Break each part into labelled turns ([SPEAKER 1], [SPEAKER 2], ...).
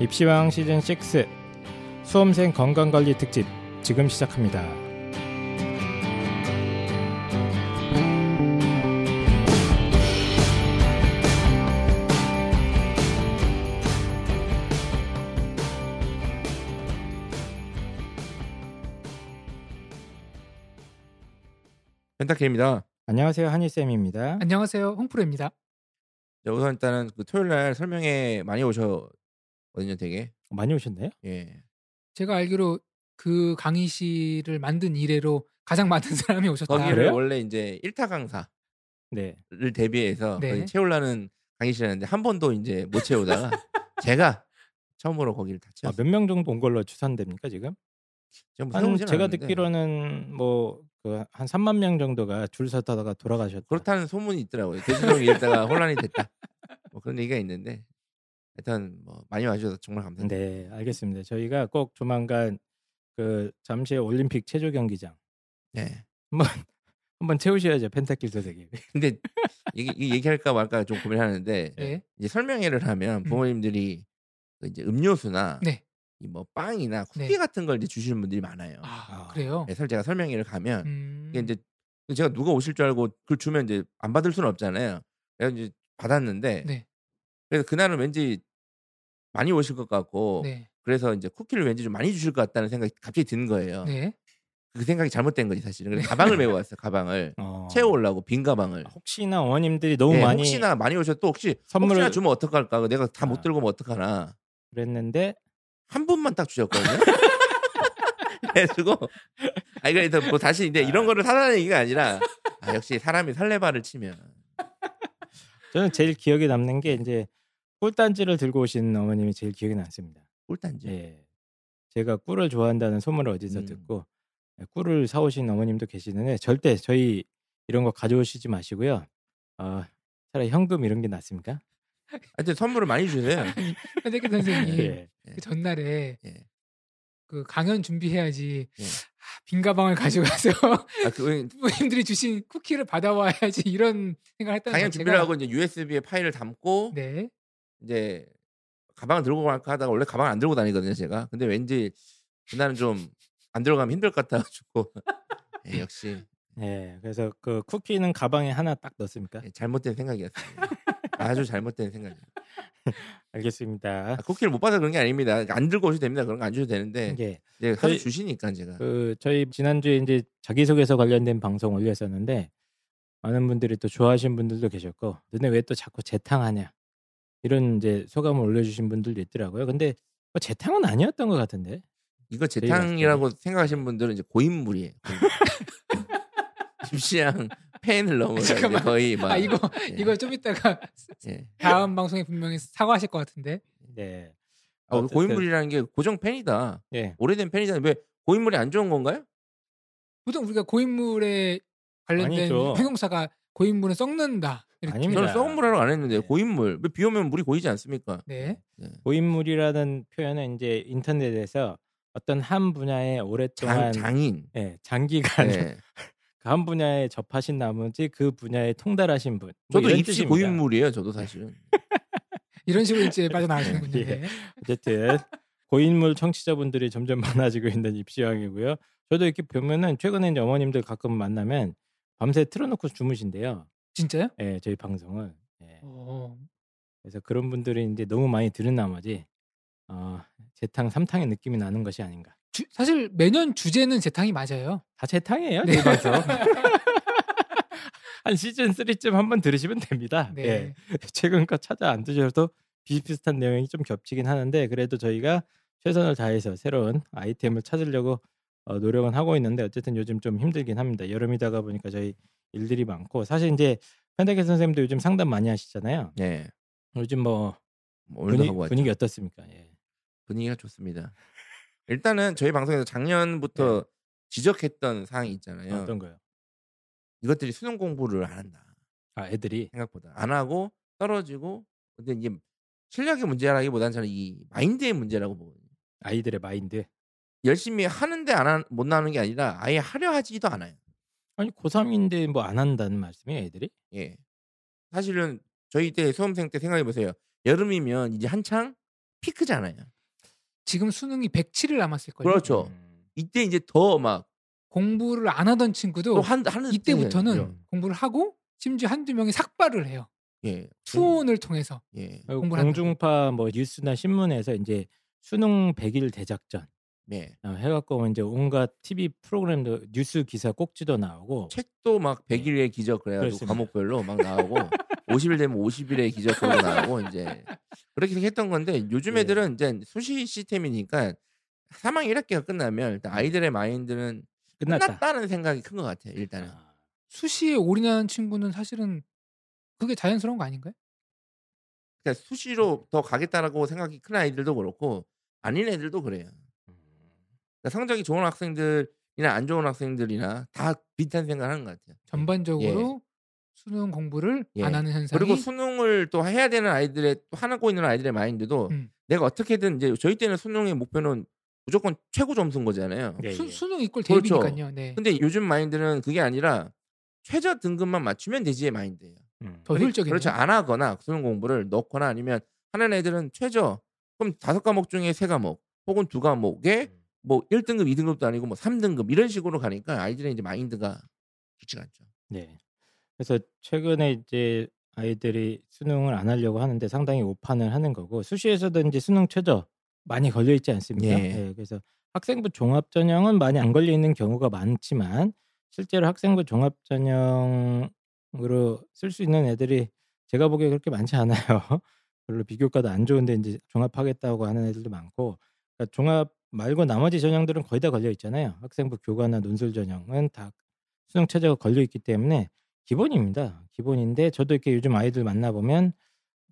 [SPEAKER 1] 입시왕 시즌 6 수험생 건강관리 특집 지금 시작합니다.
[SPEAKER 2] 펜타케입니다.
[SPEAKER 1] 안녕하세요 한일쌤입니다.
[SPEAKER 3] 안녕하세요. 홍프로입니다.
[SPEAKER 2] 자, 우선 일단은 그 토요일 날 설명회 많이 오셨거든요, 되게.
[SPEAKER 1] 많이 오셨나요?
[SPEAKER 2] 예.
[SPEAKER 3] 제가 알기로 그 강의실을 만든 이래로 가장 많은 사람이 오셨다.
[SPEAKER 2] 거기를
[SPEAKER 1] 아, 그래요?
[SPEAKER 2] 원래 이제 1타 강사를
[SPEAKER 1] 네.
[SPEAKER 2] 대비해서
[SPEAKER 3] 네.
[SPEAKER 2] 거의 채우려는 강의실이었는데 한 번도 이제 못 채우다가 제가 처음으로 거기를 다 채웠어요.
[SPEAKER 1] 아, 몇 명 정도 온 걸로 추산됩니까 지금?
[SPEAKER 2] 지금
[SPEAKER 1] 한
[SPEAKER 2] 무서운 건
[SPEAKER 1] 제가
[SPEAKER 2] 아닌데
[SPEAKER 1] 듣기로는 뭐 그 한 3만 명 정도가 줄 서다가 돌아가셨다.
[SPEAKER 2] 그렇다는 소문이 있더라고요. 대중적인 일다가 혼란이 됐다. 뭐 그런 얘기가 있는데 일단 뭐 많이 와주셔서 정말 감사합니다.
[SPEAKER 1] 네, 알겠습니다. 저희가 꼭 조만간 그 잠실 올림픽 체조 경기장
[SPEAKER 2] 네.
[SPEAKER 1] 한번 채우셔야죠 펜타킬 선생님.
[SPEAKER 2] 근데 얘기, 이 얘기할까 말까 좀 고민하는데
[SPEAKER 1] 예.
[SPEAKER 3] 네.
[SPEAKER 2] 이제 설명회를 하면
[SPEAKER 1] 음.
[SPEAKER 2] 부모님들이 그 이제 음료수나
[SPEAKER 3] 네.
[SPEAKER 2] 이 뭐 빵이나
[SPEAKER 3] 네.
[SPEAKER 2] 쿠키 같은 걸 이제 주시는 분들이 많아요. 네,
[SPEAKER 3] 아,
[SPEAKER 1] 아,
[SPEAKER 3] 그래요?
[SPEAKER 2] 그래서 제가 설명회를 가면
[SPEAKER 3] 음.
[SPEAKER 2] 이게 이제 그 제가 누가 오실 줄 알고 그걸 주면 이제 안 받을 수는 없잖아요. 그래서 이제 받았는데
[SPEAKER 3] 네.
[SPEAKER 2] 그래서 그날은 왠지 많이 오실 것 같고
[SPEAKER 1] 뭐
[SPEAKER 3] 네.
[SPEAKER 2] 그래서 이제 쿠키를 왠지 좀 많이 주실 것 같다는 생각이 갑자기 드는
[SPEAKER 1] 어.
[SPEAKER 2] 거예요.
[SPEAKER 3] 네.
[SPEAKER 2] 그 생각이 잘못된 거지 사실은. 그래서 가방을 메고 왔어요. 가방을
[SPEAKER 1] 네. 어.
[SPEAKER 2] 채워오려고 빈 가방을.
[SPEAKER 1] 혹시나 어머님들이 너무
[SPEAKER 2] 예,
[SPEAKER 1] 많이
[SPEAKER 2] 혹시나 많이 오셔도 또 혹시
[SPEAKER 1] 선물을
[SPEAKER 2] 혹시나 주면 어떡할까? 내가 다 못
[SPEAKER 1] 아.
[SPEAKER 2] 들고 오면 어떡하나?
[SPEAKER 1] 그랬는데
[SPEAKER 2] 한 분만 딱 주셨거든요. 그래가지고 아 이거 일단 뭐 다시 이제
[SPEAKER 3] 아.
[SPEAKER 2] 이런 거를 사라는 얘기가 아니라 아, 역시 사람이 설레발을 치면
[SPEAKER 1] 저는 제일 기억에 남는 게 이제 꿀단지를 들고 오신 어머님이 제일 기억에 남습니다.
[SPEAKER 2] 꿀단지.
[SPEAKER 3] 네.
[SPEAKER 1] 예. 제가 꿀을 좋아한다는 소문을 어디서
[SPEAKER 2] 네. 음.
[SPEAKER 1] 듣고 예, 꿀을 사오신 어머님도 계시는데 절대 저희 이런 거 가져오시지 마시고요. 어, 차라리 현금 이런 게 낫습니까?
[SPEAKER 2] 하여튼 선물을 많이 주세요.
[SPEAKER 3] 현대계 선생님
[SPEAKER 1] 예.
[SPEAKER 3] 그 전날에
[SPEAKER 2] 예.
[SPEAKER 3] 그 강연 준비해야지
[SPEAKER 2] 예.
[SPEAKER 3] 아, 빈 가방을 가져가서
[SPEAKER 2] 아, 그
[SPEAKER 3] 부모님들이 주신 쿠키를 받아와야지 이런 생각을 했다는
[SPEAKER 2] 당연
[SPEAKER 3] 자체가-
[SPEAKER 2] 준비를 하고 이제 USB에 파일을 담고
[SPEAKER 3] 네.
[SPEAKER 2] 이제 가방을 들고 갈까 하다가 원래 가방 안 들고 다니거든요 제가. 근데 왠지 그날은 좀 안 들어가면 힘들 것 같아가지고 예, 역시
[SPEAKER 1] 예. 그래서 그 쿠키는 가방에 하나 딱 넣습니까?
[SPEAKER 2] 예, 잘못된 생각이었어요. 아주 잘못된 생각이에요.
[SPEAKER 1] 알겠습니다.
[SPEAKER 2] 아, 네. 쿠키를 못 받아 그런 게 아닙니다. 안 들고 오셔도 됩니다. 그런 거 안 주셔도 되는데
[SPEAKER 1] 예.
[SPEAKER 2] 이제 사서
[SPEAKER 1] 저희-
[SPEAKER 2] 주시니까 제가
[SPEAKER 1] 그 저희 지난주에 이제 자기소개서 관련된 방송 올렸었는데 많은 분들이 또 좋아하신 분들도 계셨고 너네 왜 또 자꾸 재탕하냐 이런 이제 소감을 올려주신 분들도 있더라고요. 근데 뭐 재탕은 아니었던 것 같은데
[SPEAKER 2] 이거
[SPEAKER 1] 제일 맛있다.
[SPEAKER 2] 재탕이라고 생각하시는 분들은 이제 고인물이에요. 김씨양 팬을
[SPEAKER 1] 아,
[SPEAKER 2] 넘어
[SPEAKER 3] 잠깐만.
[SPEAKER 2] 거의 막
[SPEAKER 3] 아 이거
[SPEAKER 2] 예,
[SPEAKER 3] 이거 좀 이따가
[SPEAKER 2] 예.
[SPEAKER 3] 다음 방송에 분명히 사과하실 것 같은데.
[SPEAKER 1] 네.
[SPEAKER 2] 아,
[SPEAKER 1] 어쨌든,
[SPEAKER 2] 고인물이라는 게 고정 팬이다.
[SPEAKER 1] 예.
[SPEAKER 2] 오래된 팬이잖아요. 왜 고인물이 안 좋은 건가요?
[SPEAKER 3] 보통 우리가 고인물에 관련된
[SPEAKER 1] 아니죠.
[SPEAKER 3] 형용사가 고인물은 썩는다. 이렇게.
[SPEAKER 1] 아닙니다.
[SPEAKER 2] 저는 썩은 물하러 안 했는데
[SPEAKER 1] 네.
[SPEAKER 2] 고인물 왜 비 오면 물이 고이지 않습니까? 예.
[SPEAKER 3] 네.
[SPEAKER 1] 고인물이라는 표현은 이제 인터넷에서 어떤 한 분야에
[SPEAKER 2] 장,
[SPEAKER 1] 오랫동안
[SPEAKER 2] 장인.
[SPEAKER 1] 예, 장기간
[SPEAKER 2] 예.
[SPEAKER 1] 그한 분야에 접하신 나머지 그 분야에 통달하신 분. 뭐
[SPEAKER 2] 저도
[SPEAKER 1] 이런
[SPEAKER 2] 입시
[SPEAKER 1] 뜻입니다.
[SPEAKER 2] 고인물이에요. 저도 사실은.
[SPEAKER 3] 이런 식으로 이제 빠져나가시는군요.
[SPEAKER 1] 예.
[SPEAKER 3] 네.
[SPEAKER 1] 어쨌든 고인물 청취자분들이 점점 많아지고 있는 입시왕이고요. 저도 이렇게 보면은 최근에 이제 어머님들 가끔 만나면 밤새 틀어놓고 주무신대요.
[SPEAKER 3] 진짜요?
[SPEAKER 1] 예, 저희 방송을. 예.
[SPEAKER 3] 어,
[SPEAKER 1] 그래서 그런 분들이 이제 너무 많이 들은 나머지 어, 재탕 삼탕의 느낌이 나는 것이 아닌가.
[SPEAKER 3] 주- 사실 매년 주제는 재탕이 맞아요.
[SPEAKER 1] 다 재탕이에요, 저희 방송. 한 시즌 3쯤 한번 들으시면 됩니다.
[SPEAKER 3] 네.
[SPEAKER 1] 예. 최근껏 찾아 안 드셔도 비슷비슷한 내용이 좀 겹치긴 하는데 그래도 저희가 최선을 다해서 새로운 아이템을 찾으려고 어, 노력은 하고 있는데 어쨌든 요즘 좀 힘들긴 합니다. 여름이다가 보니까 저희 일들이 많고 사실 이제 펜타케 선생님도 요즘 상담 많이 하시잖아요.
[SPEAKER 2] 예.
[SPEAKER 1] 요즘 뭐
[SPEAKER 2] 뭐 오늘도
[SPEAKER 1] 분위,
[SPEAKER 2] 하고 왔죠.
[SPEAKER 1] 분위기 어떻습니까? 예.
[SPEAKER 2] 분위기가 좋습니다. 일단은 저희 방송에서 작년부터 지적했던 사항이 있잖아요.
[SPEAKER 1] 네. 어떤 거요?
[SPEAKER 2] 이것들이 수능 공부를 안 한다.
[SPEAKER 1] 아 애들이
[SPEAKER 2] 생각보다 안 하고 떨어지고 근데 이게 실력의 문제라기보다는 저는 이 마인드의 문제라고 보거든요.
[SPEAKER 1] 아이들의 마인드
[SPEAKER 2] 열심히 하는데 안 하, 못 나오는 게 아니라 아예 하려 하지도 않아요.
[SPEAKER 1] 아니 고3인데 뭐 안 한다는 말씀이에요 애들이?
[SPEAKER 2] 예. 사실은 저희 때 수험생 때 생각해 보세요. 여름이면 이제 한창 피크잖아요.
[SPEAKER 3] 지금 수능이 107일 남았을 거예요.
[SPEAKER 2] 그렇죠.
[SPEAKER 1] 음.
[SPEAKER 2] 이때 이제 더 막
[SPEAKER 3] 공부를 안 하던 친구도
[SPEAKER 2] 한, 하는
[SPEAKER 3] 이때부터는
[SPEAKER 2] 때잖아요.
[SPEAKER 3] 공부를 하고 심지어 한두 명이 삭발을 해요.
[SPEAKER 2] 예.
[SPEAKER 3] 투혼을 통해서
[SPEAKER 2] 예.
[SPEAKER 1] 그리고 어,
[SPEAKER 3] 공부를 한다고.
[SPEAKER 1] 공중파 뭐 뉴스나 신문에서 이제 수능 100일 대작전
[SPEAKER 2] 네.
[SPEAKER 1] 어, 해갖고 이제 온갖 TV 프로그램도 뉴스 기사 꼭지도 나오고
[SPEAKER 2] 책도 막 100일의 기적 그래가지고
[SPEAKER 1] 네. 그렇습니다.
[SPEAKER 2] 과목별로 막 나오고 50일 되면 50일의 기적으로 나오고 이제 그렇게 했던 건데 요즘
[SPEAKER 1] 예.
[SPEAKER 2] 애들은 이제 수시 시스템이니까 사망 1학기가 끝나면 일단 아이들의 마인드는
[SPEAKER 1] 네. 끝났다.
[SPEAKER 2] 끝났다는 생각이 큰 것 같아요. 일단은
[SPEAKER 1] 아,
[SPEAKER 3] 수시에 올인하는 친구는 사실은 그게 자연스러운 거 아닌가요?
[SPEAKER 2] 예. 그러니까 수시로 더 가겠다라고 생각이 큰 아이들도 그렇고 아닌 애들도 그래요.
[SPEAKER 3] 네.
[SPEAKER 1] 음.
[SPEAKER 2] 그러니까 성적이 좋은 학생들이나 안 좋은 학생들이나 다 비슷한 생각을 하는 것 같아요.
[SPEAKER 3] 전반적으로 수능 공부를
[SPEAKER 2] 예.
[SPEAKER 3] 안 하는 현상이
[SPEAKER 2] 그리고 수능을 또 해야 되는 아이들의 또 하고 있는 아이들의 마인드도
[SPEAKER 3] 음.
[SPEAKER 2] 내가 어떻게든 이제 저희 때는 수능의 목표는 무조건 최고 점수인 거잖아요.
[SPEAKER 1] 예, 예.
[SPEAKER 3] 어, 수, 능 이꼴
[SPEAKER 2] 그렇죠.
[SPEAKER 3] 대비니까요. 네.
[SPEAKER 2] 근데 요즘 마인드는 그게 아니라 최저 등급만 맞추면 되지의 마인드예요.
[SPEAKER 1] 음.
[SPEAKER 3] 더 효율적이네요.
[SPEAKER 2] 그렇죠. 안 하거나 수능 공부를 넣거나 아니면 하는 애들은 최저 그럼 다섯 과목 중에 세 과목 혹은 두 과목에
[SPEAKER 3] 음.
[SPEAKER 2] 뭐 1등급, 2등급도 아니고 뭐 3등급 이런 식으로 가니까 아이들의 이제 마인드가 좋지가 않죠.
[SPEAKER 1] 네. 그래서 최근에 이제 아이들이 수능을 안 하려고 하는데 상당히 오판을 하는 거고 수시에서도 이제 수능 최저 많이 걸려 있지 않습니까?
[SPEAKER 2] 예.
[SPEAKER 1] 예, 그래서 학생부 종합 전형은 많이 안 걸려 있는 경우가 많지만 실제로 학생부 종합 전형으로 쓸 수 있는 애들이 제가 보기에 그렇게 많지 않아요. 별로 비교과도 안 좋은데 이제 종합하겠다고 하는 애들도 많고 그러니까 종합 말고 나머지 전형들은 거의 다 걸려 있잖아요. 학생부 교과나 논술 전형은 다 수능 최저가 걸려 있기 때문에 기본입니다. 기본인데 저도 이렇게 요즘 아이들 만나 보면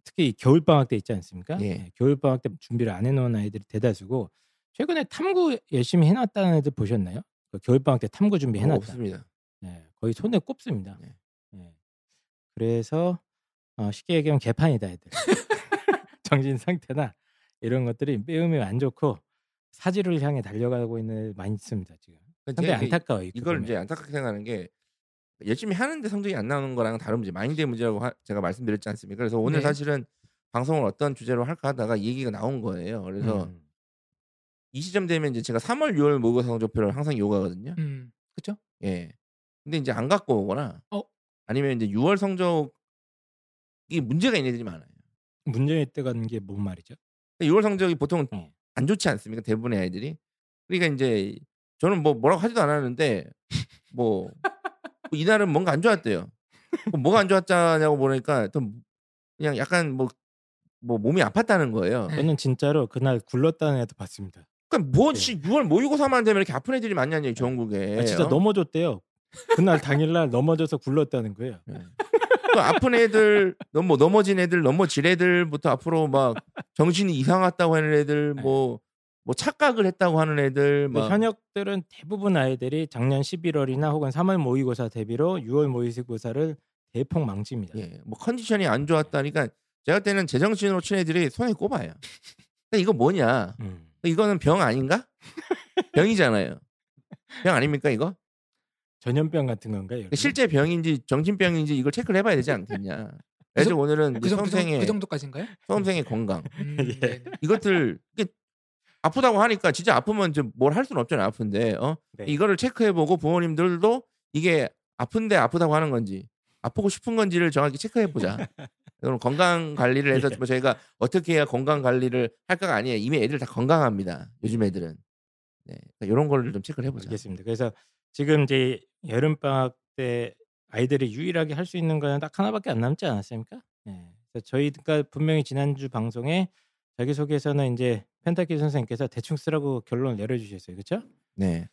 [SPEAKER 1] 특히 겨울 방학 때 있지 않습니까?
[SPEAKER 2] 예.
[SPEAKER 1] 겨울 방학 때 준비를 안 해놓은 아이들이 대다수고 최근에 탐구 열심히 해놨다는 애들 보셨나요? 그 겨울 방학 때 탐구 준비
[SPEAKER 2] 어,
[SPEAKER 1] 해놨다.
[SPEAKER 2] 없습니다.
[SPEAKER 1] 예, 거의 손에 꼽습니다.
[SPEAKER 2] 네.
[SPEAKER 1] 예. 그래서 어, 쉽게 얘기하면 개판이다 애들. 정신 상태나 이런 것들이 매우 매우 안 좋고 사지를 향해 달려가고 있는 애들 많이 있습니다 지금.
[SPEAKER 2] 그러니까
[SPEAKER 1] 근데
[SPEAKER 2] 제가 이제
[SPEAKER 1] 안타까워요. 이렇게
[SPEAKER 2] 이걸
[SPEAKER 1] 보면.
[SPEAKER 2] 이제 안타깝게 생각하는 게 열심히 하는데 성적이 안 나오는 거랑 다른 문제, 마인드의 문제라고 하- 제가 말씀드렸지 않습니까? 그래서 오늘
[SPEAKER 3] 네.
[SPEAKER 2] 사실은 방송을 어떤 주제로 할까 하다가 이 얘기가 나온 거예요. 그래서
[SPEAKER 1] 음.
[SPEAKER 2] 이 시점 되면 이제 제가 3월, 6월 모의고사 성적표를 항상 요구하거든요.
[SPEAKER 3] 음. 그렇죠?
[SPEAKER 2] 예. 근데 이제 안 갖고 오거나
[SPEAKER 3] 어?
[SPEAKER 2] 아니면 이제 6월 성적이 문제가 있는 애들이 많아요.
[SPEAKER 1] 음. 문제의 때가 는 게 뭔 말이죠?
[SPEAKER 2] 근데 6월 성적이 보통
[SPEAKER 1] 네.
[SPEAKER 2] 안 좋지 않습니까? 대부분의 아이들이. 그러니까 이제 저는 뭐 뭐라고 하지도 않았는데 뭐, 뭐 이날은 뭔가 안 좋았대요. 뭐 뭐가 안 좋았냐고 보니까 좀 그냥 약간 뭐, 뭐 몸이 아팠다는 거예요.
[SPEAKER 3] 네.
[SPEAKER 1] 저는 진짜로 그날 굴렀다는 애도 봤습니다.
[SPEAKER 2] 그러니까 뭐지 6월 모의고사만 되면 이렇게 아픈 애들이 많냐는 얘기 전국에.
[SPEAKER 1] 네. 아, 진짜
[SPEAKER 2] 어?
[SPEAKER 1] 넘어졌대요. 그날 당일날 넘어져서 굴렀다는 거예요.
[SPEAKER 2] 그 아픈 애들, 뭐 넘어 넘어진 애들, 넘어질 애들부터 앞으로 막 정신이 이상하다고 하는 애들,
[SPEAKER 1] 네.
[SPEAKER 2] 뭐 뭐 착각을 했다고 하는 애들,
[SPEAKER 1] 근데
[SPEAKER 2] 막
[SPEAKER 1] 현역들은 대부분 아이들이 작년 11월이나 혹은 3월 모의고사 대비로 6월 모의고사를 대폭 망칩니다.
[SPEAKER 2] 예, 뭐 컨디션이 안 좋았다니까 제가 때는 제정신으로 친 애들이 손에 꼽아요. 근데 이거 뭐냐?
[SPEAKER 1] 음.
[SPEAKER 2] 이거는 병 아닌가? 병이잖아요. 병 아닙니까 이거? 그러니까
[SPEAKER 1] 전염병 같은 건가요?
[SPEAKER 3] 음.
[SPEAKER 1] 여러분?
[SPEAKER 2] 실제 병인지 정신병인지 이걸 체크를 해봐야 되지 않겠냐? 그래서 오늘은
[SPEAKER 3] 그,
[SPEAKER 2] 이제
[SPEAKER 3] 정도,
[SPEAKER 2] 수험생의
[SPEAKER 3] 그 정도까지인가요?
[SPEAKER 2] 수험생의 건강.
[SPEAKER 3] 음,
[SPEAKER 1] 예.
[SPEAKER 3] 네네.
[SPEAKER 2] 이것들 이게 아프다고 하니까 진짜 아프면 뭘 할 수는 없잖아요 아픈데 어
[SPEAKER 1] 네.
[SPEAKER 2] 이거를 체크해보고 부모님들도 이게 아픈데 아프다고 하는 건지 아프고 싶은 건지를 정확히 체크해보자 그럼 건강 관리를 해서
[SPEAKER 1] 예.
[SPEAKER 2] 뭐 저희가 어떻게 해야 건강 관리를 할까가 아니에요 이미 애들 다 건강합니다 요즘 애들은 네 이런 거를 좀 체크를 해보자
[SPEAKER 1] 알겠습니다. 그래서 지금 이제 여름 방학 때 아이들이 유일하게 할 수 있는 거는 딱 하나밖에 안 남지 않았습니까? 예. 그래서 저희가 분명히 지난주 방송에 자기 소개에서는 이제 펜타키 선생님께서 대충 쓰라고 결론을 내려주셨어요, 그렇죠?
[SPEAKER 2] 네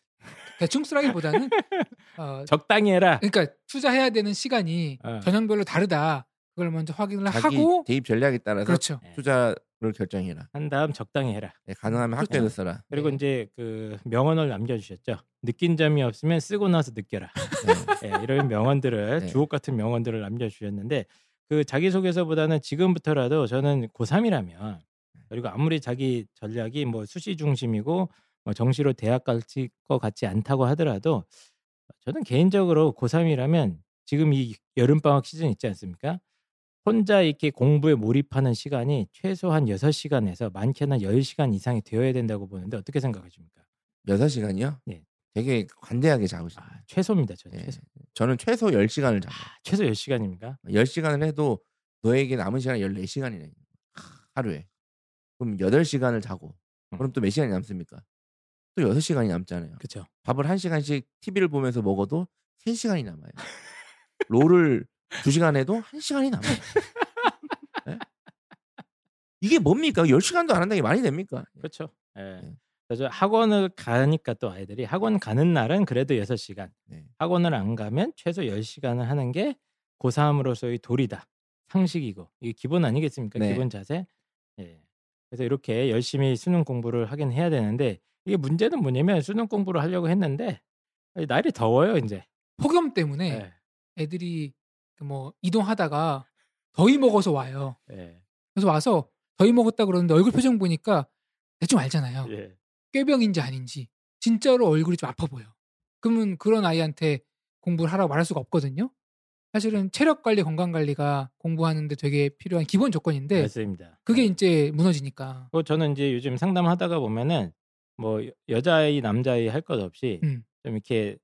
[SPEAKER 3] 대충 쓰라기보다는 어,
[SPEAKER 1] 적당히 해라.
[SPEAKER 3] 그러니까 투자해야 되는 시간이
[SPEAKER 1] 어.
[SPEAKER 3] 전형별로 다르다. 그걸 먼저 확인을
[SPEAKER 2] 자기
[SPEAKER 3] 하고
[SPEAKER 2] 대입 전략에 따라서
[SPEAKER 3] 그렇죠.
[SPEAKER 1] 네.
[SPEAKER 2] 투자를 결정해라
[SPEAKER 1] 한 다음 적당히 해라.
[SPEAKER 2] 네, 가능하면 학교에서
[SPEAKER 1] 그렇죠.
[SPEAKER 2] 써라
[SPEAKER 1] 그리고
[SPEAKER 3] 네.
[SPEAKER 1] 이제 그 명언을 남겨주셨죠. 느낀 점이 없으면 쓰고 나서 느껴라.
[SPEAKER 2] 네.
[SPEAKER 1] 예, 이런 명언들을
[SPEAKER 2] 네.
[SPEAKER 1] 주옥 같은 명언들을 남겨주셨는데 그 자기소개서보다는 지금부터라도 저는 고3이라면 그리고 아무리 자기 전략이 뭐 수시 중심이고 뭐 정시로 대학 갈 것 같지 않다고 하더라도 저는 개인적으로 고3이라면 지금 이 여름방학 시즌 있지 않습니까? 혼자 이렇게 공부에 몰입하는 시간이 최소한 6시간에서 많게는 10시간 이상이 되어야 된다고 보는데 어떻게 생각하십니까?
[SPEAKER 2] 6시간이요?
[SPEAKER 1] 네.
[SPEAKER 2] 되게 관대하게 잡으시네.
[SPEAKER 1] 아, 최소입니다. 저는
[SPEAKER 2] 예.
[SPEAKER 1] 최소.
[SPEAKER 2] 저는 최소 10시간을 잡아요.
[SPEAKER 1] 아, 최소 10시간입니까?
[SPEAKER 2] 10시간을 해도 너에게 남은 시간이 14시간이네. 하루에. 그럼 8시간을 자고.
[SPEAKER 1] 음.
[SPEAKER 2] 그럼 또 몇 시간이 남습니까? 또 6시간이 남잖아요.
[SPEAKER 1] 그렇죠.
[SPEAKER 2] 밥을 1시간씩 TV를 보면서 먹어도 3시간이 남아요. 롤을 2시간 해도 1시간이 남아요. 예? 이게 뭡니까? 10시간도 안 한다는 게 말이 됩니까?
[SPEAKER 1] 그렇죠. 예.
[SPEAKER 2] 예.
[SPEAKER 1] 그래서 학원을 가니까 또 아이들이 학원 가는 날은 그래도 6시간.
[SPEAKER 2] 네.
[SPEAKER 1] 학원을 안 가면 최소 10시간을 하는 게 고3으로서의 도리다. 상식이고. 이게 기본 아니겠습니까?
[SPEAKER 2] 네.
[SPEAKER 1] 기본 자세. 예. 그래서 이렇게 열심히 수능 공부를 하긴 해야 되는데 이게 문제는 뭐냐면 수능 공부를 하려고 했는데 날이 더워요, 이제.
[SPEAKER 3] 폭염 때문에
[SPEAKER 1] 예.
[SPEAKER 3] 애들이 그뭐 이동하다가 더위 먹어서 와요.
[SPEAKER 1] 예.
[SPEAKER 3] 그래서 와서 더위 먹었다 그러는데 얼굴 표정 보니까 대충 알잖아요.
[SPEAKER 1] 예.
[SPEAKER 3] 꾀병인지 아닌지 진짜로 얼굴이 좀 아파 보여. 그러면 그런 아이한테 공부를 하라고 말할 수가 없거든요. 사실은 체력 관리, 건강 관리가 공부하는데 되게 필요한 기본 조건인데
[SPEAKER 1] 네, 맞습니다.
[SPEAKER 3] 네.
[SPEAKER 1] 예.
[SPEAKER 3] 그게 이제 무너지니까.
[SPEAKER 1] 그 저는 이제 요즘 상담하다가 보면은 뭐 여- 여자아이 남자아이 할 것 없이
[SPEAKER 3] 음.
[SPEAKER 1] 좀 이렇게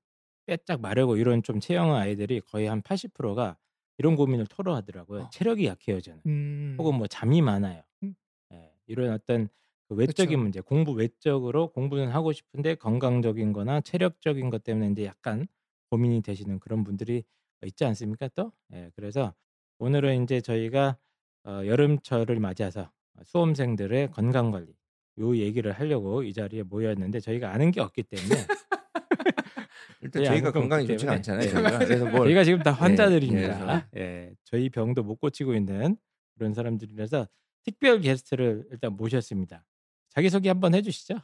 [SPEAKER 1] 빼짝 마르고 이런 좀 체형한 아이들이 거의 한 80%가 이런 고민을 토로하더라고요.
[SPEAKER 3] 어.
[SPEAKER 1] 체력이 약해요 저는.
[SPEAKER 3] 음.
[SPEAKER 1] 혹은 뭐 잠이 많아요.
[SPEAKER 3] 음.
[SPEAKER 1] 예, 이런 어떤 그 외적인
[SPEAKER 3] 그쵸.
[SPEAKER 1] 문제, 공부 외적으로 공부는 하고 싶은데 건강적인거나 체력적인 것 때문에 이제 약간 고민이 되시는 그런 분들이 있지 않습니까 또? 예, 그래서 오늘은 이제 저희가 어, 여름철을 맞이해서 수험생들의 건강 관리 요 얘기를 하려고 이 자리에 모였는데 저희가 아는 게 없기 때문에
[SPEAKER 2] 일단
[SPEAKER 1] 예,
[SPEAKER 2] 저희가
[SPEAKER 1] 아무튼
[SPEAKER 2] 건강이
[SPEAKER 1] 그렇기
[SPEAKER 2] 좋지가
[SPEAKER 1] 때문에. 예.
[SPEAKER 2] 않잖아요. 저희가. 그래서 뭘
[SPEAKER 1] 저희가 지금 다
[SPEAKER 2] 그래서.
[SPEAKER 1] 환자들입니다. 예, 저희 병도 못 고치고 있는 그런 사람들이라서 특별 게스트를 일단 모셨습니다. 자기 소개 한번 해주시죠.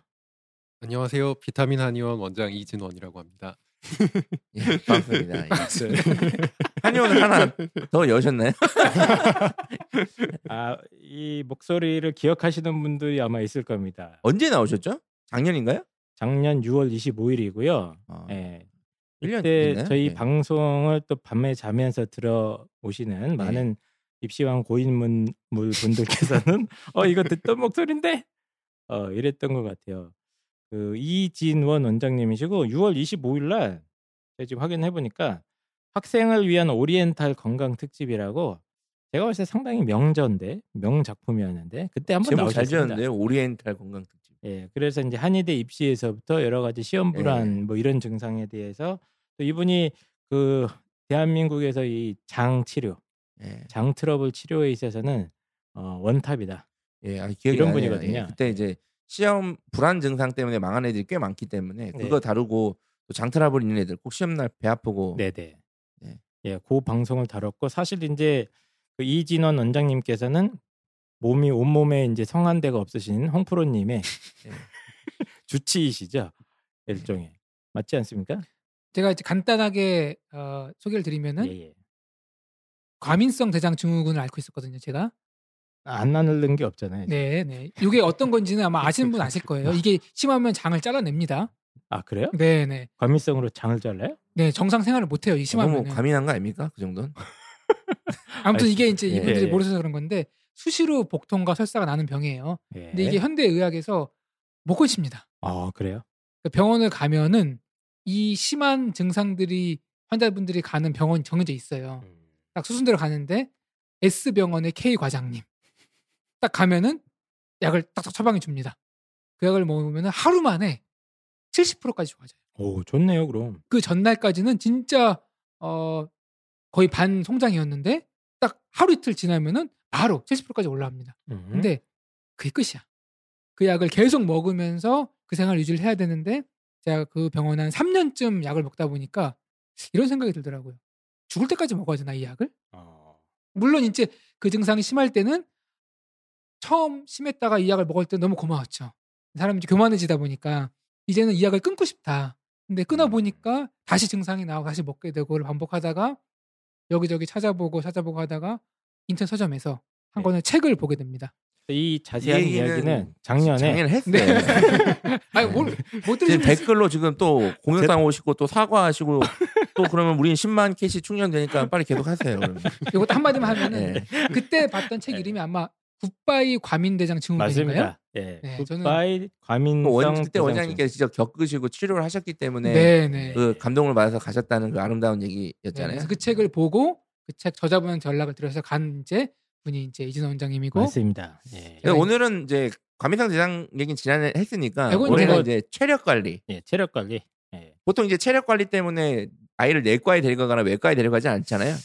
[SPEAKER 4] 안녕하세요. 비타민 한의원 원장 이진원이라고 합니다.
[SPEAKER 2] 예, 반갑습니다. 예. 한의원 하나 더 여셨나요?
[SPEAKER 1] 아, 이 목소리를 기억하시는 분들이 아마 있을 겁니다.
[SPEAKER 2] 언제 나오셨죠? 작년인가요?
[SPEAKER 1] 작년 6월 25일이고요.
[SPEAKER 2] 아,
[SPEAKER 1] 예,
[SPEAKER 2] 1년
[SPEAKER 1] 그때
[SPEAKER 2] 됐나요?
[SPEAKER 1] 저희
[SPEAKER 2] 예.
[SPEAKER 1] 방송을 또 밤에 자면서 들어오시는
[SPEAKER 2] 네.
[SPEAKER 1] 많은 입시왕 고인물 분들께서는 어 이거 듣던 목소리인데 어 이랬던 것 같아요. 그 이진원 원장님이시고 6월 25일 날 제가 지금 확인해 보니까 학생을 위한 오리엔탈 건강 특집이라고 제가 봤을 때 상당히 명전데 명작품이었는데 그때 한번
[SPEAKER 2] 제목 잘
[SPEAKER 1] 나오셨습니다.
[SPEAKER 2] 지었는데요. 오리엔탈 건강 특집.
[SPEAKER 1] 예, 그래서 이제 한의대 입시에서부터 여러 가지 시험 불안 뭐 이런 증상에 대해서 또 이분이 그 대한민국에서 이 장 치료,
[SPEAKER 2] 예,
[SPEAKER 1] 장 트러블 치료에 있어서는 어, 원탑이다.
[SPEAKER 2] 예, 아, 기억이
[SPEAKER 1] 이런
[SPEAKER 2] 나네요.
[SPEAKER 1] 분이거든요.
[SPEAKER 2] 예, 그때 이제 시험 불안 증상 때문에 망한 애들이 꽤 많기 때문에 그거
[SPEAKER 1] 네.
[SPEAKER 2] 다루고 또 장트라블 있는 애들 꼭 시험 날 배 아프고
[SPEAKER 1] 네, 네.
[SPEAKER 2] 네.
[SPEAKER 1] 예, 그 방송을 다뤘고 사실 이제 그 이진원 원장님께서는 몸이 온몸에 이제 성한 데가 없으신 홍프로 님의 예,
[SPEAKER 2] 네.
[SPEAKER 1] 주치이시죠. 일종의. 맞지 않습니까?
[SPEAKER 3] 제가 이제 간단하게 어, 소개를 드리면은
[SPEAKER 1] 예, 예.
[SPEAKER 3] 과민성 대장 증후군을 앓고 있었거든요. 제가
[SPEAKER 1] 안 나누는 게 없잖아요.
[SPEAKER 3] 네, 네. 이게 어떤 건지는 아마 아시는 분 아실 거예요. 이게 심하면 장을 잘라냅니다.
[SPEAKER 1] 아, 그래요?
[SPEAKER 3] 네, 네.
[SPEAKER 1] 과민성으로 장을 잘라요?
[SPEAKER 3] 네, 정상 생활을 못 해요.
[SPEAKER 2] 아,
[SPEAKER 3] 이
[SPEAKER 2] 너무
[SPEAKER 3] 심하면.
[SPEAKER 2] 과민한 거 아닙니까? 그 정도는
[SPEAKER 3] 아무튼 이게 이제
[SPEAKER 1] 예, 예.
[SPEAKER 3] 이분들이 모르셔서 그런 건데 수시로 복통과 설사가 나는 병이에요.
[SPEAKER 1] 예.
[SPEAKER 3] 근데 이게 현대 의학에서 못 고칩니다.
[SPEAKER 1] 아, 그래요?
[SPEAKER 3] 그러니까 병원을 가면은 이 심한 증상들이 환자분들이 가는 병원이 정해져 있어요.
[SPEAKER 2] 음.
[SPEAKER 3] 딱 수순대로 가는데 S 병원의 K 과장님 딱 가면은 약을 딱딱 처방해 줍니다. 그 약을 먹으면 하루 만에 70%까지 좋아져요.
[SPEAKER 1] 오 좋네요 그럼
[SPEAKER 3] 그 전날까지는 진짜 어 거의 반 송장이었는데 딱 하루 이틀 지나면은 바로 70%까지 올라옵니다.
[SPEAKER 1] 음.
[SPEAKER 3] 근데 그게 끝이야. 그 약을 계속 먹으면서 그 생활 유지를 해야 되는데 제가 그 병원 한 3년쯤 약을 먹다 보니까 이런 생각이 들더라고요. 죽을 때까지 먹어야 되나 이 약을?
[SPEAKER 2] 아.
[SPEAKER 1] 어,
[SPEAKER 3] 물론 이제 그 증상이 심할 때는 처음 심했다가 이 약을 먹을 때 너무 고마웠죠. 사람이 이제 교만해지다 보니까 이제는 이 약을 끊고 싶다. 근데
[SPEAKER 1] 음.
[SPEAKER 3] 끊어 보니까 다시 증상이 나오고 다시 먹게 되고 그걸 반복하다가 여기저기 찾아보고 찾아보고 하다가 인터넷 서점에서 한
[SPEAKER 1] 네.
[SPEAKER 3] 권의 책을 보게 됩니다.
[SPEAKER 1] 이 자세한
[SPEAKER 2] 이 얘기는
[SPEAKER 1] 이야기는 작년에 네.
[SPEAKER 2] 작년에 했어요.
[SPEAKER 3] 아니 뭘못
[SPEAKER 2] 지금
[SPEAKER 3] 들으신
[SPEAKER 2] 댓글로 지금 또 공격당 오시고 또 사과하시고 또 그러면 우린 10만 캐시 충전되니까 빨리 계속 하세요. 그러면.
[SPEAKER 3] 이것도 한마디만 하면은
[SPEAKER 1] 네.
[SPEAKER 2] 예.
[SPEAKER 3] 그때 봤던 책 이름이 아마 굿바이 과민대장 증후군인가요?
[SPEAKER 1] 맞습니다. 예.
[SPEAKER 3] 네,
[SPEAKER 1] 굿바이 과민성
[SPEAKER 2] 뭐 원, 그때
[SPEAKER 1] 부상증.
[SPEAKER 2] 원장님께서 직접 겪으시고 치료를 하셨기 때문에
[SPEAKER 3] 네,
[SPEAKER 1] 예.
[SPEAKER 3] 네.
[SPEAKER 2] 그 감동을 받아서 가셨다는 그 아름다운
[SPEAKER 3] 네,
[SPEAKER 2] 얘기였잖아요.
[SPEAKER 3] 그래서 그 책을 보고 그 책 저자분한테 연락을 드려서 간 이제 분이 이제 이진원 원장님이고
[SPEAKER 1] 맞습니다. 예.
[SPEAKER 2] 그래서 오늘은 이제 과민상 대장 얘기는 지난해 했으니까
[SPEAKER 3] 이건
[SPEAKER 2] 올해는
[SPEAKER 1] 제가-
[SPEAKER 2] 이제 체력 관리.
[SPEAKER 1] 예, 체력 관리. 예.
[SPEAKER 2] 보통 이제 체력 관리 때문에 아이를 내과에 데려가거나 외과에 데려가지 않잖아요.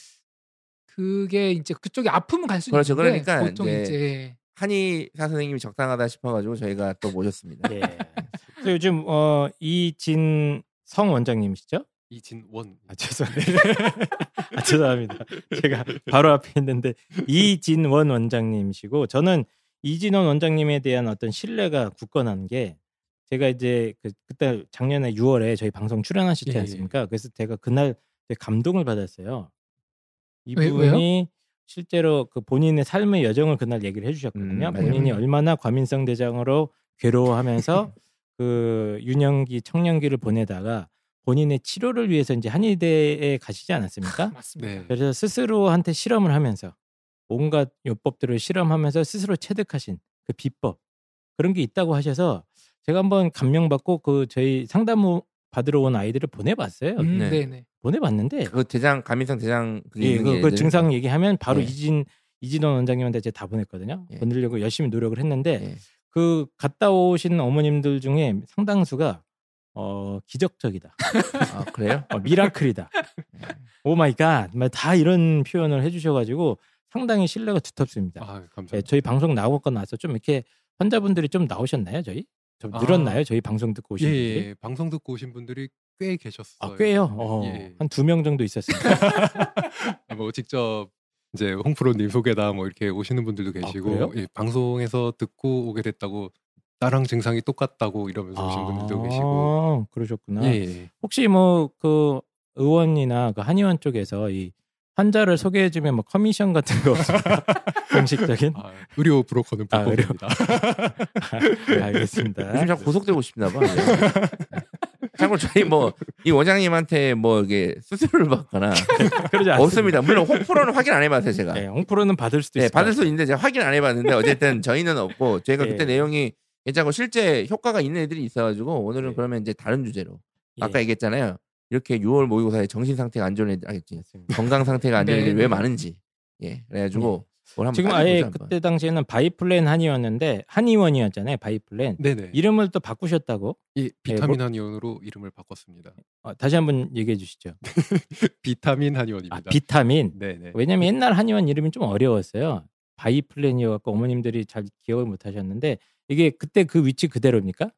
[SPEAKER 3] 그게 이제 그쪽에 아프면 갈 수
[SPEAKER 2] 그렇죠.
[SPEAKER 3] 있는데
[SPEAKER 2] 그러니까
[SPEAKER 3] 보통
[SPEAKER 2] 이제-
[SPEAKER 3] 이제,
[SPEAKER 2] 한의사 선생님이 적당하다 싶어가지고 저희가 또 모셨습니다.
[SPEAKER 1] 예. 그래서 요즘 어, 이진 성 원장님이시죠?
[SPEAKER 4] 이진원.
[SPEAKER 1] 아, 죄송합니다. 아, 죄송합니다. 제가 바로 앞에 있는데 이진원 원장님이시고 저는 이진원 원장님에 대한 어떤 신뢰가 굳건한 게 제가 이제 그, 그때 작년에 6월에 저희 방송 출연하시지
[SPEAKER 4] 예, 예.
[SPEAKER 1] 않습니까? 그래서 제가 그날 되게 감동을 받았어요.
[SPEAKER 3] 왜-
[SPEAKER 1] 이분이
[SPEAKER 3] 왜요?
[SPEAKER 1] 실제로 그 본인의 삶의 여정을 그날 얘기를 해주셨거든요.
[SPEAKER 2] 음, 맞아요.
[SPEAKER 1] 본인이 얼마나 과민성 대장으로 괴로워하면서 그 유년기 청년기를 보내다가 본인의 치료를 위해서 이제 한의대에 가시지
[SPEAKER 2] 아?
[SPEAKER 1] 않았습니까?
[SPEAKER 3] 맞습니다.
[SPEAKER 4] 네.
[SPEAKER 1] 그래서 스스로한테 실험을 하면서 온갖 요법들을 실험하면서 스스로 체득하신 그 비법 그런 게 있다고 하셔서 제가 한번 감명받고 그 저희 상담 후 받으러 온 아이들을 보내봤어요.
[SPEAKER 3] 음,
[SPEAKER 2] 네.
[SPEAKER 3] 네, 네.
[SPEAKER 1] 보내봤는데
[SPEAKER 2] 그 대장 감민상 대장 그게
[SPEAKER 1] 예,
[SPEAKER 2] 있는
[SPEAKER 1] 그, 그
[SPEAKER 2] 얘들.
[SPEAKER 1] 증상 얘기하면 바로
[SPEAKER 2] 예.
[SPEAKER 1] 이진 이진원 원장님한테 제가 다 보냈거든요.
[SPEAKER 2] 예.
[SPEAKER 1] 보내려고 열심히 노력을 했는데
[SPEAKER 2] 예.
[SPEAKER 1] 그 갔다 오신 어머님들 중에 상당수가 어 기적적이다.
[SPEAKER 2] 아, 그래요?
[SPEAKER 1] 어, 미라클이다. 오 마이 갓. 막다 이런 표현을 해주셔가지고 상당히 신뢰가 두텁습니다.
[SPEAKER 4] 아 감사합니다.
[SPEAKER 1] 예, 저희 방송 나오고 나서 좀 이렇게 환자분들이 좀 나오셨나요, 저희? 좀
[SPEAKER 4] 아.
[SPEAKER 1] 늘었나요, 저희 방송 듣고
[SPEAKER 4] 예,
[SPEAKER 1] 오신
[SPEAKER 4] 예,
[SPEAKER 1] 분들이?
[SPEAKER 4] 방송 듣고 오신 분들이 꽤 계셨어요.
[SPEAKER 1] 아, 꽤요. 어,
[SPEAKER 4] 예.
[SPEAKER 1] 한 두 명 정도 있었습니다.
[SPEAKER 4] 뭐 직접 이제 홍프로님 소개다 뭐 이렇게 오시는 분들도
[SPEAKER 1] 아, 그래요?
[SPEAKER 4] 계시고 예, 방송에서 듣고 오게 됐다고 나랑 증상이 똑같다고 이러면서 오신 분들도 계시고.
[SPEAKER 1] 아, 그러셨구나.
[SPEAKER 4] 예, 예.
[SPEAKER 1] 혹시 뭐 그 의원이나 그 한의원 쪽에서 이 환자를 소개해주면 뭐 커미션 같은 거 없습니까? 공식적인?
[SPEAKER 4] 아, 의료 브로커는
[SPEAKER 1] 아, 의료-
[SPEAKER 4] 불법입니다.
[SPEAKER 1] 네, 알겠습니다.
[SPEAKER 2] 요즘 자꾸 구속되고 싶나 봐. 네. 참고 로 저희 뭐 이 원장님한테 뭐 이게 수수료를 받거나
[SPEAKER 1] 네, 그러지 않습니다.
[SPEAKER 2] 없습니다. 물론 홍프로는 확인 안 해봤어요 제가.
[SPEAKER 1] 네, 홍프로는 받을 수도
[SPEAKER 2] 네,
[SPEAKER 1] 있어요.
[SPEAKER 2] 받을 수 있는데 제가 확인 안 해봤는데 어쨌든 저희는 없고 저희가
[SPEAKER 1] 예.
[SPEAKER 2] 그때 내용이 괜찮고 실제 효과가 있는 애들이 있어가지고 오늘은
[SPEAKER 1] 예.
[SPEAKER 2] 그러면 이제 다른 주제로
[SPEAKER 1] 예.
[SPEAKER 2] 아까 얘기했잖아요. 이렇게 6월 모의고사에 정신 상태가 안 좋은 애들 알겠지.
[SPEAKER 1] 알겠습니다.
[SPEAKER 2] 건강 상태가 안 좋은
[SPEAKER 3] 네.
[SPEAKER 2] 애들이 왜 많은지. 예, 그래가지고 오늘 한번
[SPEAKER 1] 네. 지금
[SPEAKER 2] 따져보자,
[SPEAKER 1] 아예
[SPEAKER 2] 한번.
[SPEAKER 1] 그때 당시에는 바이플랜 한의원인데 한의원이었잖아요. 바이플랜
[SPEAKER 4] 네네.
[SPEAKER 1] 이름을 또 바꾸셨다고
[SPEAKER 4] 예, 비타민 한의원으로 이름을 바꿨습니다.
[SPEAKER 1] 어, 다시 한번 얘기해 주시죠.
[SPEAKER 2] 네,
[SPEAKER 4] 비타민
[SPEAKER 1] 아
[SPEAKER 4] 한의원입니다.
[SPEAKER 1] 비타민.
[SPEAKER 4] 네네.
[SPEAKER 1] 왜냐면 옛날 한의원 이름이 좀 어려웠어요. 바이플랜이어갖고 어머님들이 잘 기억을 못하셨는데 이게 그때 그 위치 그대로입니까?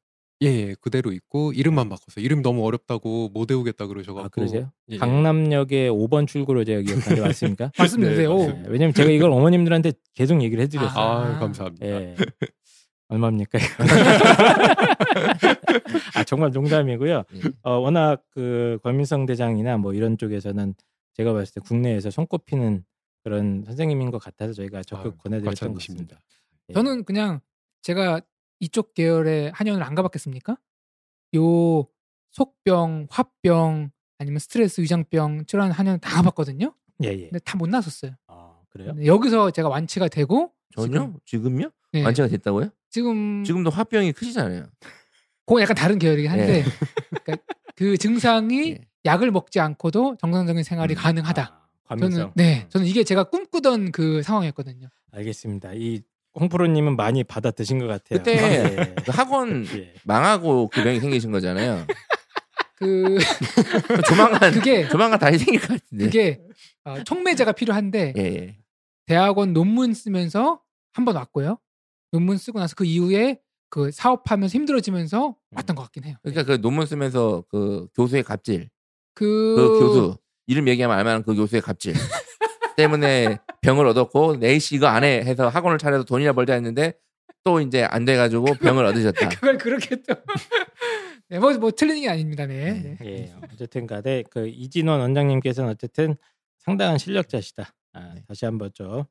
[SPEAKER 4] 예, 예, 그대로 있고 이름만 바꿨어요. 이름 너무 어렵다고 못 외우겠다 그러셔가지고.
[SPEAKER 1] 네. 아 그러세요?
[SPEAKER 4] 예, 예.
[SPEAKER 1] 강남역에 5번 출구로 제가 기억하는데 맞습니까?
[SPEAKER 3] 맞습니다.
[SPEAKER 4] 네,
[SPEAKER 3] 네, 오.
[SPEAKER 1] 네, 왜냐면 제가 이걸 어머님들한테 계속 얘기를
[SPEAKER 4] 아,
[SPEAKER 1] 해드렸어요.
[SPEAKER 3] 아.
[SPEAKER 4] 감사합니다.
[SPEAKER 1] 예. 얼마입니까? 이거? 아 정말 농담이고요.
[SPEAKER 2] 예.
[SPEAKER 1] 어, 워낙 그 권민성 대장이나 뭐 이런 쪽에서는 제가 봤을 때 국내에서 손꼽히는 그런 선생님인 것 같아서 저희가 적극
[SPEAKER 4] 아유,
[SPEAKER 1] 권해드렸던 것
[SPEAKER 4] 과찬이십니다.
[SPEAKER 1] 같습니다. 예.
[SPEAKER 3] 저는 그냥 제가 이쪽 계열의 한의원을 안 가봤겠습니까? 요 속병, 화병 아니면 스트레스 위장병 치료하는 한의원 다 가봤거든요.
[SPEAKER 1] 예, 예.
[SPEAKER 3] 근데 다 못 나섰어요.
[SPEAKER 1] 아, 그래요?
[SPEAKER 3] 근데 여기서 제가 완치가 되고
[SPEAKER 2] 전요? 지금요?
[SPEAKER 1] 예.
[SPEAKER 3] 네,
[SPEAKER 2] 완치가 됐다고요?
[SPEAKER 1] 음.
[SPEAKER 3] 지금
[SPEAKER 2] 지금도 화병이 크시잖아요.
[SPEAKER 3] 그건 약간 다른 계열이긴 한데
[SPEAKER 2] 예.
[SPEAKER 3] 그러니까 그 증상이
[SPEAKER 2] 예.
[SPEAKER 3] 약을 먹지 않고도 정상적인 생활이
[SPEAKER 2] 음, 그렇죠.
[SPEAKER 3] 가능하다.
[SPEAKER 1] 아, 관민성.
[SPEAKER 3] 저는 네,
[SPEAKER 1] 음,
[SPEAKER 3] 저는 이게 제가 꿈꾸던 그 상황이었거든요.
[SPEAKER 1] 알겠습니다. 이 홍프로님은 많이 받아 드신 것 같아요.
[SPEAKER 2] 그때
[SPEAKER 1] 예,
[SPEAKER 2] 그 학원
[SPEAKER 1] 예.
[SPEAKER 2] 망하고 그 병이 생기신 거잖아요.
[SPEAKER 3] 그
[SPEAKER 2] 조만간
[SPEAKER 3] 그게
[SPEAKER 2] 조만간 다시 생길 것 같은데.
[SPEAKER 3] 그게 어, 촉매제가 필요한데
[SPEAKER 2] 예, 예.
[SPEAKER 3] 대학원 논문 쓰면서 한 번 왔고요. 논문 쓰고 나서 그 이후에 그 사업하면서 힘들어지면서 왔던 것 같긴 해요.
[SPEAKER 2] 그러니까 그 논문 쓰면서 그 교수의 갑질,
[SPEAKER 3] 그,
[SPEAKER 2] 그 교수 이름 얘기하면 알만한 그 교수의 갑질 때문에 병을 얻었고 내이씨 이거 안 해 해서 학원을 차려서 돈이나 벌자 했는데 또 이제 안 돼가지고 병을 얻으셨다.
[SPEAKER 3] 그걸 그렇게 또 네, 뭐, 뭐 틀리는 게 아닙니다. 네.
[SPEAKER 2] 네.
[SPEAKER 3] 네.
[SPEAKER 1] 예, 어쨌든 간에 그 이진원 원장님께서는 어쨌든 상당한 실력자시다. 아,
[SPEAKER 2] 네.
[SPEAKER 1] 다시 한번 좀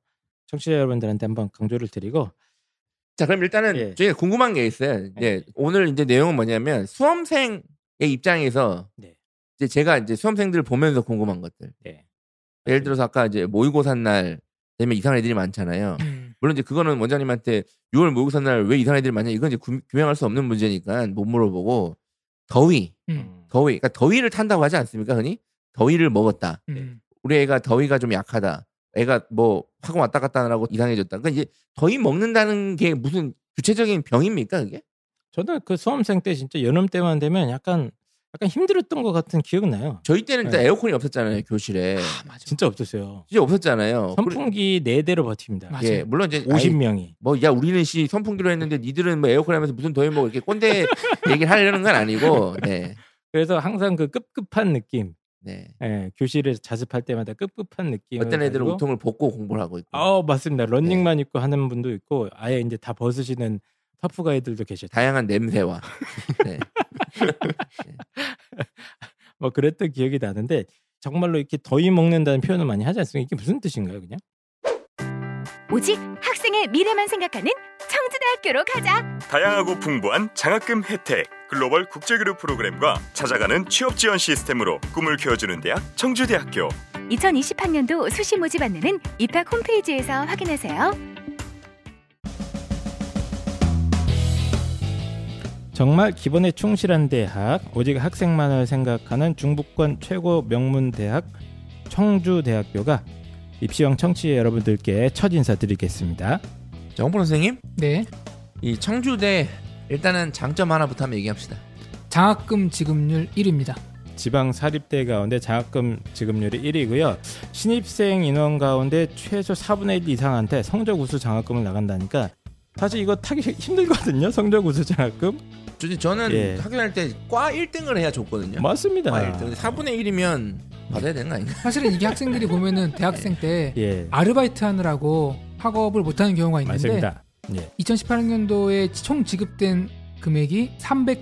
[SPEAKER 1] 청취자 여러분들한테 한번 강조를 드리고
[SPEAKER 2] 자 그럼 일단은
[SPEAKER 1] 예.
[SPEAKER 2] 저희가 궁금한 게 있어요. 이제
[SPEAKER 1] 예.
[SPEAKER 2] 오늘 이제 내용은 뭐냐면 수험생의 입장에서
[SPEAKER 1] 네.
[SPEAKER 2] 이제 제가 이제 수험생들 을 보면서 궁금한 것들.
[SPEAKER 1] 네.
[SPEAKER 2] 예를 들어서 아까 이제 모의고사 날 되면 이상한 애들이 많잖아요.
[SPEAKER 3] 음.
[SPEAKER 2] 물론 이제 그거는 원장님한테 6월 모의고사 날 왜 이상한 애들이 많냐 이건 이제 구- 규명할 수 없는 문제니까 못 물어보고 더위,
[SPEAKER 3] 음.
[SPEAKER 2] 더위, 그러니까 더위를 탄다고 하지 않습니까, 흔히? 더위를 먹었다.
[SPEAKER 3] 음.
[SPEAKER 2] 우리 애가 더위가 좀 약하다. 애가 뭐 하고 왔다 갔다 하느라고 이상해졌다. 그러니까 이제 더위 먹는다는 게 무슨 구체적인 병입니까 그게?
[SPEAKER 1] 저는 그 수험생 때 진짜 여름 때만 되면 약간 약간 힘들었던 것 같은 기억은 나요.
[SPEAKER 2] 저희 때는 일단
[SPEAKER 1] 네.
[SPEAKER 2] 에어컨이 없었잖아요 교실에.
[SPEAKER 3] 아, 맞아.
[SPEAKER 1] 진짜 없었어요.
[SPEAKER 2] 진짜 없었잖아요.
[SPEAKER 1] 선풍기 네 대로 버팁니다.
[SPEAKER 3] 맞-
[SPEAKER 2] 그리- 예, 물론 이제 50.
[SPEAKER 1] 50명이.
[SPEAKER 2] 뭐야 우리는 씨 선풍기로 했는데 니들은 뭐 에어컨 하면서 무슨 더위 먹어 이렇게 꼰대 얘기를 하려는 건 아니고 네.
[SPEAKER 1] 그래서 항상 그 급급한 느낌.
[SPEAKER 2] 네.
[SPEAKER 1] 예, 교실에서 자습할 때마다 급급한 느낌.
[SPEAKER 2] 어떤 애들은 네. 우통을 벗고 공부를 하고 있고
[SPEAKER 1] 아 맞습니다. 런닝만 입고 하는 분도 있고 아예 이제 다 벗으시는 터프가이들도 계셨다.
[SPEAKER 2] 다양한 냄새와 네.
[SPEAKER 1] 뭐 그랬던 기억이 나는데 정말로 이렇게 더위 먹는다는 표현을 많이 하지 않습니까? 이게 무슨 뜻인가요, 그냥?
[SPEAKER 5] 오직 학생의 미래만 생각하는 청주대학교로 가자.
[SPEAKER 6] 다양하고 풍부한 장학금 혜택, 글로벌 국제교류 프로그램과 찾아가는 취업 지원 시스템으로 꿈을 키워주는 대학 청주대학교.
[SPEAKER 5] 2020학년도 수시 모집 안내는 입학 홈페이지에서 확인하세요.
[SPEAKER 1] 정말 기본에 충실한 대학, 오직 학생만을 생각하는 중부권 최고 명문 대학 청주대학교가 입시왕 청취 여러분들께 첫 인사 드리겠습니다.
[SPEAKER 2] 정보 선생님
[SPEAKER 3] 네.
[SPEAKER 2] 이 청주대 일단은 장점 하나부터 한번 얘기합시다.
[SPEAKER 3] 장학금 지급률 1위입니다.
[SPEAKER 1] 지방 사립대 가운데 장학금 지급률이 1위고요. 신입생 인원 가운데 최소 4분의 1 이상한테 성적 우수 장학금을 나간다니까 사실 이거 타기 힘들거든요. 성적 우수 장학금.
[SPEAKER 2] 저- 저는
[SPEAKER 1] 예.
[SPEAKER 2] 학교 다닐 때 과 1등을 해야 줬거든요.
[SPEAKER 1] 맞습니다.
[SPEAKER 3] 아,
[SPEAKER 2] 과 1등. 4분의 1이면 받아야 되는 거 아닌가?
[SPEAKER 3] 사실은 이게 학생들이 보면은 대학생
[SPEAKER 2] 네.
[SPEAKER 3] 때
[SPEAKER 1] 예.
[SPEAKER 3] 아르바이트 하느라고 학업을 못하는 경우가 있는데
[SPEAKER 1] 맞습니다. 예.
[SPEAKER 3] 2018학년도에 총 지급된 금액이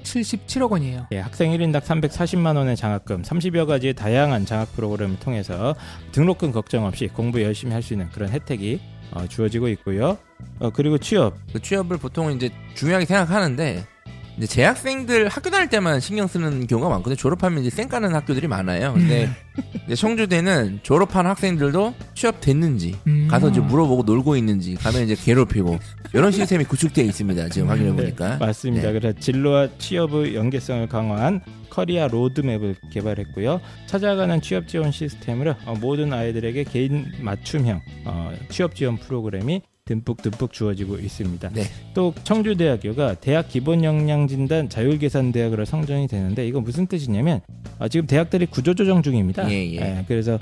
[SPEAKER 3] 377억 원이에요.
[SPEAKER 1] 예, 학생 1인당 340만 원의 장학금, 30여 가지의 다양한 장학 프로그램을 통해서 등록금 걱정 없이 공부 열심히 할 수 있는 그런 혜택이 어, 주어지고 있고요. 어, 그리고 취업,
[SPEAKER 2] 그 취업을 보통 이제 중요하게 생각하는데 이제 재학생들 학교 다닐 때만 신경 쓰는 경우가 많거든요. 졸업하면 이제 쌩 까는 학교들이 많아요. 근데 이제 청주대는 졸업한 학생들도 취업됐는지
[SPEAKER 3] 음.
[SPEAKER 2] 가서 이제 물어보고 놀고 있는지 가면 이제 괴롭히고 이런 시스템이 구축되어 있습니다. 지금 확인해
[SPEAKER 1] 네.
[SPEAKER 2] 보니까.
[SPEAKER 1] 맞습니다.
[SPEAKER 2] 네.
[SPEAKER 1] 그래서 진로와 취업의 연계성을 강화한 커리어 로드맵을 개발했고요. 찾아가는 취업 지원 시스템으로 어, 모든 아이들에게 개인 맞춤형 어, 취업 지원 프로그램이 듬뿍 듬뿍 주어지고 있습니다.
[SPEAKER 2] 네.
[SPEAKER 1] 또 청주대학교가 대학 기본 역량 진단 자율 계산 대학으로 성정이 되는데 이건 무슨 뜻이냐면 어, 지금 대학들이 구조조정 중입니다.
[SPEAKER 2] 예, 예.
[SPEAKER 1] 그래서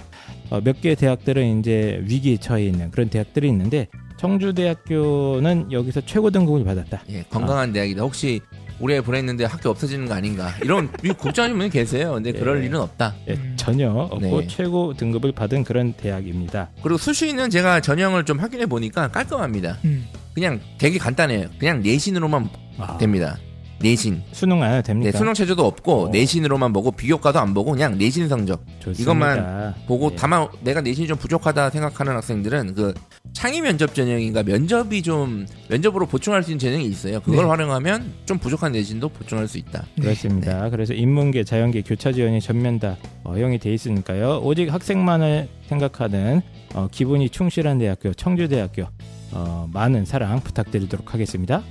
[SPEAKER 1] 어, 몇 개의 대학들은 이제 위기에 처해 있는 그런 대학들이 있는데 청주대학교는 여기서 최고 등급을 받았다.
[SPEAKER 2] 예,
[SPEAKER 1] 아.
[SPEAKER 2] 건강한 대학이다. 혹시 올해 보냈는데 학교 없어지는 거 아닌가? 이런 이 걱정하시는 분이 계세요. 근데 그럴
[SPEAKER 1] 예.
[SPEAKER 2] 일은 없다.
[SPEAKER 1] 예,
[SPEAKER 3] 음.
[SPEAKER 1] 전혀 없고
[SPEAKER 2] 네.
[SPEAKER 1] 최고 등급을 받은 그런 대학입니다.
[SPEAKER 2] 그리고 수시는 제가 전형을 좀 확인해 보니까 깔끔합니다.
[SPEAKER 3] 음.
[SPEAKER 2] 그냥 되게 간단해요. 그냥 내신으로만
[SPEAKER 1] 아.
[SPEAKER 2] 됩니다. 내신.
[SPEAKER 1] 수능 안 해도
[SPEAKER 2] 네,
[SPEAKER 1] 됩니까?
[SPEAKER 2] 수능 체조도 없고
[SPEAKER 1] 어.
[SPEAKER 2] 내신으로만 보고 비교과도 안 보고 그냥 내신 성적
[SPEAKER 1] 좋습니다.
[SPEAKER 2] 이것만 보고
[SPEAKER 1] 예.
[SPEAKER 2] 다만 내가 내신이 좀 부족하다 생각하는 학생들은 그 창의 면접 전형인가 면접이 좀 면접으로 보충할 수 있는 전형이 있어요. 그걸
[SPEAKER 3] 네.
[SPEAKER 2] 활용하면 좀 부족한 내신도 보충할 수 있다.
[SPEAKER 1] 그렇습니다.
[SPEAKER 2] 네.
[SPEAKER 1] 그래서 인문계, 자연계 교차 지원이 전면 다 허용이 돼 있으니까요. 오직 학생만을 생각하는 어, 기본이 충실한 대학교 청주대학교 어, 많은 사랑 부탁드리도록 하겠습니다.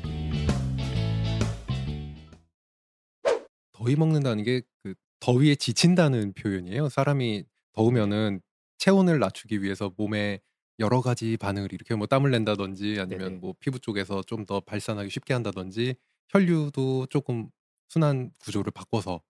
[SPEAKER 4] 더위 먹는다는 게 그 더위에 지친다는 표현이에요. 사람이 더우면은 체온을 낮추기 위해서 몸에 여러 가지 반응을 일으켜 뭐 땀을 낸다든지 아니면
[SPEAKER 1] 네네.
[SPEAKER 4] 뭐 피부 쪽에서 좀 더 발산하기 쉽게 한다든지 혈류도 조금 순환 구조를 바꿔서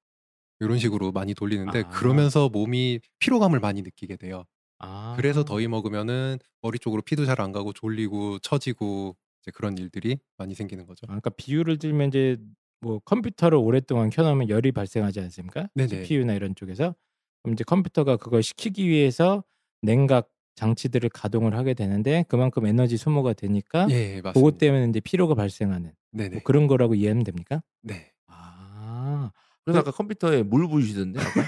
[SPEAKER 4] 이런 식으로 많이 돌리는데
[SPEAKER 1] 아.
[SPEAKER 4] 그러면서 몸이 피로감을 많이 느끼게 돼요.
[SPEAKER 1] 아,
[SPEAKER 4] 그래서 더위 먹으면은 머리 쪽으로 피도 잘 안 가고 졸리고 처지고 이제 그런 일들이 많이 생기는 거죠.
[SPEAKER 1] 아까 그러니까 비유를 들면 이제 뭐 컴퓨터를 오랫동안 켜놓으면 열이 발생하지 않습니까?
[SPEAKER 4] 네네.
[SPEAKER 1] CPU나 이런 쪽에서 그럼 이제 컴퓨터가 그걸 식히기 위해서 냉각 장치들을 가동을 하게 되는데 그만큼 에너지 소모가 되니까
[SPEAKER 4] 예, 맞습니다.
[SPEAKER 1] 아? 그것 때문에 이제 피로가 발생하는
[SPEAKER 4] 네네.
[SPEAKER 1] 뭐 그런 거라고 이해하면 됩니까?
[SPEAKER 4] 네.
[SPEAKER 1] 아
[SPEAKER 2] 그래서 아까 컴퓨터에 물 부으시던데. 아까?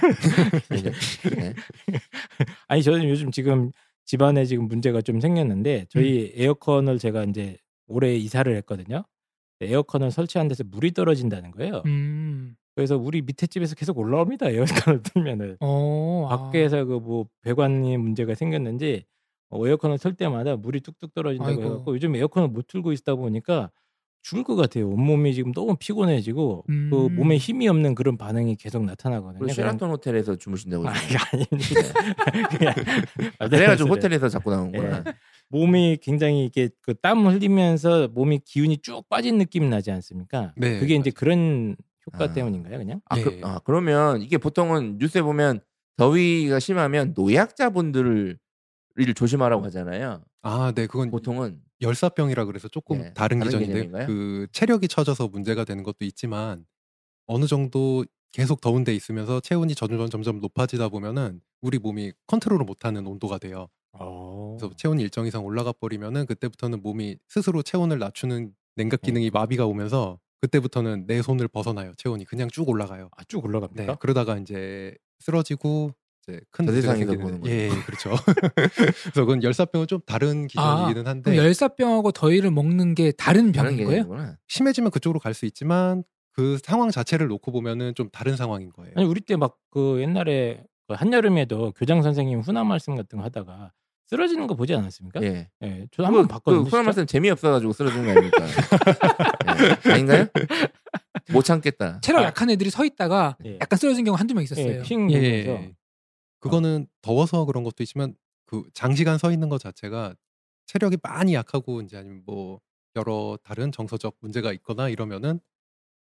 [SPEAKER 2] 네. 네.
[SPEAKER 4] 음.
[SPEAKER 1] 아니 저는 요즘 지금 집안에 지금 문제가 좀 생겼는데 저희 에어컨을 제가 이제 올해 이사를 했거든요. 에어컨을 설치한 데서 물이 떨어진다는 거예요.
[SPEAKER 3] 음.
[SPEAKER 1] 그래서 우리 밑에 집에서 계속 올라옵니다. 에어컨을 틀면은
[SPEAKER 3] 어. 아.
[SPEAKER 1] 밖에서 그 뭐 배관이 문제가 생겼는지 어, 에어컨을 틀 때마다 물이 뚝뚝 떨어진다고
[SPEAKER 3] 아이고.
[SPEAKER 1] 해갖고 요즘 에어컨을 못 틀고 있다 보니까 죽을 것 같아요. 온몸이 지금 너무 피곤해지고
[SPEAKER 3] 음.
[SPEAKER 1] 그 몸에 힘이 없는 그런 반응이 계속 나타나거든요.
[SPEAKER 2] 그리고
[SPEAKER 1] 그냥-
[SPEAKER 2] 쉐라톤 호텔에서 주무신다고.
[SPEAKER 1] 아, 네,
[SPEAKER 2] 그러죠.
[SPEAKER 1] 이게 아닙니다. 그냥 그래요.
[SPEAKER 2] 내가 지금
[SPEAKER 1] 예.
[SPEAKER 2] 호텔에서 자꾸 나오는구나.
[SPEAKER 1] 몸이 굉장히 이렇게 그 땀 흘리면서 몸이 기운이 쭉 빠진 느낌이 나지 않습니까?
[SPEAKER 4] 네,
[SPEAKER 1] 그게 이제 그런 효과
[SPEAKER 2] 아.
[SPEAKER 1] 때문인가요, 그냥?
[SPEAKER 2] 아, 그,
[SPEAKER 4] 예.
[SPEAKER 2] 러면 이게 보통은 뉴스에 보면 더위가 심하면 노약자분들을 일 조심하라고 하잖아요.
[SPEAKER 4] 아, 네, 그건
[SPEAKER 2] 보통은
[SPEAKER 4] 열사병이라 그래서 조금
[SPEAKER 2] 네,
[SPEAKER 4] 다른
[SPEAKER 2] 다른
[SPEAKER 4] 기전인데
[SPEAKER 2] 개념인가요?
[SPEAKER 4] 그 체력이 처져서 문제가 되는 것도 있지만 어느 정도 계속 더운 데 있으면서 체온이 점점 점점 높아지다 보면은 우리 몸이 컨트롤을 못하는 온도가 돼요. 그래서 체온이 일정 이상 올라가 버리면은 그때부터는 몸이 스스로 체온을 낮추는 냉각 기능이 마비가 오면서 그때부터는 내 손을 벗어나요. 체온이 그냥 쭉 올라가요.
[SPEAKER 1] 아, 쭉
[SPEAKER 4] 네.
[SPEAKER 1] 올라갑니까?
[SPEAKER 4] 그러다가 이제 쓰러지고 이제 큰
[SPEAKER 2] 저
[SPEAKER 4] 문제가
[SPEAKER 2] 세상에서
[SPEAKER 4] 생기는-
[SPEAKER 2] 보는 거죠.
[SPEAKER 4] 예, 예, 그렇죠. 그래서 그건 열사병은 좀 다른 기전이기는 한데
[SPEAKER 3] 그럼 열사병하고 더위를 먹는 게 다른
[SPEAKER 2] 다른
[SPEAKER 3] 병인 거예요?
[SPEAKER 2] 개념이구나.
[SPEAKER 4] 심해지면 그쪽으로 갈 수 있지만 그 상황 자체를 놓고 보면은 좀 다른 상황인 거예요.
[SPEAKER 1] 아니 우리 때 막 그 옛날에 그 한여름에도 교장 선생님 훈화 말씀 같은 거 하다가 쓰러지는 거 보지 않았습니까? 예.
[SPEAKER 2] 예.
[SPEAKER 1] 저도 한번 봤거든요.
[SPEAKER 2] 그
[SPEAKER 1] 진짜.
[SPEAKER 2] 코너 말씀 재미없어가지고 쓰러진 거 아닙니까? 예. 아닌가요? 못 참겠다.
[SPEAKER 3] 체력
[SPEAKER 1] 아.
[SPEAKER 3] 약한 애들이 서 있다가
[SPEAKER 1] 예.
[SPEAKER 3] 약간 쓰러진 경우 한두 명
[SPEAKER 1] 예,
[SPEAKER 3] 있었어요.
[SPEAKER 1] 핑
[SPEAKER 4] 예,
[SPEAKER 1] 돌면서.
[SPEAKER 4] 예. 그거는 더워서 그런 것도 있지만 그 장시간 서 있는 것 자체가 체력이 많이 약하고 이제 아니면 뭐 여러 다른 정서적 문제가 있거나 이러면은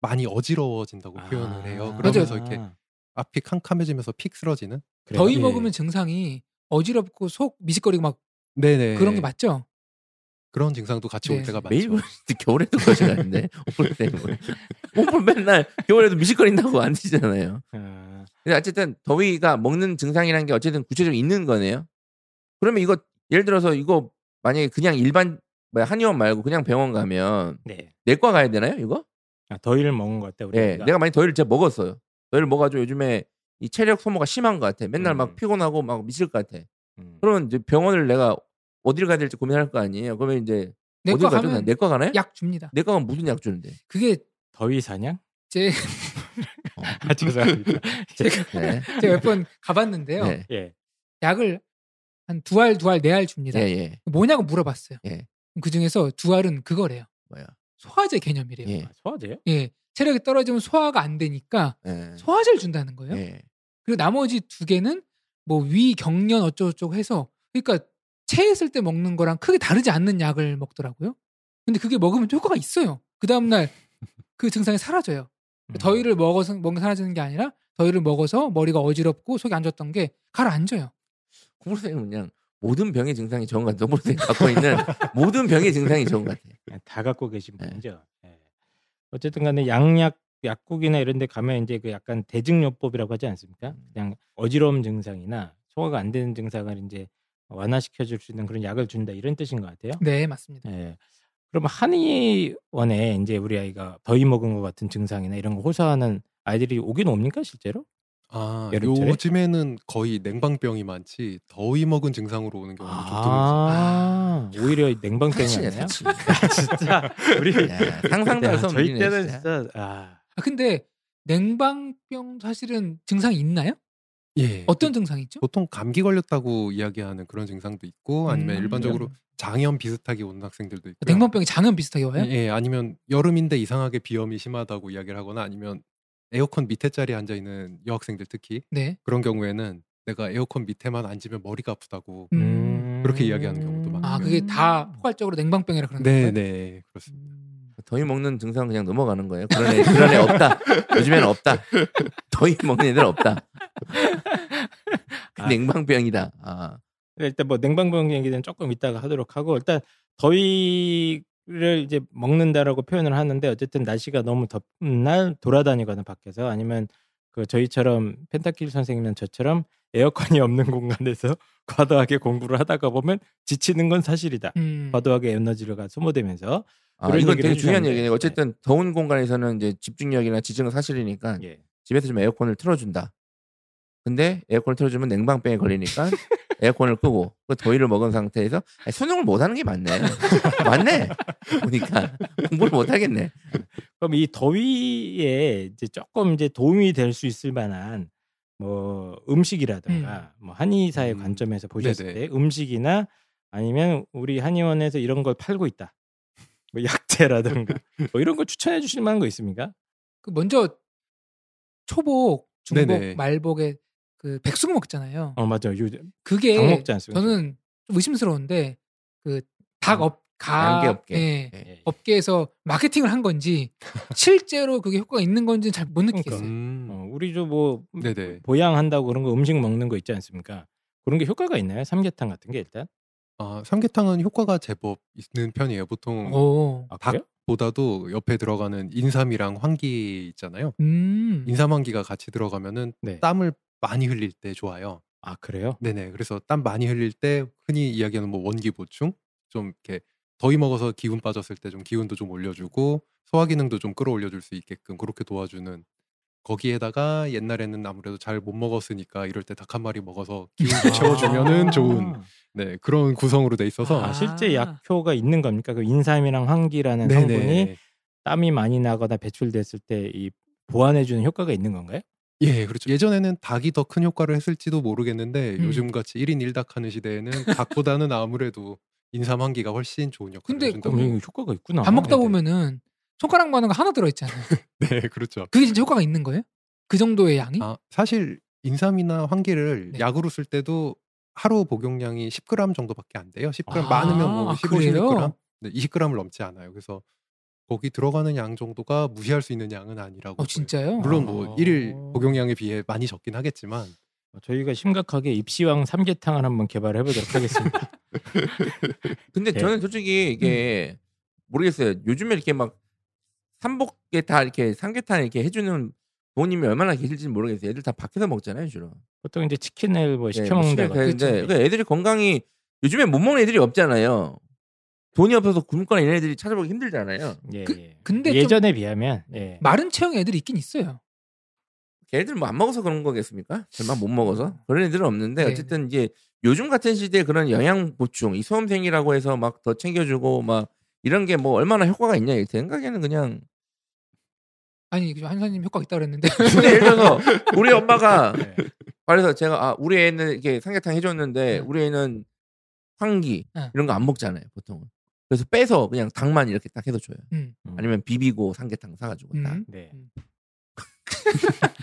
[SPEAKER 4] 많이 어지러워진다고 뭐
[SPEAKER 1] 아,
[SPEAKER 4] 표현을 해요. 그러면서 이렇게 앞이 캄캄해지면서 픽 쓰러지는.
[SPEAKER 1] 그래요?
[SPEAKER 3] 더위
[SPEAKER 4] 예.
[SPEAKER 3] 먹으면 증상이 어지럽고 속 미식거리고 막
[SPEAKER 4] 네네.
[SPEAKER 3] 그런 게 맞죠?
[SPEAKER 4] 그런 증상도 같이
[SPEAKER 3] 네.
[SPEAKER 4] 올 때가 많죠.
[SPEAKER 2] 매일 보는데 겨울에도 거지 않는데 오픈 때문에 뭐. 오픈 맨날 겨울에도 미식거린다고 안 되잖아요.
[SPEAKER 1] 아,
[SPEAKER 2] 근데 어쨌든 더위가 먹는 증상이라는 게 어쨌든 구체적으로 있는 거네요. 그러면 이거 예를 들어서 이거 만약에 그냥 일반 뭐야, 한의원 말고 그냥 병원 가면
[SPEAKER 1] 네.
[SPEAKER 2] 내과 가야 되나요 이거?
[SPEAKER 1] 아, 더위를 먹은 것 같아 우리.
[SPEAKER 2] 네, 내가 많이 더위를 제가 먹었어요. 더위를 먹어가지고 요즘에 이 체력 소모가 심한 것 같아. 맨날
[SPEAKER 1] 음.
[SPEAKER 2] 막 피곤하고 막 미칠 것 같아.
[SPEAKER 1] 음.
[SPEAKER 2] 그러면 이제 병원을 내가 어디를 가야 될지 고민할 거 아니에요. 그러면 이제
[SPEAKER 3] 내과
[SPEAKER 2] 어디를
[SPEAKER 3] 가면
[SPEAKER 2] 가면 내과 네. 가나요?
[SPEAKER 3] 약 줍니다.
[SPEAKER 2] 내과가 무슨 약 주는데?
[SPEAKER 3] 그게
[SPEAKER 1] 더위 사냥?
[SPEAKER 3] 제
[SPEAKER 1] 아 죄송합니다. 제가
[SPEAKER 2] 네,
[SPEAKER 3] 제가 몇 번 가봤는데요.
[SPEAKER 2] 네,
[SPEAKER 1] 예.
[SPEAKER 3] 약을 한 두 알, 두 알, 네 알
[SPEAKER 2] 예,
[SPEAKER 3] 줍니다.
[SPEAKER 2] 예,
[SPEAKER 3] 뭐냐고 물어봤어요.
[SPEAKER 2] 예.
[SPEAKER 3] 그 중에서 두 알은 그거래요.
[SPEAKER 2] 뭐야?
[SPEAKER 3] 소화제 개념이래요.
[SPEAKER 2] 예,
[SPEAKER 1] 아, 소화제요?
[SPEAKER 3] 예, 체력이 떨어지면 소화가 안 되니까
[SPEAKER 2] 예,
[SPEAKER 3] 소화제를 준다는 거예요.
[SPEAKER 2] 예.
[SPEAKER 3] 그리고 나머지 두 개는 뭐 위 경련 어쩌고저쩌고 해서 그러니까 체했을 때 먹는 거랑 크게 다르지 않는 약을 먹더라고요. 근데 그게 먹으면 효과가 있어요. 그 다음 날 그 증상이 사라져요.
[SPEAKER 2] 음.
[SPEAKER 3] 더위를 먹어서 먹는 사라지는 게 아니라 더위를 먹어서 머리가 어지럽고 속이 안 좋았던 게 가라앉아요.
[SPEAKER 2] 코브로생은 그냥 모든 병의 증상이 좋은 것 같아요. 코브로생 갖고 있는 모든 병의 증상이 좋은 것 같아요.
[SPEAKER 4] 예.
[SPEAKER 1] 예, 다 갖고 계신
[SPEAKER 2] 네.
[SPEAKER 1] 분이죠. 예. 어쨌든 간에 양약 약국이나 이런 데 가면 이제 그 약간 대증요법이라고 하지 않습니까?
[SPEAKER 4] 음.
[SPEAKER 1] 그냥 어지러움 증상이나 소화가 안 되는 증상을 이제 완화시켜 줄 수 있는 그런 약을 준다 이런 뜻인 것 같아요.
[SPEAKER 3] 네, 맞습니다.
[SPEAKER 1] 예. 그럼 한의원에 이제 우리 아이가 더위 먹은 것 같은 증상이나 이런 거 호소하는 아이들이 오긴 옵니까 실제로?
[SPEAKER 4] 아,
[SPEAKER 1] 여름철에?
[SPEAKER 4] 요즘에는 거의 냉방병이 많지 더위 먹은 증상으로 오는 경우는 좀 드물어요.
[SPEAKER 1] 아, 오히려 냉방병이
[SPEAKER 2] 사치네,
[SPEAKER 1] 아니에요?
[SPEAKER 2] 사치.
[SPEAKER 1] 진짜
[SPEAKER 4] 네,
[SPEAKER 1] 우리
[SPEAKER 2] 야, 네. 상상도
[SPEAKER 1] 야,
[SPEAKER 2] 할수 없는
[SPEAKER 1] 저희
[SPEAKER 2] 일이네,
[SPEAKER 1] 때는 진짜 아,
[SPEAKER 3] 아, 근데 냉방병 사실은 증상이 있나요?
[SPEAKER 4] 예.
[SPEAKER 3] 어떤 증상이 있죠?
[SPEAKER 4] 보통 감기 걸렸다고 이야기하는 그런 증상도 있고 아니면
[SPEAKER 3] 음.
[SPEAKER 4] 일반적으로 장염 비슷하게 오는 학생들도 있고
[SPEAKER 3] 냉방병이 장염 비슷하게 와요?
[SPEAKER 4] 예, 아니면 여름인데 이상하게 비염이 심하다고 이야기를 하거나 아니면 에어컨 밑에 자리에 앉아 있는 여학생들 특히
[SPEAKER 3] 네.
[SPEAKER 4] 그런 경우에는 내가 에어컨 밑에만 앉으면 머리가 아프다고
[SPEAKER 3] 음.
[SPEAKER 4] 그렇게 이야기하는 경우도 많고요.
[SPEAKER 3] 아, 그게 다 포괄적으로 냉방병이라 그런
[SPEAKER 4] 음. 네,
[SPEAKER 3] 거예요?
[SPEAKER 4] 네. 그렇습니다.
[SPEAKER 3] 음.
[SPEAKER 2] 더위 먹는 증상 그냥 넘어가는 거예요. 그런 애, 그런 애 없다. 요즘에는 없다. 더위 먹는 애들 없다. 그
[SPEAKER 1] 아.
[SPEAKER 2] 냉방병이다. 아.
[SPEAKER 1] 일단 뭐 냉방병 얘기는 조금 이따가 하도록 하고 일단 더위를 이제 먹는다라고 표현을 하는데 어쨌든 날씨가 너무 덥은 날 돌아다니거나 밖에서 아니면 그 저희처럼 펜타킬 선생님이나 저처럼 에어컨이 없는 공간에서 과도하게 공부를 하다가 보면 지치는 건 사실이다.
[SPEAKER 4] 네.
[SPEAKER 3] 음.
[SPEAKER 1] 과도하게 에너지가 소모되면서
[SPEAKER 2] 아,
[SPEAKER 1] 그런
[SPEAKER 2] 이건
[SPEAKER 1] 얘기를
[SPEAKER 2] 되게 중요한
[SPEAKER 1] 해주셨는데.
[SPEAKER 2] 얘기네요. 어쨌든 더운 공간에서는 이제 집중력이나 지증은 사실이니까
[SPEAKER 1] 예.
[SPEAKER 2] 집에서 좀 에어컨을 틀어준다. 근데 에어컨을 틀어주면 냉방병에 걸리니까 에어컨을 끄고 그 더위를 먹은 상태에서 아니, 수능을 못하는 게 맞네. 맞네. 보니까 공부를 못하겠네.
[SPEAKER 1] 그럼 이 더위에 이제 조금 이제 도움이 될 수 있을 만한 뭐 음식이라든가 뭐 한의사의
[SPEAKER 4] 음.
[SPEAKER 1] 관점에서 보셨을
[SPEAKER 4] 네네.
[SPEAKER 1] 때 음식이나 아니면 우리 한의원에서 이런 걸 팔고 있다. 뭐 약재라든가 뭐 이런 걸 추천해 주실 만한 거 있습니까?
[SPEAKER 3] 그 먼저 초복, 중복,
[SPEAKER 4] 네네.
[SPEAKER 3] 말복에 그 백숙목 있잖아요.
[SPEAKER 1] 어 맞아요. 요즘
[SPEAKER 4] 네.
[SPEAKER 3] 그게
[SPEAKER 1] 닭 먹지 않습니까?
[SPEAKER 3] 저는 좀 의심스러운데 그
[SPEAKER 4] 아,
[SPEAKER 3] 닭업
[SPEAKER 2] 단계
[SPEAKER 3] 가
[SPEAKER 2] 업계.
[SPEAKER 3] 예,
[SPEAKER 2] 예.
[SPEAKER 1] 예.
[SPEAKER 3] 업계에서 마케팅을 한 건지 실제로 그게 효과가 있는 건지는 잘 못 네. 느끼겠어요.
[SPEAKER 4] 음.
[SPEAKER 1] 어, 우리도 뭐
[SPEAKER 4] 네네.
[SPEAKER 1] 보양한다고 그런 거 음식 먹는 거 있지 않습니까? 그런 게 효과가 있나요? 삼계탕 같은 게 일단
[SPEAKER 4] 아, 삼계탕은 효과가 제법 있는 편이에요. 보통
[SPEAKER 3] 오,
[SPEAKER 1] 아,
[SPEAKER 4] 닭
[SPEAKER 1] 그래요?
[SPEAKER 4] 보다도 옆에 들어가는 인삼이랑 황기 있잖아요.
[SPEAKER 3] 음,
[SPEAKER 4] 인삼 황기가 같이 들어가면은
[SPEAKER 1] 네.
[SPEAKER 4] 땀을 많이 흘릴 때 좋아요.
[SPEAKER 1] 아 그래요?
[SPEAKER 4] 네네. 그래서 땀 많이 흘릴 때 흔히 이야기하는 뭐 원기 보충, 좀 이렇게 더위 먹어서 기운 빠졌을 때 좀 기운도 좀 올려주고 소화 기능도 좀 끌어올려줄 수 있게끔 그렇게 도와주는. 거기에다가 옛날에는 아무래도 잘 못 먹었으니까 이럴 때 닭 한 마리 먹어서
[SPEAKER 1] 아.
[SPEAKER 4] 기운도 채워주면은 좋은 네 그런 구성으로 돼 있어서
[SPEAKER 1] 아, 실제 약효가 있는 겁니까? 그 인삼이랑 황기라는 성분이 땀이 많이 나거나 배출됐을 때 이 보완해주는 효과가 있는 건가요?
[SPEAKER 4] 예, 그렇죠. 예전에는 닭이 더 큰 효과를 했을지도 모르겠는데
[SPEAKER 3] 음.
[SPEAKER 4] 요즘같이 1인 1닭 하는 시대에는 닭보다는 아무래도 인삼 한 기가 훨씬 좋은
[SPEAKER 3] 근데
[SPEAKER 4] 역할을 해준다고.
[SPEAKER 1] 그럼 이거 효과가 있구나.
[SPEAKER 3] 밥 먹다
[SPEAKER 4] 네네.
[SPEAKER 3] 보면은 손가락 많은 거 하나 들어있잖아요.
[SPEAKER 4] 네, 그렇죠.
[SPEAKER 3] 그게 진짜 효과가 있는 거예요? 그 정도의 양이?
[SPEAKER 4] 아, 사실 인삼이나 황기를
[SPEAKER 3] 네.
[SPEAKER 4] 약으로 쓸 때도 하루 복용량이 10g 정도밖에 안 돼요. 10g
[SPEAKER 1] 아,
[SPEAKER 4] 많으면 뭐
[SPEAKER 3] 아,
[SPEAKER 4] 15,
[SPEAKER 3] 그래요?
[SPEAKER 4] 16g, 네, 20g을 넘지 않아요. 그래서 거기 들어가는 양 정도가 무시할 수 있는 양은 아니라고.
[SPEAKER 3] 어 진짜요?
[SPEAKER 4] 보여요. 물론 뭐
[SPEAKER 1] 아.
[SPEAKER 4] 일일 복용량에 비해 많이 적긴 하겠지만
[SPEAKER 1] 어, 저희가 심각하게 입시왕 삼계탕을 한번 개발해 보도록 하겠습니다.
[SPEAKER 2] 근데
[SPEAKER 1] 예. 음.
[SPEAKER 2] 저는 솔직히 이게 모르겠어요. 요즘에 이렇게 막 삼복에 다 이렇게 삼계탕 이렇게 해주는 부모님이 얼마나 계실지 는 모르겠어요. 애들 다 밖에서 먹잖아요, 주로.
[SPEAKER 1] 보통 이제 치킨을 뭐
[SPEAKER 2] 예,
[SPEAKER 1] 시켜
[SPEAKER 2] 뭐
[SPEAKER 1] 먹는다.
[SPEAKER 2] 시켜야 되는데 그 애들이 건강이 요즘에 못 먹는 애들이 없잖아요. 돈이 없어서 굶거나 이런 애들이 찾아보기 힘들잖아요.
[SPEAKER 1] 예,
[SPEAKER 3] 그-
[SPEAKER 1] 예.
[SPEAKER 3] 근데 좀-
[SPEAKER 1] 예전에 비하면 예.
[SPEAKER 3] 마른 체형 애들이 있긴 있어요.
[SPEAKER 2] 걔들 뭐 안 먹어서 그런 거겠습니까? 정말 못 먹어서 그런 애들은 없는데
[SPEAKER 3] 음. 네.
[SPEAKER 2] 어쨌든 이제 요즘 같은 시대에 그런 영양 보충 이 수험생이라고 해서 막 더 챙겨주고 막 이런 게 뭐 얼마나 효과가 있냐 제 생각에는 그냥
[SPEAKER 3] 아니 그 한사님 효과 있다 그랬는데
[SPEAKER 2] 근데 예를 들어서 우리 엄마가
[SPEAKER 1] 예.
[SPEAKER 2] 그래서 제가 아 우리 애는 이렇게 삼계탕 해줬는데
[SPEAKER 3] 네.
[SPEAKER 2] 우리 애는 황기
[SPEAKER 3] 네.
[SPEAKER 2] 이런 거 안 먹잖아요 보통은 그래서 빼서 그냥 닭만 이렇게 딱 해서 줘요
[SPEAKER 3] 음.
[SPEAKER 2] 아니면 비비고 삼계탕 사가지고 딱.
[SPEAKER 3] 음.
[SPEAKER 1] 네.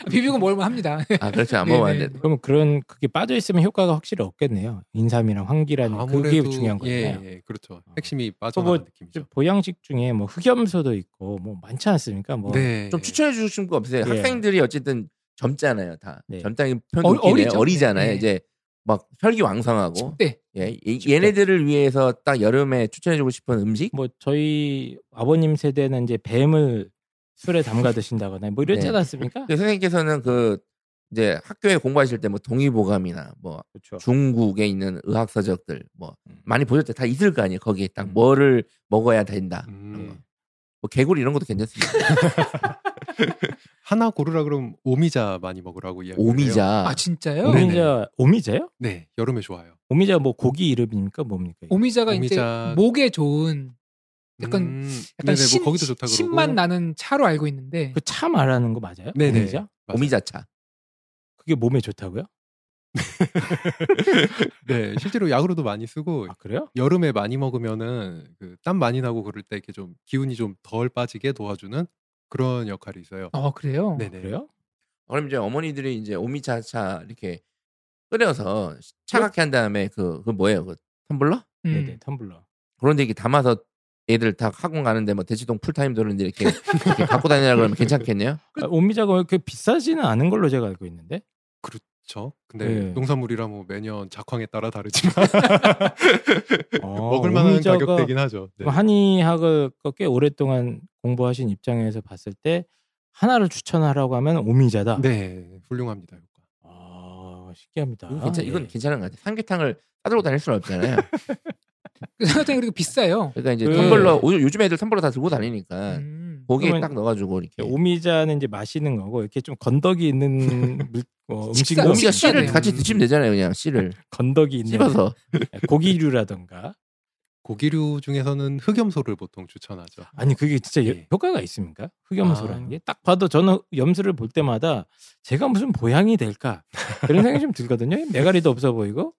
[SPEAKER 3] 비비고 먹으면 합니다.
[SPEAKER 2] 아 그렇지 안
[SPEAKER 3] 네,
[SPEAKER 2] 먹으면
[SPEAKER 3] 네.
[SPEAKER 2] 안 돼.
[SPEAKER 1] 그럼 그런 그게 빠져 있으면 효과가 확실히 없겠네요. 인삼이랑 황기라는 그게 중요한
[SPEAKER 4] 예,
[SPEAKER 1] 거잖아요.
[SPEAKER 4] 예, 그렇죠.
[SPEAKER 1] 어.
[SPEAKER 4] 핵심이
[SPEAKER 1] 뭐
[SPEAKER 4] 빠져나가는
[SPEAKER 1] 이제
[SPEAKER 4] 느낌이죠.
[SPEAKER 1] 보양식 중에 뭐 흑염소도 있고 뭐 많지 않습니까? 뭐
[SPEAKER 4] 네.
[SPEAKER 2] 좀 추천해 주실 거 없으세요?
[SPEAKER 1] 예.
[SPEAKER 2] 학생들이 어쨌든 젊잖아요, 다.
[SPEAKER 1] 네.
[SPEAKER 2] 젊다는
[SPEAKER 3] 어-
[SPEAKER 2] 표현 어리,
[SPEAKER 3] 어리죠.
[SPEAKER 2] 어리잖아요.
[SPEAKER 3] 네.
[SPEAKER 2] 이제 막 혈기왕성하고.
[SPEAKER 3] 네.
[SPEAKER 2] 예, 이- 얘네들을 위해서 딱 여름에 추천해 주고 싶은 음식?
[SPEAKER 1] 뭐 저희 아버님 세대는 이제 뱀을 술에 담가 드신다거나 뭐 이러지
[SPEAKER 2] 네.
[SPEAKER 1] 않았습니까?
[SPEAKER 2] 근데 선생님께서는 그 이제 학교에 공부하실 때 뭐 동의보감이나 뭐
[SPEAKER 1] 그렇죠.
[SPEAKER 2] 중국에 있는 의학 서적들 뭐 많이 보셨죠? 다 있을 거 아니에요. 거기에 딱
[SPEAKER 1] 음.
[SPEAKER 2] 뭐를 먹어야 된다.
[SPEAKER 4] 음.
[SPEAKER 2] 뭐 개구리 이런 것도 괜찮습니다.
[SPEAKER 4] 하나 고르라 그러면 오미자 많이 먹으라고 이야기.
[SPEAKER 2] 오미자.
[SPEAKER 3] 아 진짜요?
[SPEAKER 4] 네네.
[SPEAKER 1] 오미자 오미자요?
[SPEAKER 4] 네, 여름에 좋아요.
[SPEAKER 1] 오미자 뭐 고기 이름입니까 뭡니까? 이게?
[SPEAKER 3] 오미자가
[SPEAKER 4] 오미자-
[SPEAKER 3] 이제 목에 좋은 약간- 약간
[SPEAKER 4] 네네,
[SPEAKER 3] 신,
[SPEAKER 4] 뭐 거기도 좋다 그러고.
[SPEAKER 3] 신맛 나는 차로 알고 있는데
[SPEAKER 1] 그차 말하는 거 맞아요?
[SPEAKER 4] 네네.
[SPEAKER 1] 오미자?
[SPEAKER 4] 맞아요.
[SPEAKER 2] 오미자차.
[SPEAKER 1] 그게 몸에 좋다고요?
[SPEAKER 4] 네, 실제로 약으로도 많이 쓰고
[SPEAKER 1] 아 그래요?
[SPEAKER 4] 여름에 많이 먹으면은 그 땀 많이 나고 그럴 때 이렇게 좀 기운이 좀 덜 빠지게 도와주는 그런 역할이 있어요.
[SPEAKER 3] 아 그래요?
[SPEAKER 4] 네네.
[SPEAKER 1] 그래요?
[SPEAKER 2] 그럼 이제 어머니들이 이제 오미자차 이렇게 끓여서
[SPEAKER 1] 네.
[SPEAKER 2] 차갑게 한 다음에 그, 그 뭐예요? 그 텀블러?
[SPEAKER 3] 음.
[SPEAKER 1] 네네 텀블러.
[SPEAKER 2] 그런 데 이렇게 담아서 애들 다 학원 가는데 뭐 대치동 풀타임 도는데 이렇게, 이렇게 갖고 다니라 그러면 괜찮겠네요?
[SPEAKER 1] 아, 오미자가 그 비싸지는 않은 걸로 제가 알고 있는데.
[SPEAKER 4] 그렇죠. 근데
[SPEAKER 1] 네.
[SPEAKER 4] 농산물이라 뭐 매년 작황에 따라 다르지만
[SPEAKER 1] 어,
[SPEAKER 4] 먹을 만한
[SPEAKER 1] 오미자가
[SPEAKER 4] 가격대긴 하죠. 네.
[SPEAKER 1] 그럼 한의학을 꽤 오랫동안 공부하신 입장에서 봤을 때 하나를 추천하라고 하면 오미자다.
[SPEAKER 4] 네, 훌륭합니다. 효과.
[SPEAKER 1] 아 신기합니다.
[SPEAKER 2] 이건, 괜찮, 이건
[SPEAKER 1] 예.
[SPEAKER 2] 괜찮은 것 같아요. 삼계탕을 싸들고 다닐 수는 없잖아요.
[SPEAKER 3] 생각장이 그리고 비싸요.
[SPEAKER 2] 그러니까 이제
[SPEAKER 1] 그-
[SPEAKER 2] 텀블러, 요- 요즘 애들 텀블러 다 들고
[SPEAKER 4] 네.
[SPEAKER 2] 다니니까
[SPEAKER 3] 음.
[SPEAKER 4] 뭐
[SPEAKER 2] 거기에
[SPEAKER 1] 그러면- 예,
[SPEAKER 2] 예. 딱 넣어가지고 이렇게.
[SPEAKER 1] 오미자는 이제 마시는 거고 이렇게 좀 건더기 있는 물- 뭐 음식도
[SPEAKER 3] 식사-
[SPEAKER 2] 오미가
[SPEAKER 3] 식사네요.
[SPEAKER 2] 씨를 같이 드시면 되잖아요, 그냥 씨를
[SPEAKER 1] 건더기 있는 예,
[SPEAKER 2] 씹어서.
[SPEAKER 1] 고기류라던가
[SPEAKER 4] 고기류 중에서는 흑염소를 보통 추천하죠.
[SPEAKER 1] 아니 그게 진짜 여-
[SPEAKER 4] 예.
[SPEAKER 1] 효과가 있습니까? 흑염소라는
[SPEAKER 4] 아.
[SPEAKER 1] 게 딱 봐도 저는 염소를 볼 때마다 제가 무슨 보양이 될까 그런 생각이 좀 들거든요. 메가리도 없어 보이고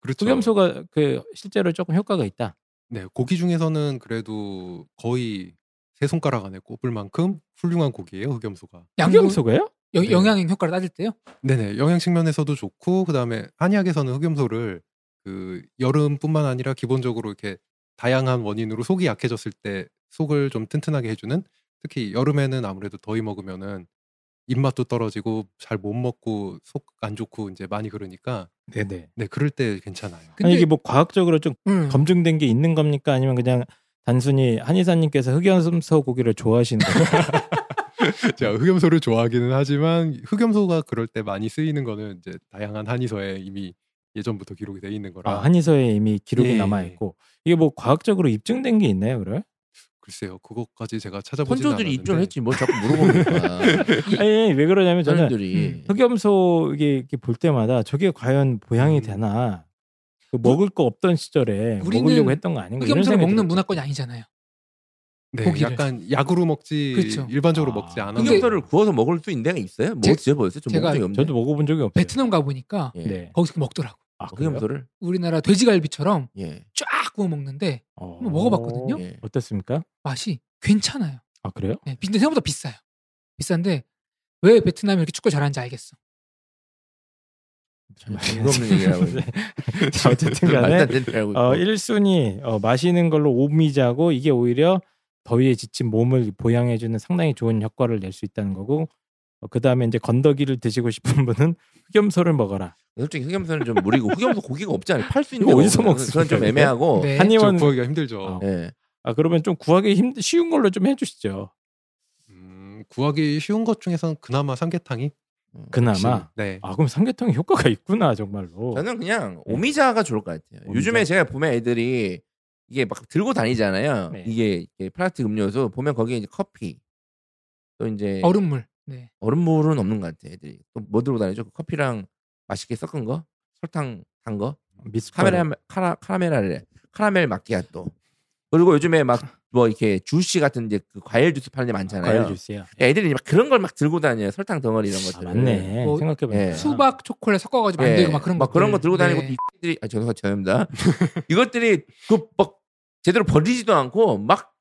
[SPEAKER 4] 그렇죠.
[SPEAKER 1] 흑염소가 그 실제로 조금 효과가 있다.
[SPEAKER 4] 네, 고기 중에서는 그래도 거의 세 손가락 안에 꼽을 만큼 훌륭한 고기예요, 흑염소가.
[SPEAKER 3] 양도
[SPEAKER 1] 흑염소가요?
[SPEAKER 3] 영-
[SPEAKER 4] 네.
[SPEAKER 3] 영양인 효과를 따질 때요.
[SPEAKER 4] 네네, 영양식 면에서도 좋고 그다음에 한의학에서는 흑염소를 그 여름뿐만 아니라 기본적으로 이렇게 다양한 원인으로 속이 약해졌을 때 속을 좀 튼튼하게 해주는 특히 여름에는 아무래도 더위 먹으면은 입맛도 떨어지고 잘 못 먹고 속 안 좋고 이제 많이 그러니까
[SPEAKER 1] 네네.
[SPEAKER 4] 네 그럴 때 괜찮아요.
[SPEAKER 1] 아니, 이게 뭐 과학적으로 좀
[SPEAKER 3] 음.
[SPEAKER 1] 검증된 게 있는 겁니까? 아니면 그냥 단순히 한의사님께서 흑염소 고기를 좋아하시는 거예요?
[SPEAKER 4] 그 제가 흑염소를 좋아하기는 하지만 흑염소가 그럴 때 많이 쓰이는 거는 이제 다양한 한의서에 이미 예전부터 기록이 돼 있는 거라
[SPEAKER 1] 아, 한의서에 이미 기록이
[SPEAKER 4] 예.
[SPEAKER 1] 남아 있고 이게 뭐 과학적으로 입증된 게 있나요, 그래?
[SPEAKER 4] 글쎄요 그것까지 제가
[SPEAKER 1] 네.
[SPEAKER 4] 찾아보진
[SPEAKER 2] 혼조들이
[SPEAKER 4] 않았는데
[SPEAKER 2] 입증을 했지 뭘 자꾸 물어보니까
[SPEAKER 3] 예.
[SPEAKER 1] 아니 왜 그러냐면 저는 음,
[SPEAKER 2] 사람들이
[SPEAKER 1] 흑염소 이게 이렇게 볼 때마다 저게 과연 보양이
[SPEAKER 4] 음.
[SPEAKER 1] 되나 그 먹을 거 없던 시절에
[SPEAKER 3] 우리는
[SPEAKER 1] 먹으려고 했던 거 아닌가 이런
[SPEAKER 3] 흑염소를
[SPEAKER 1] 생각이
[SPEAKER 3] 먹는
[SPEAKER 1] 들어요.
[SPEAKER 3] 문화권이 아니잖아요.
[SPEAKER 4] 네,
[SPEAKER 3] 고기를.
[SPEAKER 4] 약간 약으로 먹지
[SPEAKER 3] 그렇죠.
[SPEAKER 4] 일반적으로
[SPEAKER 1] 아,
[SPEAKER 4] 먹지 않아서
[SPEAKER 3] 근데-
[SPEAKER 2] 흑염소를 구워서 먹을 수 있는 데가 있어요? 뭐
[SPEAKER 3] 제-
[SPEAKER 2] 드셔보셨어요? 저
[SPEAKER 3] 제가
[SPEAKER 2] 먹은 적이 없는데.
[SPEAKER 1] 저도 먹어본 적이 없어요.
[SPEAKER 3] 베트남 가 보니까
[SPEAKER 2] 예.
[SPEAKER 1] 네.
[SPEAKER 3] 거기서 먹더라고.
[SPEAKER 1] 아,
[SPEAKER 2] 어,
[SPEAKER 1] 그래요?
[SPEAKER 2] 흑염소를
[SPEAKER 3] 우리나라 돼지갈비처럼
[SPEAKER 2] 예.
[SPEAKER 3] 쫙 구워 먹는데
[SPEAKER 1] 어.
[SPEAKER 3] 한번 먹어봤거든요?
[SPEAKER 2] 예.
[SPEAKER 1] 어땠습니까?
[SPEAKER 3] 맛이 괜찮아요.
[SPEAKER 1] 아 그래요?
[SPEAKER 3] 네, 근데 생각보다 비싸요. 비싼데 왜 베트남이 이렇게 축구 잘하는지 알겠어. 아,
[SPEAKER 2] 이거 아, 없는 얘기라고.
[SPEAKER 1] 네. 자, 어쨌든
[SPEAKER 2] 말도
[SPEAKER 1] 간에
[SPEAKER 2] 안 되는 소리 하고 있고.
[SPEAKER 1] 어, 1순위 어, 마시는 걸로 오미자고 이게 오히려 더위에 지친 몸을 보양해주는 상당히 좋은 효과를 낼 수 있다는 거고 그 다음에 이제 건더기를 드시고 싶은 분은 흑염소를 먹어라.
[SPEAKER 2] 솔직히 흑염소는 좀 무리고 흑염소 고기가 없잖아요. 팔 수 있는
[SPEAKER 1] 이거
[SPEAKER 2] 거
[SPEAKER 1] 어디서
[SPEAKER 2] 없어요.
[SPEAKER 1] 먹습니까,
[SPEAKER 2] 그건 좀
[SPEAKER 1] 이거?
[SPEAKER 2] 애매하고.
[SPEAKER 3] 네.
[SPEAKER 1] 한의원
[SPEAKER 4] 구하기가 힘들죠.
[SPEAKER 1] 아.
[SPEAKER 2] 예.
[SPEAKER 1] 아 그러면 좀 구하기 힘 쉬운 걸로 좀 해주시죠.
[SPEAKER 4] 음, 구하기 쉬운 것 중에서는 그나마 삼계탕이
[SPEAKER 1] 그나마
[SPEAKER 4] 네.
[SPEAKER 1] 아 그럼 삼계탕이 효과가 있구나 정말로.
[SPEAKER 2] 저는 그냥 오미자가 좋을 것
[SPEAKER 1] 네.
[SPEAKER 2] 같아요.
[SPEAKER 1] 오미자.
[SPEAKER 2] 요즘에 제가 보면 애들이 이게 막 들고 다니잖아요.
[SPEAKER 1] 네.
[SPEAKER 2] 이게, 이게 플라스틱 음료수 보면 거기에 이제 커피 또 이제
[SPEAKER 3] 얼음물. 네.
[SPEAKER 2] 얼음물은 없는 것 같아 애들이 또 뭐 들고 다니죠? 그 커피랑 맛있게 섞은 거 설탕 단 거
[SPEAKER 1] 미숫가루.
[SPEAKER 2] 카메라 카라 카라멜 카라멜 마끼아또 그리고 요즘에 막 뭐 이렇게 주스 같은 이제 그 과일 주스 파는 데 많잖아요.
[SPEAKER 1] 과일 주스야.
[SPEAKER 2] 애들이 막 그런 걸 막 들고 다녀요. 설탕 덩어리 이런 것들.
[SPEAKER 1] 아, 맞네.
[SPEAKER 3] 뭐
[SPEAKER 1] 생각해보니까
[SPEAKER 2] 예.
[SPEAKER 3] 수박 초콜릿 섞어가지고 만들고 네. 막 그런 거.
[SPEAKER 2] 네. 거 들고 다니는
[SPEAKER 1] 네.
[SPEAKER 2] 것도 이들이 아 죄송합니다. 죄송합니다. 이것들이 그 막 제대로 버리지도 않고 막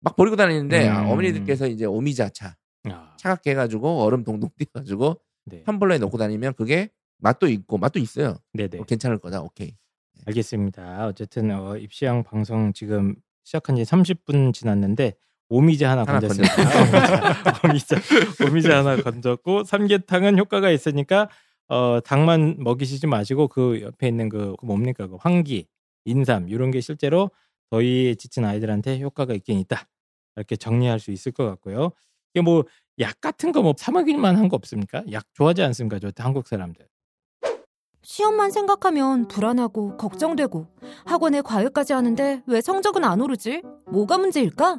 [SPEAKER 2] 막 버리고 다니는데 아,
[SPEAKER 1] 음.
[SPEAKER 2] 어머니들께서 이제 오미자차
[SPEAKER 1] 아,
[SPEAKER 2] 차갑게 해가지고 얼음 동동 띄가지고
[SPEAKER 1] 네.
[SPEAKER 2] 텀블러에 넣고 다니면 그게 맛도 있고 맛도 있어요.
[SPEAKER 1] 네네.
[SPEAKER 2] 어, 괜찮을 거다. 오케이.
[SPEAKER 1] 네. 알겠습니다. 어쨌든 어, 입시왕 방송 지금 시작한 지 30분 지났는데 오미자 하나
[SPEAKER 2] 하나
[SPEAKER 1] 건졌습니다. 오미자, 오미자, 오미자 하나 건졌고 삼계탕은 효과가 있으니까 어, 당만 먹이시지 마시고 그 옆에 있는 그, 그 뭡니까 그 황기, 인삼 이런 게 실제로 더위에 지친 아이들한테 효과가 있긴 있다. 이렇게 정리할 수 있을 것 같고요. 이게 뭐 약 같은 거 뭐 사먹일만 한 거 없습니까? 약 좋아하지 않습니까? 저 한국 사람들.
[SPEAKER 7] 시험만 생각하면 불안하고 걱정되고 학원에 과외까지 하는데 왜 성적은 안 오르지? 뭐가 문제일까?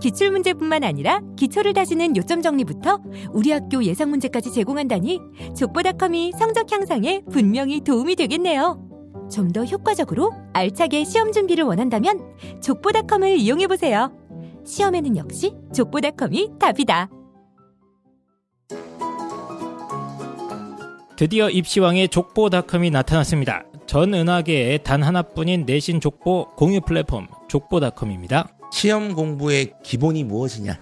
[SPEAKER 7] 기출 문제뿐만 아니라 기초를 다지는 요점 정리부터 우리 학교 예상 문제까지 제공한다니 족보닷컴이 성적 향상에 분명히 도움이 되겠네요. 좀 더 효과적으로 알차게 시험 준비를 원한다면 족보닷컴을 이용해 보세요. 시험에는 역시 족보닷컴이 답이다.
[SPEAKER 1] 드디어 입시왕의 족보닷컴이 나타났습니다. 전 은하계의 단 하나뿐인 내신 족보 공유 플랫폼 족보닷컴입니다.
[SPEAKER 2] 시험 공부의 기본이 무엇이냐?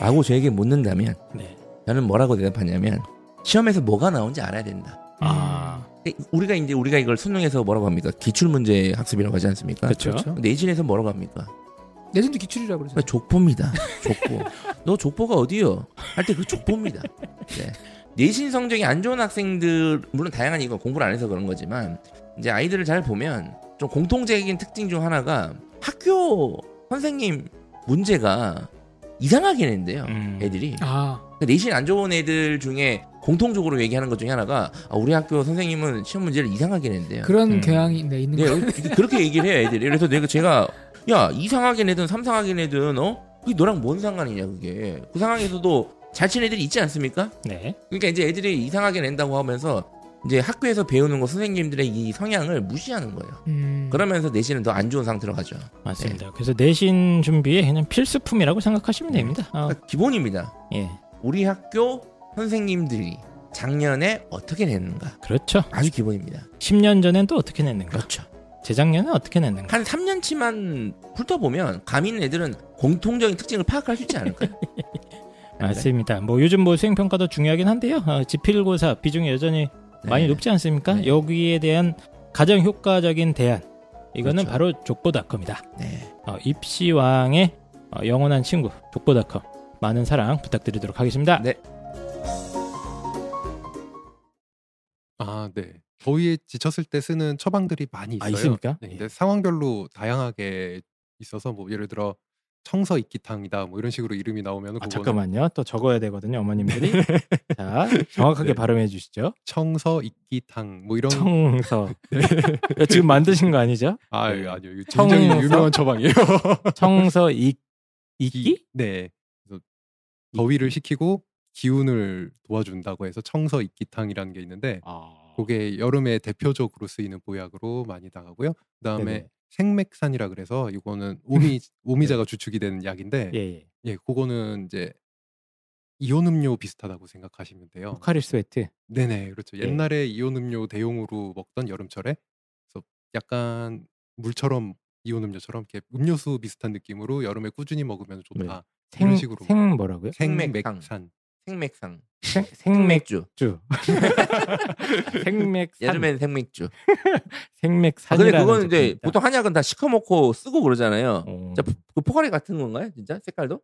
[SPEAKER 2] 라고 저에게 묻는다면
[SPEAKER 1] 네.
[SPEAKER 2] 저는 뭐라고 대답하냐면 시험에서 뭐가 나온지 알아야 된다.
[SPEAKER 1] 아,
[SPEAKER 2] 우리가 이제 우리가 이걸 수능에서 뭐라고 합니까? 기출 문제 학습이라고 하지 않습니까?
[SPEAKER 1] 그렇죠.
[SPEAKER 2] 내신에서 뭐라고 합니까?
[SPEAKER 3] 내신도 기출이라 그러죠.
[SPEAKER 2] 그러니까 족보입니다. 족보. 너 족보가 어디요? 할 때 그 족보입니다. 네. 내신 성적이 안 좋은 학생들 물론 다양한 이유가 공부를 안 해서 그런 거지만 이제 아이들을 잘 보면 좀 공통적인 특징 중 하나가 학교 선생님 문제가 이상하게 낸대요.
[SPEAKER 1] 음.
[SPEAKER 2] 애들이
[SPEAKER 3] 아,
[SPEAKER 2] 그러니까 내신 안 좋은 애들 중에 공통적으로 얘기하는 것 중에 하나가 아, 우리 학교 선생님은 시험 문제를 이상하게 낸대요.
[SPEAKER 3] 그런
[SPEAKER 1] 음.
[SPEAKER 3] 경향이 네, 있는
[SPEAKER 2] 네,
[SPEAKER 3] 거.
[SPEAKER 2] 어, 그렇게 얘기를 해요 애들이. 그래서 내가 제가 야 이상하게 내든 삼상하게 내든 어 그게 너랑 뭔 상관이냐 그게. 그 상황에서도 잘 친 애들이 있지 않습니까?
[SPEAKER 1] 네.
[SPEAKER 2] 그러니까 이제 애들이 이상하게 낸다고 하면서 이제 학교에서 배우는 거 선생님들의 이 성향을 무시하는 거예요.
[SPEAKER 3] 음.
[SPEAKER 2] 그러면서 내신은 더 안 좋은 상태로 가죠.
[SPEAKER 1] 맞습니다. 그래서 내신 준비에 그냥 필수품이라고 생각하시면 됩니다. 어,
[SPEAKER 2] 그러니까 기본입니다.
[SPEAKER 1] 예.
[SPEAKER 2] 우리 학교 선생님들이 작년에 어떻게 냈는가
[SPEAKER 1] 그렇죠.
[SPEAKER 2] 아주 기본입니다.
[SPEAKER 1] 10년 전엔 또 어떻게 냈는가?
[SPEAKER 2] 그렇죠.
[SPEAKER 1] 재작년엔 어떻게 냈는가?
[SPEAKER 2] 한 3년치만 훑어보면 감인 애들은 공통적인 특징을 파악할 수 있지 않을까요?
[SPEAKER 1] 맞습니다. 뭐 요즘 뭐 수행 평가도 중요하긴 한데요. 어, 지필고사 비중이 여전히 많이
[SPEAKER 2] 네.
[SPEAKER 1] 높지 않습니까?
[SPEAKER 2] 네.
[SPEAKER 1] 여기에 대한 가장 효과적인 대안 이거는
[SPEAKER 2] 그렇죠.
[SPEAKER 1] 바로 족보닷컴이다.
[SPEAKER 2] 네.
[SPEAKER 1] 어, 입시왕의 어, 영원한 친구 족보닷컴 많은 사랑 부탁드리도록 하겠습니다.
[SPEAKER 2] 네.
[SPEAKER 4] 아, 네. 더위에 지쳤을 때 쓰는 처방들이 많이
[SPEAKER 1] 아,
[SPEAKER 4] 있어요.
[SPEAKER 1] 있습니까?
[SPEAKER 4] 네, 근데 상황별로 다양하게 있어서 뭐 예를 들어 청서 익기탕이다 뭐 이런 식으로 이름이 나오면
[SPEAKER 1] 아,
[SPEAKER 4] 그거는
[SPEAKER 1] 잠깐만요. 또 적어야 되거든요, 어머님들이. 자, 정확하게
[SPEAKER 4] 네.
[SPEAKER 1] 발음해 주시죠.
[SPEAKER 4] 청서 익기탕 뭐 이런
[SPEAKER 1] 청서. 네. 지금 만드신 거 아니죠?
[SPEAKER 4] 아 예, 아니요 이거
[SPEAKER 1] 네. 청서?
[SPEAKER 4] 굉장히 유명한 처방이에요.
[SPEAKER 1] 청서 익 익기?
[SPEAKER 4] 네. 그래서 더위를 식히고 기운을 도와준다고 해서 청서 익기탕이라는 게 있는데
[SPEAKER 1] 아.
[SPEAKER 4] 그게 여름에 대표적으로 쓰이는 보약으로 많이 나가고요. 그다음에
[SPEAKER 1] 네네.
[SPEAKER 4] 생맥산이라 그래서 이거는 오미
[SPEAKER 2] 네.
[SPEAKER 4] 오미자가 주축이 되는 약인데
[SPEAKER 1] 예, 예.
[SPEAKER 4] 예, 그거는 이제 이온 음료 비슷하다고 생각하시면 돼요.
[SPEAKER 1] 포카리 스웨트.
[SPEAKER 4] 네네, 그렇죠.
[SPEAKER 1] 예.
[SPEAKER 4] 옛날에 이온 음료 대용으로 먹던 여름철에 그래서 약간 물처럼 이온 음료처럼 이렇게 음료수 비슷한 느낌으로 여름에 꾸준히 먹으면 좋다.
[SPEAKER 1] 생,
[SPEAKER 4] 이런 식으로.
[SPEAKER 1] 생 뭐라고요?
[SPEAKER 2] 네. 생맥탕.
[SPEAKER 4] 생맥산.
[SPEAKER 2] 생맥상. 네,
[SPEAKER 1] 생,
[SPEAKER 2] 생맥주.
[SPEAKER 1] 생맥주. 생맥
[SPEAKER 2] 여름엔 생맥주. 아, 근데
[SPEAKER 1] 생맥산이라는
[SPEAKER 2] 그거는 이제
[SPEAKER 1] 제품입니다.
[SPEAKER 2] 보통 한약은 다 시커멓고 쓰고 그러잖아요.
[SPEAKER 1] 어,
[SPEAKER 2] 자, 그 포카리 같은 건가요? 진짜 색깔도?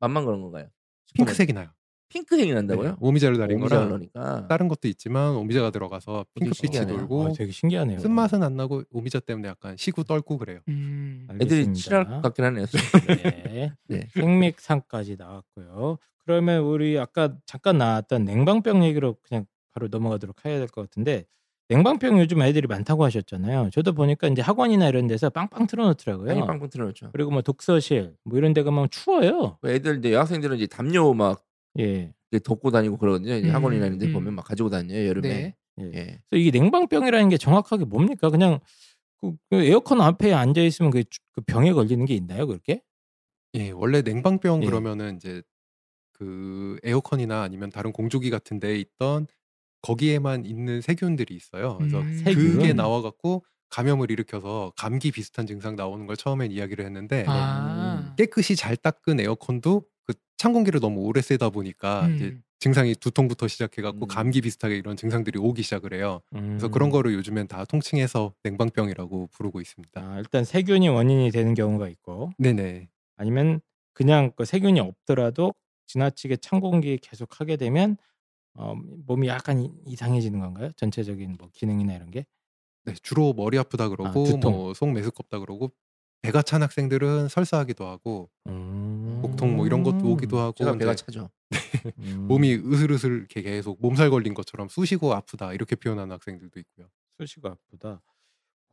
[SPEAKER 2] 맛만 그런 건가요?
[SPEAKER 4] 핑크색이 나요.
[SPEAKER 2] 핑크색이
[SPEAKER 4] 네,
[SPEAKER 2] 난다고요?
[SPEAKER 4] 오미자를
[SPEAKER 2] 네.
[SPEAKER 4] 다린
[SPEAKER 2] 오미자
[SPEAKER 4] 거랑
[SPEAKER 2] 그러니까.
[SPEAKER 4] 다른 것도 있지만 오미자가 들어가서 핑크빛이
[SPEAKER 2] 신기하네요.
[SPEAKER 4] 돌고
[SPEAKER 1] 아, 되게
[SPEAKER 4] 예.
[SPEAKER 1] 신기하네요.
[SPEAKER 4] 쓴맛은 안 나고 오미자 때문에 약간 시구 떨고 그래요.
[SPEAKER 3] 음.
[SPEAKER 2] 애들이
[SPEAKER 1] 알겠습니다.
[SPEAKER 2] 칠할 것 같긴 하네요.
[SPEAKER 1] 네.
[SPEAKER 2] 네.
[SPEAKER 1] 생맥상까지 나왔고요. 그러면 우리 아까 잠깐 나왔던 냉방병 얘기로 그냥 바로 넘어가도록 해야 될 것 같은데 냉방병 요즘 애들이 많다고 하셨잖아요. 저도 보니까 이제 학원이나 이런 데서 빵빵 틀어놓더라고요.
[SPEAKER 2] 많이 네, 빵빵 틀어놓죠.
[SPEAKER 1] 그리고 뭐 독서실 뭐 이런 데 가면 추워요.
[SPEAKER 2] 그 애들 이제 여학생들은 이제 담요 막
[SPEAKER 1] 예.
[SPEAKER 2] 이렇게 덮고 다니고 그러거든요. 이제
[SPEAKER 3] 음,
[SPEAKER 2] 학원이나 이런 데
[SPEAKER 3] 음.
[SPEAKER 2] 보면 막 가지고 다녀요 여름에.
[SPEAKER 3] 네.
[SPEAKER 2] 예.
[SPEAKER 1] 그래서 이게 냉방병이라는 게 정확하게 뭡니까? 그냥 그- 그 에어컨 앞에 앉아 있으면 그, 주- 그 병에 걸리는 게 있나요, 그렇게?
[SPEAKER 4] 예, 원래 냉방병
[SPEAKER 1] 예.
[SPEAKER 4] 그러면은 이제 그 에어컨이나 아니면 다른 공조기 같은 데에 있던 거기에만 있는 세균들이 있어요. 그래서
[SPEAKER 3] 음.
[SPEAKER 1] 세균.
[SPEAKER 4] 그게 나와 갖고 감염을 일으켜서 감기 비슷한 증상 나오는 걸 처음엔 이야기를 했는데
[SPEAKER 3] 아.
[SPEAKER 4] 깨끗이 잘 닦은 에어컨도 그 찬 공기를 너무 오래 쐬다 보니까 이제
[SPEAKER 3] 음.
[SPEAKER 4] 증상이 두통부터 시작해
[SPEAKER 2] 음.
[SPEAKER 4] 갖고 감기 비슷하게 이런 증상들이 오기 시작을 해요. 그래서
[SPEAKER 1] 음.
[SPEAKER 4] 그런 거를 요즘엔 다 통칭해서 냉방병이라고 부르고 있습니다.
[SPEAKER 1] 아, 일단 세균이 원인이 되는 경우가 있고
[SPEAKER 4] 네네.
[SPEAKER 1] 아니면 그냥 그 세균이 없더라도 지나치게 찬 공기 계속 하게 되면 어, 몸이 약간 이- 이상해지는 건가요? 전체적인 뭐 기능이나 이런 게?
[SPEAKER 4] 네, 주로 머리 아프다 그러고
[SPEAKER 1] 두통.
[SPEAKER 4] 뭐속 메스껍다 그러고 배가 찬 학생들은 설사하기도 하고
[SPEAKER 1] 음.
[SPEAKER 4] 복통 뭐 이런 것도 오기도 하고
[SPEAKER 2] 제가
[SPEAKER 4] 이제
[SPEAKER 2] 배가 차죠.
[SPEAKER 1] 음.
[SPEAKER 4] 몸이 으슬으슬 이렇게 계속 몸살 걸린 것처럼 쑤시고 아프다 이렇게 표현하는 학생들도
[SPEAKER 2] 음.
[SPEAKER 4] 있고요.
[SPEAKER 1] 수시가 아프다.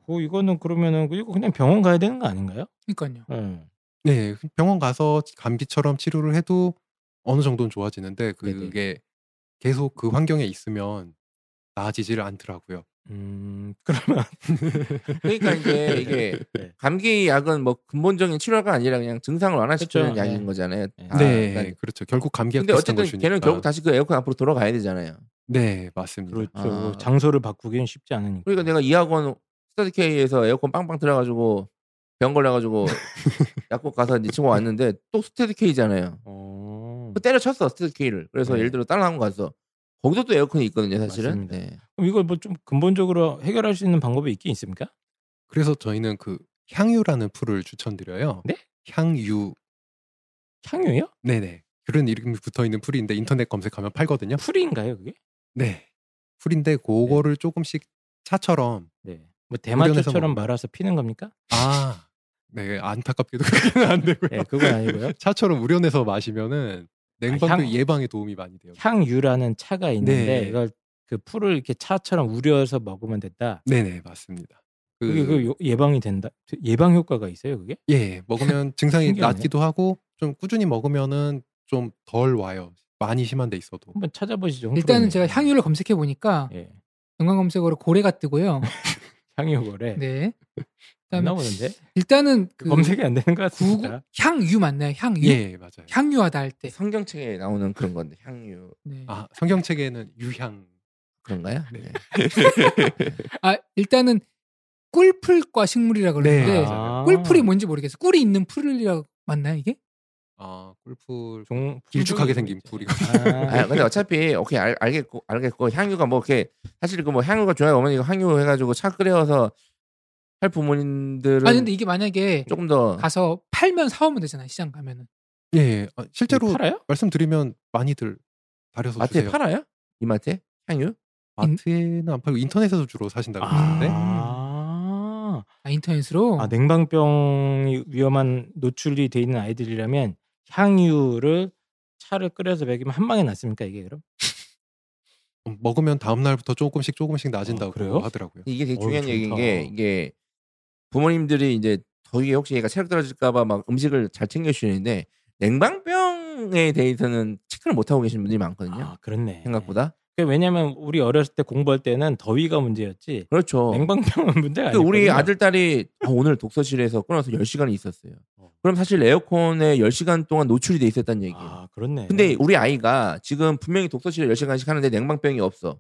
[SPEAKER 1] 어, 이거는 그러면은 이거 그냥 병원 가야 되는 거 아닌가요?
[SPEAKER 3] 그러니까요.
[SPEAKER 1] 예.
[SPEAKER 4] 네, 병원 가서 감기처럼 치료를 해도 어느 정도는 좋아지는데
[SPEAKER 1] 네네.
[SPEAKER 4] 그게 계속 그 환경에 있으면 나아지질 않더라고요.
[SPEAKER 1] 음, 그러면
[SPEAKER 2] 그러니까 이제 이게
[SPEAKER 1] 네.
[SPEAKER 2] 감기 약은 뭐 근본적인 치료가 아니라 그냥 증상을 완화시키는
[SPEAKER 1] 그렇죠.
[SPEAKER 2] 약인
[SPEAKER 1] 네.
[SPEAKER 2] 거잖아요.
[SPEAKER 1] 네.
[SPEAKER 2] 다.
[SPEAKER 4] 네,
[SPEAKER 2] 그러니까
[SPEAKER 4] 그렇죠. 결국 감기약
[SPEAKER 2] 근데
[SPEAKER 4] 비슷한 걸
[SPEAKER 2] 어쨌든
[SPEAKER 4] 주니까.
[SPEAKER 2] 걔는 결국 다시 그 에어컨 앞으로 돌아가야 되잖아요.
[SPEAKER 4] 네, 맞습니다.
[SPEAKER 1] 그렇죠.
[SPEAKER 2] 아.
[SPEAKER 1] 장소를 바꾸기는 쉽지 않으니까.
[SPEAKER 2] 그러니까 내가 이 학원 스타디케이에서 에어컨 빵빵 틀어가지고 병 걸려가지고 약국 가서 네 친구 왔는데 또 스타디케이잖아요.
[SPEAKER 1] 어.
[SPEAKER 2] 그 때려쳤어 스타디케이를. 그래서
[SPEAKER 1] 네.
[SPEAKER 2] 예를 들어 다른 학원 갔어. 거기도 또 에어컨이 있거든요 사실은.
[SPEAKER 1] 맞습니다.
[SPEAKER 2] 네.
[SPEAKER 1] 그럼 이걸 뭐 좀 근본적으로 해결할 수 있는 방법이 있긴 있습니까?
[SPEAKER 4] 그래서 저희는 그 향유라는 풀을 추천드려요.
[SPEAKER 1] 네?
[SPEAKER 4] 향유.
[SPEAKER 1] 향유요?
[SPEAKER 4] 네네. 귤은 이름이 붙어 있는 풀인데 인터넷 검색하면 팔거든요.
[SPEAKER 1] 풀인가요 그게?
[SPEAKER 4] 네. 풀인데 그거를 조금씩 차처럼
[SPEAKER 1] 네. 뭐 대마초처럼
[SPEAKER 4] 우려내서
[SPEAKER 1] 말아서 피는 겁니까?
[SPEAKER 4] 아, 네 안타깝게도 그렇게는 안 되고요.
[SPEAKER 1] 네, 그건 아니고요.
[SPEAKER 4] 차처럼 우려내서 마시면은 냉방병
[SPEAKER 1] 아, 향-
[SPEAKER 4] 예방에 도움이 많이 돼요.
[SPEAKER 1] 향유라는 차가 있는데
[SPEAKER 4] 네.
[SPEAKER 1] 이걸 그 풀을 이렇게 차처럼 우려서 먹으면 된다.
[SPEAKER 4] 네네 맞습니다. 그-
[SPEAKER 1] 그게 그 요- 예방이 된다. 예방 효과가 있어요 그게?
[SPEAKER 4] 예, 먹으면 증상이
[SPEAKER 1] 신기하네.
[SPEAKER 4] 낫기도 하고 좀 꾸준히 먹으면은 좀 덜 와요. 많이 심한데 있어도.
[SPEAKER 1] 한번 찾아보시죠.
[SPEAKER 3] 일단은
[SPEAKER 1] 홍프로님.
[SPEAKER 3] 제가 향유를 검색해 보니까
[SPEAKER 1] 예.
[SPEAKER 3] 연관 검색어로 고래가 뜨고요.
[SPEAKER 1] 향유거래.
[SPEAKER 3] 네.
[SPEAKER 1] 안
[SPEAKER 3] 그다음에
[SPEAKER 1] 나오는데
[SPEAKER 3] 일단은 그
[SPEAKER 1] 검색이 안 되는 것
[SPEAKER 3] 구
[SPEAKER 1] 같습니다.
[SPEAKER 3] 향유 맞나요? 향유.
[SPEAKER 4] 예, 맞아요.
[SPEAKER 3] 향유하다 할 때.
[SPEAKER 2] 성경책에 나오는 그런 건데 향유
[SPEAKER 3] 네. 아.
[SPEAKER 4] 아 성경책에는 유향.
[SPEAKER 2] 그런가요? 네.
[SPEAKER 3] 아, 일단은 꿀풀과 식물이라고
[SPEAKER 4] 네.
[SPEAKER 3] 그러는데
[SPEAKER 1] 아.
[SPEAKER 3] 꿀풀이 뭐 뭔지 모르겠어요. 꿀이 있는 풀이라고 맞나요 이게?
[SPEAKER 4] 아 골프
[SPEAKER 1] 종-
[SPEAKER 4] 길쭉하게
[SPEAKER 1] 종-
[SPEAKER 4] 생긴 풀이고.
[SPEAKER 1] 아,
[SPEAKER 2] 아, 근데 어차피 오케이 알, 알겠고 알겠고 향유가 뭐 이렇게 사실 그 뭐 향유가 좋아요. 어머니가 향유 해가지고 차 끓여서 할 부모님들은
[SPEAKER 3] 아니 근데 이게 만약에
[SPEAKER 2] 조금 더
[SPEAKER 3] 가서 팔면 사오면 되잖아요 시장 가면은.
[SPEAKER 4] 예, 예. 아, 실제로
[SPEAKER 1] 팔아요?
[SPEAKER 4] 말씀드리면 많이들 다려서
[SPEAKER 2] 마트에
[SPEAKER 4] 주세요.
[SPEAKER 2] 팔아요? 이마트에 향유?
[SPEAKER 4] 마트에는 안 팔고 인터넷에서 주로 사신다고 하는데
[SPEAKER 1] 아,
[SPEAKER 3] 아, 인터넷으로.
[SPEAKER 1] 네. 아 냉방병이 위험한 노출이 돼 있는 아이들이라면 향유를 차를 끓여서 먹이면 한 방에 낫습니까 이게 그럼?
[SPEAKER 4] 먹으면 다음 날부터 조금씩 조금씩
[SPEAKER 1] 아, 그래요?
[SPEAKER 4] 나아진다고 하더라고요.
[SPEAKER 2] 이게 되게
[SPEAKER 1] 어우,
[SPEAKER 2] 중요한
[SPEAKER 1] 좋다.
[SPEAKER 2] 얘기인 게 이게 부모님들이 이제 더위에 혹시 얘가 체력 떨어질까봐 막 음식을 잘 챙겨주시는데 냉방병에 대해서는 체크를 못 하고 계신 분들이 많거든요.
[SPEAKER 1] 아 그렇네.
[SPEAKER 2] 생각보다
[SPEAKER 1] 그러니까 왜냐면 우리 어렸을 때 공부할 때는 더위가 문제였지
[SPEAKER 2] 그렇죠.
[SPEAKER 1] 냉방병은 문제가
[SPEAKER 2] 그
[SPEAKER 1] 아니고
[SPEAKER 2] 우리 아들 딸이 아, 오늘 독서실에서 끊어서 10시간이 있었어요. 그럼 사실 에어컨에 10시간 동안 노출이 돼 있었다는 얘기예요.
[SPEAKER 1] 아 그렇네.
[SPEAKER 2] 근데 우리 아이가 지금 분명히 독서실에 10시간씩 하는데 냉방병이 없어.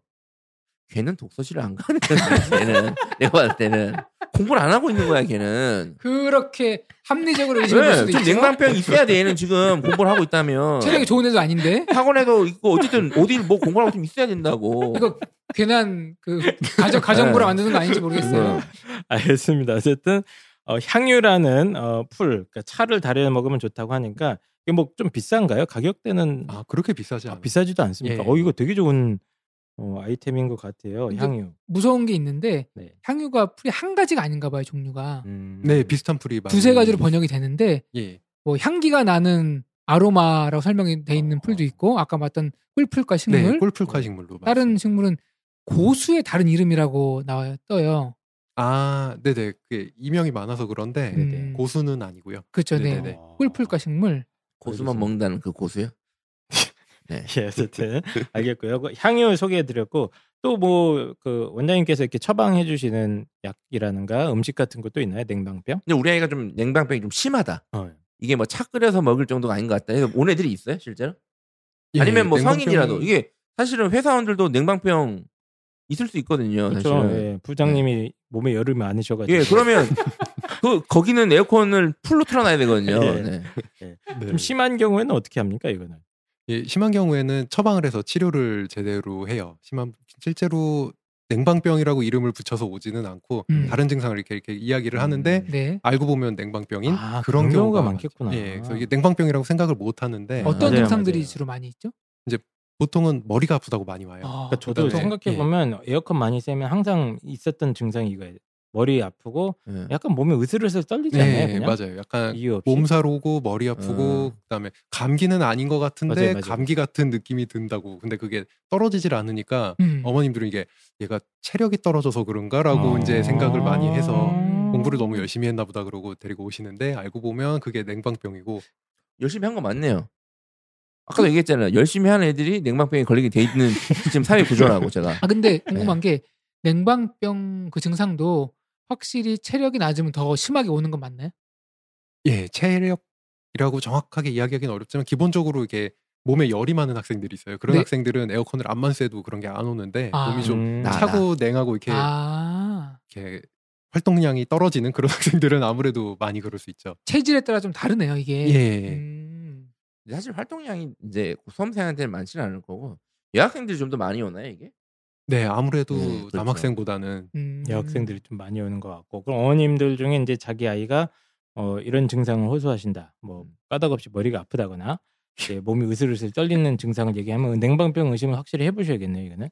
[SPEAKER 2] 걔는 독서실을 안 가는 거야. 걔는 내가 봤을 때는 공부를 안 하고 있는 거야. 걔는.
[SPEAKER 3] 그렇게 합리적으로 의심을 할
[SPEAKER 2] 네,
[SPEAKER 3] 수도
[SPEAKER 2] 좀
[SPEAKER 3] 있죠.
[SPEAKER 2] 냉방병 있어야 돼. 얘는 지금 공부를 하고 있다면.
[SPEAKER 3] 체력이 좋은 애도 아닌데.
[SPEAKER 2] 학원에도 있고 어쨌든 어디 뭐 공부를 하고 좀 있어야 된다고.
[SPEAKER 3] 이거 괜한 그 가정 가정부라
[SPEAKER 2] 네.
[SPEAKER 3] 만드는 거 아닌지 모르겠어요.
[SPEAKER 2] 네.
[SPEAKER 1] 알겠습니다. 어쨌든 어, 향유라는 어, 풀, 그러니까 차를 달여 먹으면 좋다고 하니까 이게 뭐 좀 비싼가요? 가격대는
[SPEAKER 4] 아 그렇게 비싸지
[SPEAKER 1] 아,
[SPEAKER 4] 않아요.
[SPEAKER 1] 비싸지도 않습니까?
[SPEAKER 4] 예.
[SPEAKER 1] 어 이거 되게 좋은 어, 아이템인 것 같아요.
[SPEAKER 3] 근데-
[SPEAKER 1] 향유.
[SPEAKER 3] 무서운 게 있는데
[SPEAKER 1] 네.
[SPEAKER 3] 향유가 풀이 한 가지가 아닌가 봐요 종류가
[SPEAKER 1] 음.
[SPEAKER 4] 네 비슷한 풀이 많이
[SPEAKER 3] 두세 가지로 번역이 되는데
[SPEAKER 4] 예.
[SPEAKER 3] 뭐 향기가 나는 아로마라고 설명이 돼 있는 풀도 있고 아까 봤던 꿀풀과 식물
[SPEAKER 4] 네 골프카 식물로
[SPEAKER 3] 다른
[SPEAKER 4] 말씀.
[SPEAKER 3] 식물은 고수의 다른 이름이라고 나와요 그렇죠? 떠요
[SPEAKER 4] 아 네네 그게 이명이 많아서 그런데
[SPEAKER 3] 음,
[SPEAKER 4] 고수는 아니고요.
[SPEAKER 3] 그렇죠 네
[SPEAKER 4] 네네네.
[SPEAKER 3] 꿀풀과 식물
[SPEAKER 2] 고수만 먹는다는 그 고수요? 네.
[SPEAKER 1] 예, 어쨌든 알겠고요. 그 향유 소개해드렸고 또 뭐 그 원장님께서 이렇게 처방해주시는 약이라는가 음식 같은 것도 있나요? 냉방병?
[SPEAKER 2] 근데 우리 아이가 좀 냉방병이 좀 심하다.
[SPEAKER 4] 예.
[SPEAKER 1] 어.
[SPEAKER 2] 이게 뭐 차 끓여서 먹을 정도가 아닌 것 같다. 그래서 온 애들이 있어요, 실제로?
[SPEAKER 4] 예,
[SPEAKER 2] 아니면 뭐
[SPEAKER 4] 냉방병이-
[SPEAKER 2] 성인이라도 이게 사실은 회사원들도 냉방병 있을 수 있거든요.
[SPEAKER 1] 그렇죠.
[SPEAKER 2] 사실은.
[SPEAKER 1] 예, 부장님이 몸에 여름이 많으셔가지고
[SPEAKER 2] 예, 그러면 그 거기는 에어컨을 풀로 틀어놔야 되거든요.
[SPEAKER 1] 예.
[SPEAKER 2] 네.
[SPEAKER 4] 네.
[SPEAKER 1] 좀 심한 경우에는 어떻게 합니까 이거는?
[SPEAKER 4] 예, 심한 경우에는 처방을 해서 치료를 제대로 해요. 심한 실제로 냉방병이라고 이름을 붙여서 오지는 않고
[SPEAKER 3] 음.
[SPEAKER 4] 다른 증상을 이렇게, 이렇게 이야기를 하는데
[SPEAKER 1] 음.
[SPEAKER 3] 네
[SPEAKER 4] 알고 보면 냉방병인
[SPEAKER 1] 아, 그런
[SPEAKER 4] 그런,
[SPEAKER 1] 경우가
[SPEAKER 4] 경우가
[SPEAKER 1] 많겠구나.
[SPEAKER 4] 많죠. 예, 그래서 이게 냉방병이라고 생각을 못 하는데
[SPEAKER 3] 어떤
[SPEAKER 1] 네, 맞아요,
[SPEAKER 3] 증상들이
[SPEAKER 1] 맞아요.
[SPEAKER 3] 주로 많이 있죠
[SPEAKER 4] 보통은 머리가 아프다고 많이 와요.
[SPEAKER 3] 아,
[SPEAKER 1] 그러니까 저도
[SPEAKER 4] 그다음에-
[SPEAKER 1] 생각해 보면 에어컨 많이 쐬면 항상 있었던 증상이 이거예요. 머리 아프고
[SPEAKER 2] 예.
[SPEAKER 1] 약간 몸에 으슬으슬 떨리지 않아요?
[SPEAKER 4] 네,
[SPEAKER 1] 그냥?
[SPEAKER 4] 맞아요. 약간
[SPEAKER 1] 이유 없이.
[SPEAKER 4] 몸살오고 머리 아프고
[SPEAKER 2] 음.
[SPEAKER 4] 그다음에 감기는 아닌 것 같은데
[SPEAKER 1] 맞아요, 맞아요.
[SPEAKER 4] 감기 같은 느낌이 든다고. 근데 그게 떨어지질 않으니까
[SPEAKER 3] 음.
[SPEAKER 4] 어머님들은 이게 얘가 체력이 떨어져서 그런가라고
[SPEAKER 1] 아.
[SPEAKER 4] 이제 생각을 많이 해서
[SPEAKER 3] 음.
[SPEAKER 4] 공부를 너무 열심히 했나 보다 그러고 데리고 오시는데 알고 보면 그게 냉방병이고
[SPEAKER 2] 열심히 한 거 맞네요. 아까도 얘기했잖아요. 열심히 하는 애들이 냉방병에 걸리게 돼 있는 지금 사회 구조라고 제가.
[SPEAKER 1] 네.
[SPEAKER 3] 아 근데 궁금한 게 냉방병 그 증상도 확실히 체력이 낮으면 더 심하게 오는 건 맞나요?
[SPEAKER 4] 예 체력이라고 정확하게 이야기하기는 어렵지만 기본적으로 이게 몸에 열이 많은 학생들이 있어요. 그런
[SPEAKER 3] 네.
[SPEAKER 4] 학생들은 에어컨을 안만 쐬도 그런 게 안 오는데
[SPEAKER 3] 아.
[SPEAKER 4] 몸이 좀
[SPEAKER 1] 음.
[SPEAKER 2] 나-
[SPEAKER 4] 차고 냉하고 이렇게
[SPEAKER 3] 아
[SPEAKER 4] 이렇게 활동량이 떨어지는 그런 학생들은 아무래도 많이 그럴 수 있죠.
[SPEAKER 3] 체질에 따라 좀 다르네요 이게.
[SPEAKER 4] 예.
[SPEAKER 3] 음.
[SPEAKER 2] 사실 활동량이 이제 수험생한테는 많지는 않을 거고 여학생들이 좀 더 많이 오나요 이게?
[SPEAKER 4] 네, 아무래도
[SPEAKER 2] 네, 그렇죠.
[SPEAKER 4] 남학생보다는
[SPEAKER 3] 음.
[SPEAKER 1] 여학생들이 좀 많이 오는 것 같고 그럼 어머님들 중에
[SPEAKER 2] 음.
[SPEAKER 1] 이제 자기 아이가 어, 이런 증상을 호소하신다. 뭐 까닭없이 머리가 아프다거나 이제 몸이 으슬으슬 떨리는 증상을 얘기하면 냉방병 의심을 확실히 해보셔야겠네요. 이거는 어,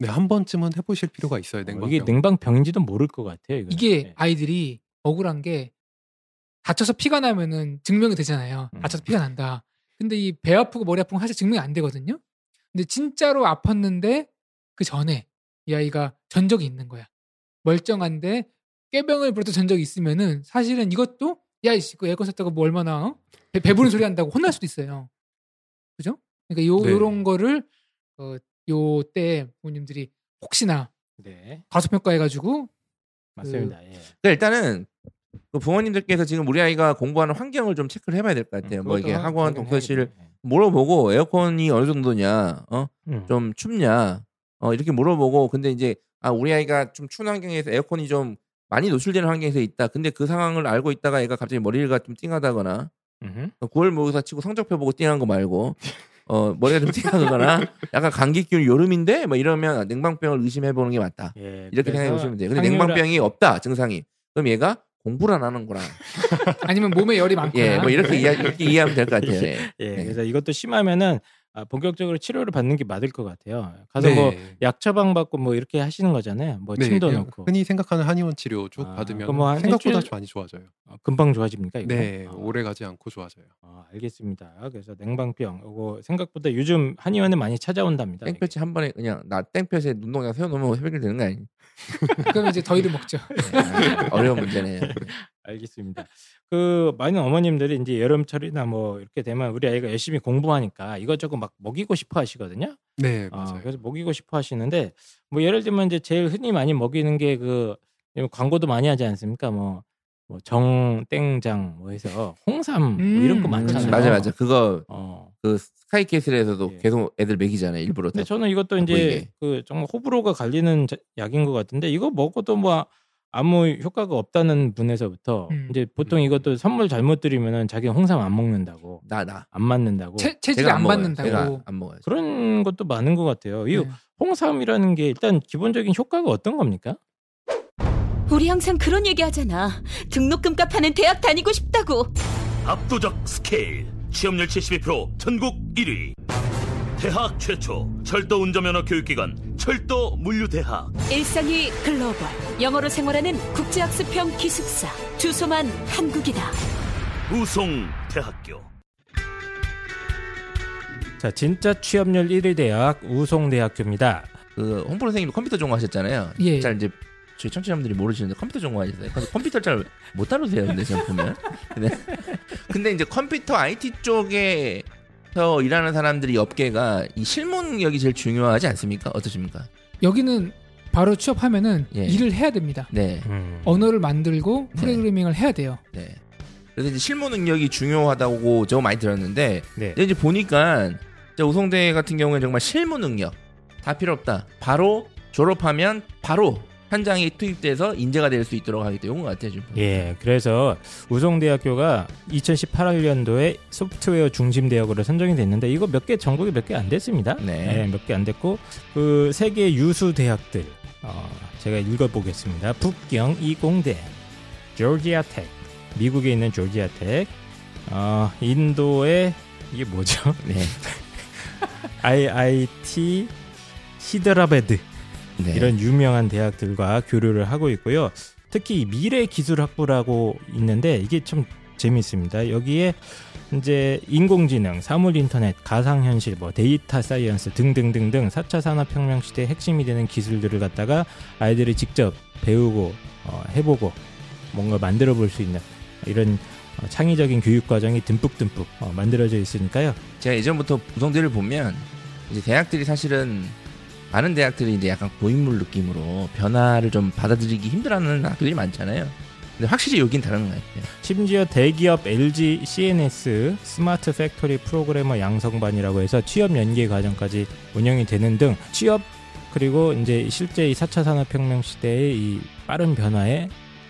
[SPEAKER 4] 네, 한 번쯤은 해보실 필요가 있어요. 냉방병.
[SPEAKER 1] 이게 냉방병인지도 모를 것 같아요. 이거는.
[SPEAKER 3] 이게
[SPEAKER 1] 네.
[SPEAKER 3] 아이들이 억울한 게 다쳐서 피가 나면은 증명이 되잖아요.
[SPEAKER 1] 음.
[SPEAKER 3] 다쳐서 피가 난다. 근데 이 배 아프고 머리 아픈 건 사실 증명이 안 되거든요. 근데 진짜로 아팠는데 그 전에 이 아이가 전적이 있는 거야. 멀쩡한데 꾀병을 부렸던 전적이 있으면은 사실은 이것도 야 이씨 그 에어컨 샀다고 뭐 얼마나 어? 배, 배부른 소리 한다고 혼날 수도 있어요. 그죠? 그러니까 요
[SPEAKER 4] 네.
[SPEAKER 3] 요런 거를 어, 요때 부모님들이 혹시나
[SPEAKER 1] 네
[SPEAKER 3] 과소평가해가지고
[SPEAKER 1] 맞습니다. 예.
[SPEAKER 2] 그러니까 일단은 그 부모님들께서 지금 우리 아이가 공부하는 환경을 좀 체크를 해봐야 될 것 같아요. 뭐 이게
[SPEAKER 1] 음, 그것도
[SPEAKER 2] 학원
[SPEAKER 1] 확인해야겠네요.
[SPEAKER 2] 독서실
[SPEAKER 1] 예.
[SPEAKER 2] 물어보고 에어컨이 어느 정도냐, 어?
[SPEAKER 1] 음.
[SPEAKER 2] 좀 춥냐, 어? 이렇게 물어보고 근데 이제 아 우리 아이가 좀 추운 환경에서 에어컨이 좀 많이 노출되는 환경에서 있다. 근데 그 상황을 알고 있다가 애가 갑자기 머리가 좀 띵하다거나
[SPEAKER 1] 음흠.
[SPEAKER 2] 9월 모의사 치고 성적표 보고 띵한 거 말고 어 머리가 좀 띵하거나 약간 감기 기운 여름인데 뭐 이러면 냉방병을 의심해 보는 게 맞다.
[SPEAKER 1] 예,
[SPEAKER 2] 이렇게 생각해
[SPEAKER 1] 그래서
[SPEAKER 2] 보시면 돼요. 근데
[SPEAKER 1] 확률을-
[SPEAKER 2] 냉방병이 없다 증상이 그럼 얘가 공부를 안 하는 거라
[SPEAKER 3] 아니면 몸에 열이 많거나
[SPEAKER 2] 예 뭐 이렇게 이해 이렇게 하면 될 것 같아요. 예.
[SPEAKER 1] 예,
[SPEAKER 2] 네.
[SPEAKER 1] 그래서 이것도 심하면은 아, 본격적으로 치료를 받는 게 맞을 것 같아요. 가서
[SPEAKER 4] 네.
[SPEAKER 1] 뭐 약 처방 받고 뭐 이렇게 하시는 거잖아요. 뭐
[SPEAKER 4] 네,
[SPEAKER 1] 침도
[SPEAKER 4] 그냥
[SPEAKER 1] 넣고
[SPEAKER 4] 흔히 생각하는 한의원 치료 쭉
[SPEAKER 1] 아,
[SPEAKER 4] 받으면
[SPEAKER 1] 그럼 뭐한
[SPEAKER 4] 생각보다
[SPEAKER 1] 일주일-
[SPEAKER 4] 많이 좋아져요.
[SPEAKER 1] 어, 금방 좋아집니까? 이거?
[SPEAKER 4] 네,
[SPEAKER 1] 아,
[SPEAKER 4] 오래 가지 않고 좋아져요.
[SPEAKER 1] 아, 알겠습니다. 그래서 냉방병 이거 생각보다 요즘 한의원에 많이 찾아온답니다. 이게.
[SPEAKER 2] 땡볕이 한 번에 그냥 나 땡볕에 눈동자 세워놓으면 해결 되는 거 아니니?
[SPEAKER 3] 그러면 이제 더위를 먹죠.
[SPEAKER 2] 아, 어려운 문제네요.
[SPEAKER 1] 알겠습니다. 그 많은 어머님들이 이제 여름철이나 뭐 이렇게 되면 우리 아이가 열심히 공부하니까 이것저것 막 먹이고 싶어 하시거든요.
[SPEAKER 4] 네,
[SPEAKER 1] 아,
[SPEAKER 4] 맞아요.
[SPEAKER 1] 그래서 먹이고 싶어 하시는데 뭐 예를 들면 이제 제일 흔히 많이 먹이는 게 그 광고도 많이 하지 않습니까? 뭐, 뭐 정땡장 뭐 해서 홍삼 뭐 이런 거
[SPEAKER 3] 음,
[SPEAKER 1] 많잖아요.
[SPEAKER 3] 그렇죠.
[SPEAKER 2] 맞아 맞아 그거
[SPEAKER 1] 어.
[SPEAKER 2] 그 스카이캐슬에서도
[SPEAKER 1] 예.
[SPEAKER 2] 계속 애들 먹이잖아요 일부러.
[SPEAKER 1] 근데
[SPEAKER 2] 다.
[SPEAKER 1] 저는 이것도 이제
[SPEAKER 2] 보이게.
[SPEAKER 1] 그 정말 호불호가 갈리는 자- 약인 것 같은데 이거 먹어도 뭐 아무 효과가 없다는 분에서부터
[SPEAKER 3] 음.
[SPEAKER 1] 이제 보통 이것도 선물 잘못 드리면은 자기 는 홍삼 안 먹는다고
[SPEAKER 2] 나 나.
[SPEAKER 1] 안 맞는다고
[SPEAKER 3] 체, 체질이
[SPEAKER 2] 제가
[SPEAKER 3] 안
[SPEAKER 2] 먹어요.
[SPEAKER 3] 받는다고.
[SPEAKER 2] 제가 안 먹어요.
[SPEAKER 1] 그런 것도 많은 것 같아요. 이
[SPEAKER 3] 네.
[SPEAKER 1] 홍삼이라는 게 일단 기본적인 효과가 어떤 겁니까?
[SPEAKER 8] 우리 항상 그런 얘기 하잖아. 등록금 값하는 대학 다니고 싶다고.
[SPEAKER 9] 압도적 스케일 취업률 72% 전국 1위 대학 최초 철도 운전면허 교육기관 철도 물류대학
[SPEAKER 8] 일상이 글로벌. 영어로 생활하는 국제학습형 기숙사. 주소만 한국이다.
[SPEAKER 9] 우송대학교
[SPEAKER 1] 자, 진짜 취업률 1위 대학 우송대학교입니다.
[SPEAKER 2] 그 홍보 선생님 컴퓨터 전공하셨잖아요.
[SPEAKER 3] 예.
[SPEAKER 2] 잘 이제 저희 청취자분들이 모르시는데 컴퓨터 전공하셨어요. 근데 컴퓨터 를 잘 못 다루세요. 근데 지금 보면. 근데, 근데 이제 컴퓨터 IT 쪽에 서 일하는 사람들이 업계가 이 실무력이 제일 중요하지 않습니까? 어떠십니까?
[SPEAKER 3] 여기는 바로 취업하면은
[SPEAKER 2] 예.
[SPEAKER 3] 일을 해야 됩니다.
[SPEAKER 2] 네,
[SPEAKER 1] 음.
[SPEAKER 3] 언어를 만들고
[SPEAKER 2] 네.
[SPEAKER 3] 프로그래밍을 해야 돼요.
[SPEAKER 2] 네. 그래서 이제 실무 능력이 중요하다고 저 많이 들었는데
[SPEAKER 1] 네.
[SPEAKER 2] 근데 이제 보니까 이제 우성대 같은 경우에는 정말 실무 능력 다 필요 없다. 바로 졸업하면 바로 현장에 투입돼서 인재가 될 수 있도록 하기 때문에 이런 것 같아요 지금.
[SPEAKER 1] 예, 그래서 우송대학교가 2018년도에 소프트웨어 중심 대학으로 선정이 됐는데 이거 몇 개 전국에 몇 개 안 됐습니다. 예,
[SPEAKER 2] 네.
[SPEAKER 1] 몇 개 안 됐고 그 세계 유수 대학들 어, 제가 읽어보겠습니다. 북경 이공대, 조지아텍, 미국에 있는 조지아텍, 어, 인도의 이게 뭐죠?
[SPEAKER 2] 네.
[SPEAKER 1] IIT 시드라베드
[SPEAKER 2] 네.
[SPEAKER 1] 예, 이런 유명한 대학들과 교류를 하고 있고요. 특히 미래 기술 학부라고 있는데 이게 참 재미있습니다. 여기에 이제 인공지능, 사물 인터넷, 가상 현실, 뭐 데이터 사이언스 등등등등 4차 산업 혁명 시대의 핵심이 되는 기술들을 갖다가 아이들이 직접 배우고 어, 해보고 뭔가 만들어 볼 수 있는 이런 어, 창의적인 교육 과정이 듬뿍듬뿍 어, 만들어져 있으니까요.
[SPEAKER 2] 제가 예전부터 우성대를 보면 이제 대학들이 사실은 많은 대학들이 이제 약간 고인물 느낌으로 변화를 좀 받아들이기 힘들어하는 학교들이 많잖아요. 근데 확실히 여긴 다른 것 같아요.
[SPEAKER 1] 심지어 대기업 LG CNS 스마트 팩토리 프로그래머 양성반이라고 해서 취업 연계 과정까지 운영이 되는 등 취업 그리고 이제 실제 이 4차 산업혁명 시대의 이 빠른 변화에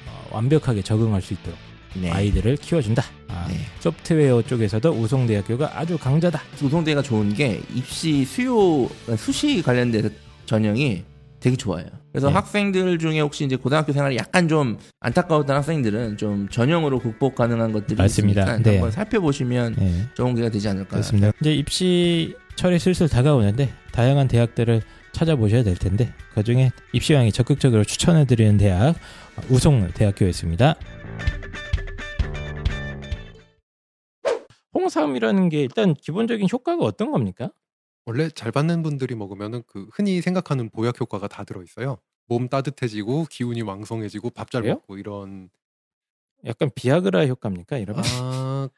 [SPEAKER 1] 어, 완벽하게 적응할 수 있도록
[SPEAKER 2] 네.
[SPEAKER 1] 아이들을 키워준다. 아,
[SPEAKER 2] 네.
[SPEAKER 1] 소프트웨어 쪽에서도 우송대학교가 아주 강자다.
[SPEAKER 2] 우성대가 좋은 게 입시 수요 수시 관련돼서 그러니까 전형이 되게 좋아해요. 그래서
[SPEAKER 1] 네.
[SPEAKER 2] 학생들 중에 혹시 이제 고등학교 생활이 약간 좀 안타까웠던 학생들은 좀 전형으로 극복 가능한 것들이
[SPEAKER 1] 맞습니다.
[SPEAKER 2] 있으니까
[SPEAKER 1] 네.
[SPEAKER 2] 한번 살펴보시면
[SPEAKER 1] 네.
[SPEAKER 2] 좋은 기회가 되지 않을까.
[SPEAKER 1] 그렇습니다. 이제 입시철이 슬슬 다가오는데 다양한 대학들을 찾아보셔야 될 텐데 그중에 입시왕이 적극적으로 추천해드리는 대학 우송로 대학교였습니다. 홍삼이라는 게 일단 기본적인 효과가 어떤 겁니까?
[SPEAKER 4] 원래 잘 받는 분들이 먹으면은 그 흔히 생각하는 보약 효과가 다 들어 있어요. 몸 따뜻해지고 기운이 왕성해지고 밥 잘
[SPEAKER 1] 그래요?
[SPEAKER 4] 먹고 이런
[SPEAKER 1] 약간 비아그라 효과입니까? 이러면
[SPEAKER 4] 아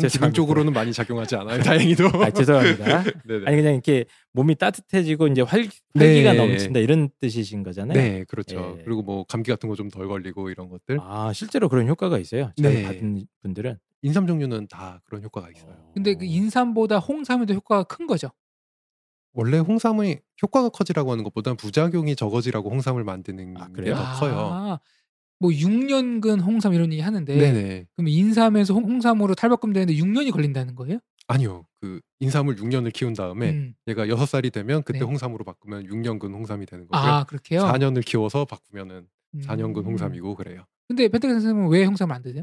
[SPEAKER 1] 죄송합니다. 네.
[SPEAKER 4] 기분 쪽으로는 많이 작용하지 않아요. 다행히도.
[SPEAKER 1] 아, 죄송합니다.
[SPEAKER 4] 네네.
[SPEAKER 1] 아니 그냥 이렇게 몸이 따뜻해지고 이제 활,
[SPEAKER 4] 네.
[SPEAKER 1] 기가 넘친다 이런 뜻이신 거잖아요.
[SPEAKER 4] 네, 그렇죠.
[SPEAKER 1] 예.
[SPEAKER 4] 그리고 뭐 감기 같은 거 좀 덜 걸리고 이런 것들.
[SPEAKER 1] 아 실제로 그런 효과가 있어요. 잘
[SPEAKER 4] 네.
[SPEAKER 1] 받은 분들은.
[SPEAKER 4] 인삼 종류는 다 그런 효과가 있어요.
[SPEAKER 3] 근데 그 인삼보다 홍삼이 더 효과가 큰 거죠.
[SPEAKER 4] 원래 홍삼의 효과가 커지라고 하는 것보다 부작용이 적어지라고 홍삼을 만드는
[SPEAKER 1] 아,
[SPEAKER 4] 게
[SPEAKER 1] 그래요?
[SPEAKER 4] 더 커요.
[SPEAKER 3] 아, 뭐 6년근 홍삼 이런 얘기 하는데
[SPEAKER 4] 네네.
[SPEAKER 3] 그럼 인삼에서 홍- 홍삼으로 탈바꿈 되는데 6년이 걸린다는 거예요?
[SPEAKER 4] 아니요. 그 인삼을 6년을 키운 다음에
[SPEAKER 3] 음.
[SPEAKER 4] 얘가 6살이 되면 그때
[SPEAKER 3] 네.
[SPEAKER 4] 홍삼으로 바꾸면 6년근 홍삼이 되는 거고요.
[SPEAKER 3] 아 그렇게요?
[SPEAKER 4] 4년을 키워서 바꾸면은
[SPEAKER 3] 음.
[SPEAKER 4] 4년근 홍삼이고 그래요.
[SPEAKER 3] 근데 페트리 선생님은 왜 홍삼을 안 드세요?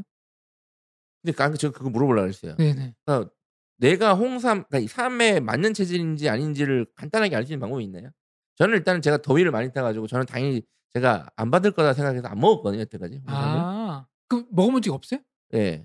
[SPEAKER 2] 근데 까 제가 그거 물어보려고
[SPEAKER 4] 아,
[SPEAKER 2] 했어요.
[SPEAKER 3] 네네.
[SPEAKER 2] 그러니까 내가 홍삼, 그러니까 이 삼에 맞는 체질인지 아닌지를 간단하게 알 수 있는 방법이 있나요? 저는 일단은 제가 더위를 많이 타가지고 저는 당연히 제가 안 받을 거다 생각해서 안 먹었거든요 여태까지. 홍삼을.
[SPEAKER 3] 아 그럼 먹어본 적 없어요?
[SPEAKER 2] 예,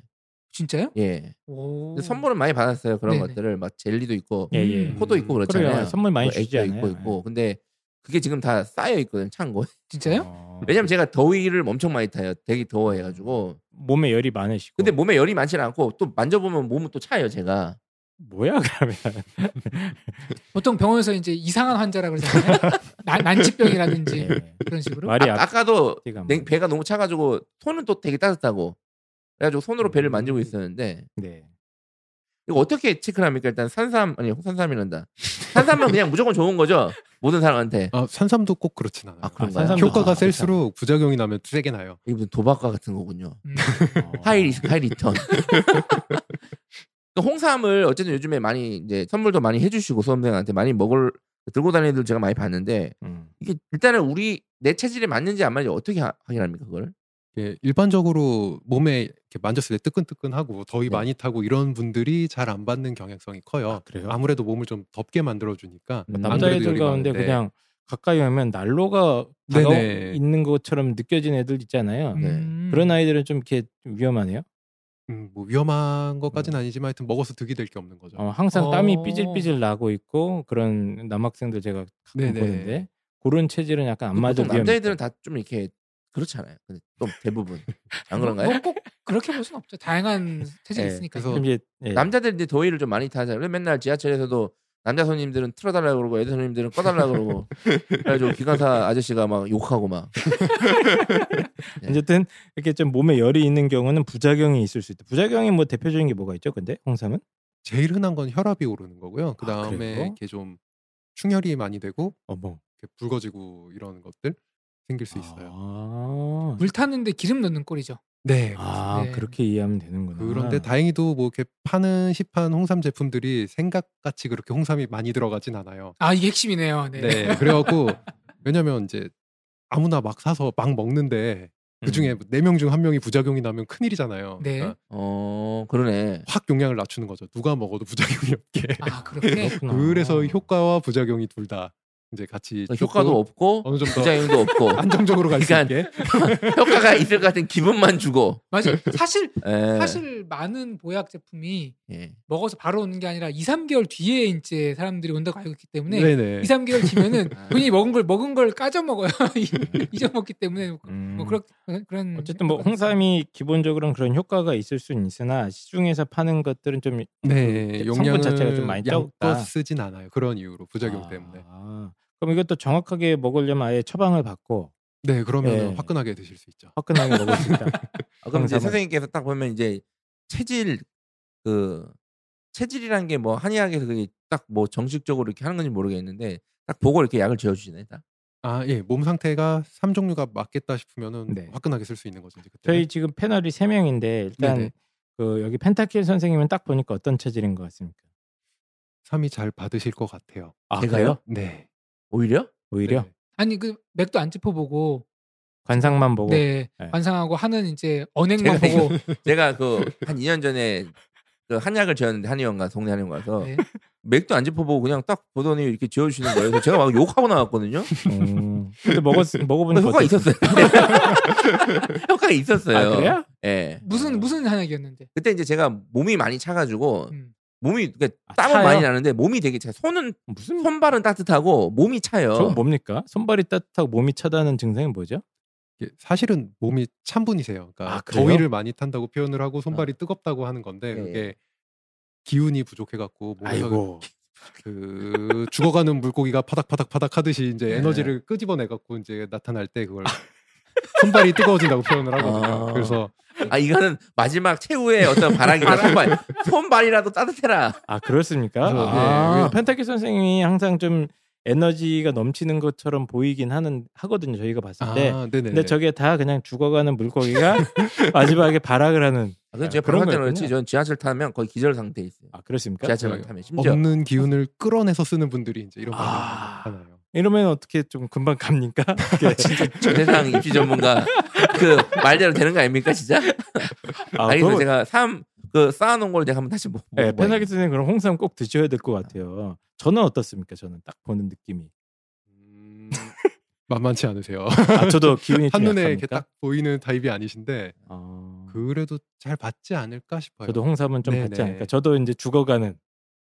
[SPEAKER 3] 진짜요?
[SPEAKER 2] 예.
[SPEAKER 3] 오.
[SPEAKER 2] 근데 선물은 많이 받았어요 그런
[SPEAKER 3] 네네.
[SPEAKER 2] 것들을 막 젤리도 있고
[SPEAKER 1] 예, 예.
[SPEAKER 3] 음.
[SPEAKER 2] 포도 있고 그렇잖아요.
[SPEAKER 1] 그래요. 선물 많이
[SPEAKER 2] 뭐
[SPEAKER 1] 주지
[SPEAKER 2] 액도
[SPEAKER 1] 않아요. 네.
[SPEAKER 2] 있고 있고. 근데 그게 지금 다 쌓여 있거든요 창고에.
[SPEAKER 3] 진짜요?
[SPEAKER 1] 어.
[SPEAKER 2] 왜냐면 제가 더위를 엄청 많이 타요. 되게 더워해가지고.
[SPEAKER 1] 몸에 열이 많으시고.
[SPEAKER 2] 근데 몸에 열이 많지는 않고 또 만져보면 몸은 또 차요 제가.
[SPEAKER 1] 뭐야 그러면
[SPEAKER 3] 보통 병원에서 이제 이상한 환자라 그러잖아요. 난, 난치병이라든지
[SPEAKER 1] 예.
[SPEAKER 3] 그런 식으로.
[SPEAKER 1] 말이 음.
[SPEAKER 2] 아, 까도
[SPEAKER 1] 앞뒤가 안 맞네.
[SPEAKER 2] 배가 너무 차가지고 손은 또 되게 따뜻하고. 그래가지고 손으로 배를
[SPEAKER 1] 음.
[SPEAKER 2] 만지고 있었는데
[SPEAKER 1] 네.
[SPEAKER 2] 이거 어떻게 체크를 합니까? 일단 산삼 아니 산삼이란다. 산삼은 그냥 무조건 좋은 거죠. 모든 사람한테.
[SPEAKER 4] 아, 산삼도 꼭 그렇진 않아요.
[SPEAKER 2] 아 그런가요?
[SPEAKER 1] 산삼도
[SPEAKER 4] 효과가
[SPEAKER 1] 아,
[SPEAKER 4] 셀수록 부작용이 나면 세게 나요.
[SPEAKER 2] 이게 무슨 도박과 같은 거군요.
[SPEAKER 3] 음.
[SPEAKER 1] 어.
[SPEAKER 2] 하이 리스크 하이 리턴. 그 홍삼을 어쨌든 요즘에 많이 이제 선물도 많이 해주시고 수험생한테 많이 먹을 들고 다니는 애들 제가 많이 봤는데
[SPEAKER 1] 음.
[SPEAKER 2] 이게 일단은 우리 내 체질에 맞는지 안 맞는지 어떻게 하- 확인합니까 그걸?
[SPEAKER 4] 예, 일반적으로 몸에 이렇게 만졌을 때 뜨끈뜨끈하고 더위
[SPEAKER 2] 네.
[SPEAKER 4] 많이 타고 이런 분들이 잘 안 받는 경향성이 커요.
[SPEAKER 1] 그래요?
[SPEAKER 4] 아, 무래도 몸을 좀 덥게 만들어 주니까
[SPEAKER 2] 음. 안 그래도
[SPEAKER 1] 남자애들 가운데 그냥 가까이 오면 난로가
[SPEAKER 4] 네네.
[SPEAKER 1] 다가오 있는 것처럼 느껴지는 애들 있잖아요.
[SPEAKER 2] 네.
[SPEAKER 3] 음.
[SPEAKER 1] 그런 아이들은 좀 이렇게 좀 위험하네요.
[SPEAKER 4] 음, 뭐 위험한 것까지는 아니지만 하여튼 먹어서 득이 될 게 없는 거죠.
[SPEAKER 1] 어, 항상
[SPEAKER 3] 어.
[SPEAKER 1] 땀이 삐질삐질 나고 있고 그런 남학생들 제가 가끔
[SPEAKER 4] 네네.
[SPEAKER 1] 보는데 그런 체질은 약간 안 맞을
[SPEAKER 2] 보통
[SPEAKER 1] 위험.
[SPEAKER 2] 남자애들은 다 좀 이렇게 그렇잖아요. 근데 좀 대부분 안 그런가요?
[SPEAKER 3] 뭐꼭 그렇게 볼 수는 없죠. 다양한 체질이
[SPEAKER 2] 예,
[SPEAKER 3] 있으니까.
[SPEAKER 4] 그래서
[SPEAKER 1] 이제 예.
[SPEAKER 2] 남자들이 이제 더위를 좀 많이 타잖아요. 그래서 맨날 지하철에서도 남자 손님들은 틀어달라 그러고 애들 손님들은 꺼달라 그러고 그래가지고 기관사 아저씨가 막 욕하고 막 네.
[SPEAKER 1] 어쨌든 이렇게 좀 몸에 열이 있는 경우는 부작용이 있을 수 있다. 부작용이 뭐 대표적인 게 뭐가 있죠? 근데 홍삼은
[SPEAKER 4] 제일 흔한 건 혈압이 오르는 거고요. 그 다음에
[SPEAKER 1] 그래요?
[SPEAKER 4] 이렇게 좀 충혈이 많이 되고
[SPEAKER 1] 어머
[SPEAKER 4] 이렇게 붉어지고 이런 것들 생길 수 있어요.
[SPEAKER 1] 아,
[SPEAKER 3] 물 타는데 기름 넣는 꼴이죠.
[SPEAKER 4] 네.
[SPEAKER 1] 아,
[SPEAKER 3] 네.
[SPEAKER 1] 그렇게 이해하면 되는구나.
[SPEAKER 4] 그런데 다행히도 뭐 이렇게 파는 시판 홍삼 제품들이 생각같이 그렇게 홍삼이 많이 들어가진 않아요.
[SPEAKER 3] 아 이게 핵심이네요. 네.
[SPEAKER 4] 네. 그래갖고 왜냐면 이제 아무나 막 사서 막 먹는데
[SPEAKER 2] 음.
[SPEAKER 4] 그 중에 네 명 중 한 명이 부작용이 나면 큰 일이잖아요. 그러니까
[SPEAKER 3] 네.
[SPEAKER 2] 어 그러네.
[SPEAKER 4] 확 용량을 낮추는 거죠. 누가 먹어도 부작용이 없게.
[SPEAKER 3] 아 그렇게.
[SPEAKER 1] 그렇구나.
[SPEAKER 4] 그래서 효과와 부작용이 둘 다 이제 같이
[SPEAKER 1] 네.
[SPEAKER 2] 그러니까
[SPEAKER 4] 조금
[SPEAKER 2] 효과도 없고
[SPEAKER 4] 어느 정도
[SPEAKER 2] 부작용도 없고
[SPEAKER 4] 안정적으로 갈 수
[SPEAKER 2] 그러니까
[SPEAKER 4] 있게.
[SPEAKER 2] 효과가 있을 것 같은 기분만 주고.
[SPEAKER 3] 맞아. 요 사실
[SPEAKER 2] 예.
[SPEAKER 3] 사실 많은 보약 제품이
[SPEAKER 2] 예.
[SPEAKER 3] 먹어서 바로 오는 게 아니라 2, 3개월 뒤에 이제 사람들이 온다고 알고 있기 때문에
[SPEAKER 4] 네네.
[SPEAKER 3] 2, 3개월 뒤면은
[SPEAKER 2] 아.
[SPEAKER 3] 본인이 먹은 걸 먹은 걸 까져 먹어요. 이- 잊어먹기 때문에 뭐,
[SPEAKER 1] 음.
[SPEAKER 3] 그런 그런
[SPEAKER 1] 어쨌든 뭐
[SPEAKER 3] 효과가 있어요.
[SPEAKER 1] 홍삼이 기본적으로는 그런 효과가 있을 수는 있으나 시중에서 파는 것들은 좀
[SPEAKER 4] 네,
[SPEAKER 1] 그 성분
[SPEAKER 4] 용량을
[SPEAKER 1] 자체가 좀 많이 적다.
[SPEAKER 4] 양껏 쓰진 않아요. 그런 이유로 부작용
[SPEAKER 1] 아,
[SPEAKER 4] 때문에.
[SPEAKER 1] 그럼 이것도 정확하게 먹으려면 아예 처방을 받고
[SPEAKER 4] 네, 그러면
[SPEAKER 1] 예.
[SPEAKER 4] 은 화끈하게 드실 수 있죠.
[SPEAKER 1] 화끈하게 먹을 수 있다.
[SPEAKER 2] 아, 그럼 이제
[SPEAKER 1] 항상은.
[SPEAKER 2] 선생님께서 딱 보면 이제 체질 그 체질이란 게 뭐 한의학에서 그게 딱 뭐 정식적으로 이렇게 하는 건지 모르겠는데 딱 보고 이렇게 약을 지어 주시네 딱.
[SPEAKER 4] 아, 예. 몸 상태가 삼 종류가 맞겠다 싶으면은
[SPEAKER 1] 네.
[SPEAKER 4] 화끈하게 쓸 수 있는 거죠. 이제 그때.
[SPEAKER 1] 저희 지금 패널이 세 명인데 일단
[SPEAKER 4] 네네.
[SPEAKER 1] 그 여기 펜타킬 선생님은 딱 보니까 어떤 체질인 것 같습니까?
[SPEAKER 4] 삼이 잘 받으실 것 같아요.
[SPEAKER 1] 아,
[SPEAKER 2] 제가요?
[SPEAKER 1] 그래요?
[SPEAKER 4] 네.
[SPEAKER 2] 오히려?
[SPEAKER 1] 오히려
[SPEAKER 4] 네.
[SPEAKER 3] 아니 그 맥도 안 짚어보고
[SPEAKER 1] 관상만 보고
[SPEAKER 3] 네,
[SPEAKER 1] 네.
[SPEAKER 3] 관상하고 하는 이제 언행만
[SPEAKER 2] 제가
[SPEAKER 3] 보고
[SPEAKER 2] 제가 그 한 2년 전에 그 한약을 지었는데 한의원가 동네 한의원 가서
[SPEAKER 3] 네.
[SPEAKER 2] 맥도 안 짚어보고 그냥 딱 보더니 이렇게 지어주시는 거예요. 그래서 제가 막 욕하고 나왔거든요.
[SPEAKER 1] 음. 근데 먹었 먹어보니까
[SPEAKER 2] 그 효과가
[SPEAKER 1] 어땠어요?
[SPEAKER 2] 있었어요. 효과가 있었어요.
[SPEAKER 1] 아 그래요?
[SPEAKER 2] 예.
[SPEAKER 3] 무슨 무슨 한약이었는데
[SPEAKER 2] 그때 이제 제가 몸이 많이 차가지고
[SPEAKER 3] 음.
[SPEAKER 2] 몸이 그러니까
[SPEAKER 1] 아,
[SPEAKER 2] 땀은
[SPEAKER 1] 차요?
[SPEAKER 2] 많이 나는데 몸이 되게 차. 손은
[SPEAKER 1] 무슨
[SPEAKER 2] 손발은 따뜻하고 몸이
[SPEAKER 1] 저건
[SPEAKER 4] 어.
[SPEAKER 1] 뭐
[SPEAKER 2] 차요.
[SPEAKER 1] 뭡니까? 손발이 따뜻하고 몸이 차다는 증상이 뭐죠?
[SPEAKER 4] 이게 사실은 몸이 찬 분이세요. 그러니까
[SPEAKER 1] 아, 그래요? 아.
[SPEAKER 4] 더위를 많이 탄다고 표현을 하고 손발이 뜨겁다고 하는 건데
[SPEAKER 2] 예, 예.
[SPEAKER 4] 그게 기운이 부족해갖고 몸에서
[SPEAKER 1] 아이고.
[SPEAKER 4] 그 죽어가는 물고기가 파닥파닥 파닥 하듯이 이제
[SPEAKER 1] 예.
[SPEAKER 2] 네.
[SPEAKER 4] 에너지를 끄집어내갖고 이제 나타날 때 그걸 손발이 뜨거워진다고 표현을 하거든요.
[SPEAKER 2] 아.
[SPEAKER 4] 그래서
[SPEAKER 2] 아 이거는 마지막 최후의 어떤 바람이다. 손발 손발이라도 따뜻해라.
[SPEAKER 1] 아 그렇습니까?
[SPEAKER 4] 그래서,
[SPEAKER 1] 아,
[SPEAKER 4] 예, 왜-
[SPEAKER 1] 펜타키 선생님이 항상 좀 에너지가 넘치는 것처럼 보이긴 하는 하거든요. 저희가 봤을 때.
[SPEAKER 4] 아, 네네.
[SPEAKER 1] 근데 저게 다 그냥 죽어가는 물고기가 마지막에 발악을 하는.
[SPEAKER 2] 아, 그건 제가
[SPEAKER 1] 그런
[SPEAKER 2] 그런 때문에 그렇지.
[SPEAKER 1] 거였군요.
[SPEAKER 2] 저는 지하철 타면 거의 기절 상태 에 있어요.
[SPEAKER 1] 아 그렇습니까?
[SPEAKER 2] 지하철
[SPEAKER 4] 그래요.
[SPEAKER 2] 타면 심지어
[SPEAKER 4] 없는 기운을 끌어내서 쓰는 분들이 이제 이런 말을
[SPEAKER 1] 아.
[SPEAKER 4] 하나요.
[SPEAKER 1] 이러면 어떻게 좀 금방 갑니까? 진짜.
[SPEAKER 2] 전 세상 입시 전문가 그 말대로 되는 거 아닙니까 진짜?
[SPEAKER 1] 아,
[SPEAKER 2] 알겠어요.
[SPEAKER 1] 그러면-
[SPEAKER 2] 제가 삶그 쌓아놓은 걸 제가 한번 다시 뭐.
[SPEAKER 1] 예, 펜타키 선생님 그럼 홍삼 꼭 드셔야 될 것 같아요. 저는 어떻습니까? 저는 딱 보는 느낌이.
[SPEAKER 4] 음, 만만치 않으세요.
[SPEAKER 1] 아 저도 기운이 좀
[SPEAKER 4] 한눈에
[SPEAKER 1] 약합니까?
[SPEAKER 4] 이렇게 딱 보이는 타입이 아니신데
[SPEAKER 1] 어,
[SPEAKER 4] 그래도 잘 받지 않을까 싶어요.
[SPEAKER 1] 저도 홍삼은 좀
[SPEAKER 4] 네,
[SPEAKER 1] 받지
[SPEAKER 4] 네.
[SPEAKER 1] 않을까. 저도 이제 죽어가는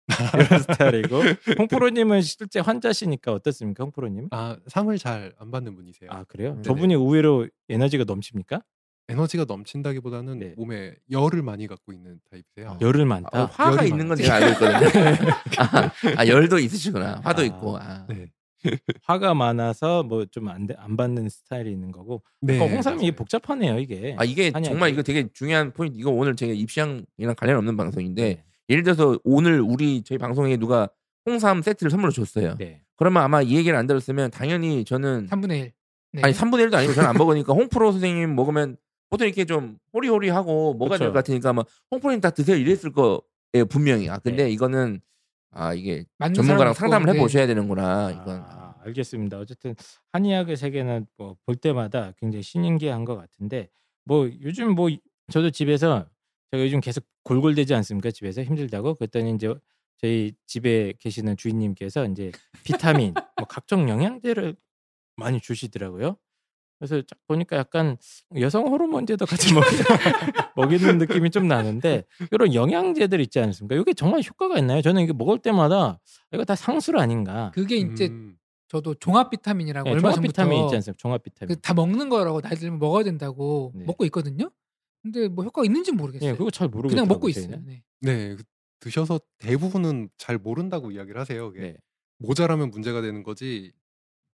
[SPEAKER 1] 이런 스타일이고 홍프로님은 실제 환자시니까 어떻습니까, 홍프로님?
[SPEAKER 4] 아 상을 잘 안 받는 분이세요.
[SPEAKER 1] 아 그래요?
[SPEAKER 4] 네네.
[SPEAKER 1] 저분이 의외로 에너지가 넘칩니까?
[SPEAKER 4] 에너지가 넘친다기보다는
[SPEAKER 1] 네.
[SPEAKER 4] 몸에 열을 많이 갖고 있는 타입이세요. 네.
[SPEAKER 1] 어, 열을
[SPEAKER 2] 아,
[SPEAKER 1] 많다.
[SPEAKER 2] 화가
[SPEAKER 4] 열이
[SPEAKER 2] 있는 건
[SPEAKER 4] 많아요.
[SPEAKER 2] 제가 알고 있거든요. 아, 아, 열도 있으시구나. 화도
[SPEAKER 1] 아,
[SPEAKER 2] 있고. 아.
[SPEAKER 4] 네.
[SPEAKER 1] 화가 많아서 뭐 좀 안 안 받는 스타일이 있는 거고.
[SPEAKER 4] 네,
[SPEAKER 1] 어, 홍삼이
[SPEAKER 4] 맞아요.
[SPEAKER 1] 복잡하네요, 이게.
[SPEAKER 2] 아, 이게
[SPEAKER 1] 예. 아니,
[SPEAKER 2] 정말
[SPEAKER 1] 아니.
[SPEAKER 2] 이거 되게 중요한 포인트. 이거 오늘 제가 입시랑이랑 관련 없는 방송인데 예를 들어서 오늘 우리 저희 방송에 누가 홍삼 세트를 선물로 줬어요.
[SPEAKER 1] 네.
[SPEAKER 2] 그러면 아마 이 얘기를 안 들었으면 당연히 저는
[SPEAKER 3] 3분의 1 네.
[SPEAKER 2] 아니 3분의 1도 아니고 저는 안 먹으니까 홍프로 선생님 먹으면 보통 이렇게 좀 호리호리하고 뭐가 될
[SPEAKER 1] 그쵸.
[SPEAKER 2] 것 같으니까 막 홍프로님 다 드세요 이랬을 거예요 분명히. 아 근데 이거는 아 이게
[SPEAKER 3] 맞는
[SPEAKER 2] 전문가랑
[SPEAKER 3] 음, 사람 없고,
[SPEAKER 2] 상담을
[SPEAKER 3] 네.
[SPEAKER 2] 해보셔야 되는구나 이건.
[SPEAKER 1] 아, 알겠습니다. 어쨌든 한의학의 세계는 뭐 볼 때마다 굉장히 신기한 것 같은데 뭐 요즘 뭐 저도 집에서 제가 요즘 계속 골골대지 않습니까 집에서 힘들다고 그랬더니 이제 저희 집에 계시는 주인님께서 이제 비타민 뭐 각종 영양제를 많이 주시더라고요. 그래서 쫙 보니까 약간 여성 호르몬제도 같이 먹, 먹이는 느낌이 좀 나는데 이런 영양제들 있지 않습니까? 이게 정말 효과가 있나요? 저는 이게 먹을 때마다 아, 이거 다 상술 아닌가?
[SPEAKER 3] 그게 이제
[SPEAKER 4] 음,
[SPEAKER 3] 저도 종합 비타민이라고
[SPEAKER 1] 예,
[SPEAKER 3] 아, 얼마
[SPEAKER 1] 종합
[SPEAKER 3] 전부터
[SPEAKER 1] 비타민 있지 않습니까? 종합 비타민.
[SPEAKER 3] 그 다 먹는 거라고 나이 들면 먹어야 된다고
[SPEAKER 1] 네.
[SPEAKER 3] 먹고 있거든요. 근데 뭐 효과가 있는지 는
[SPEAKER 1] 예,
[SPEAKER 3] 모르겠어요.
[SPEAKER 1] 그거 잘 모르겠어요.
[SPEAKER 3] 그냥 먹고 있어요. 네.
[SPEAKER 4] 네 그- 드셔서 대부분은 잘 모른다고 이야기를 하세요. 그게
[SPEAKER 1] 네.
[SPEAKER 4] 모자라면 문제가 되는 거지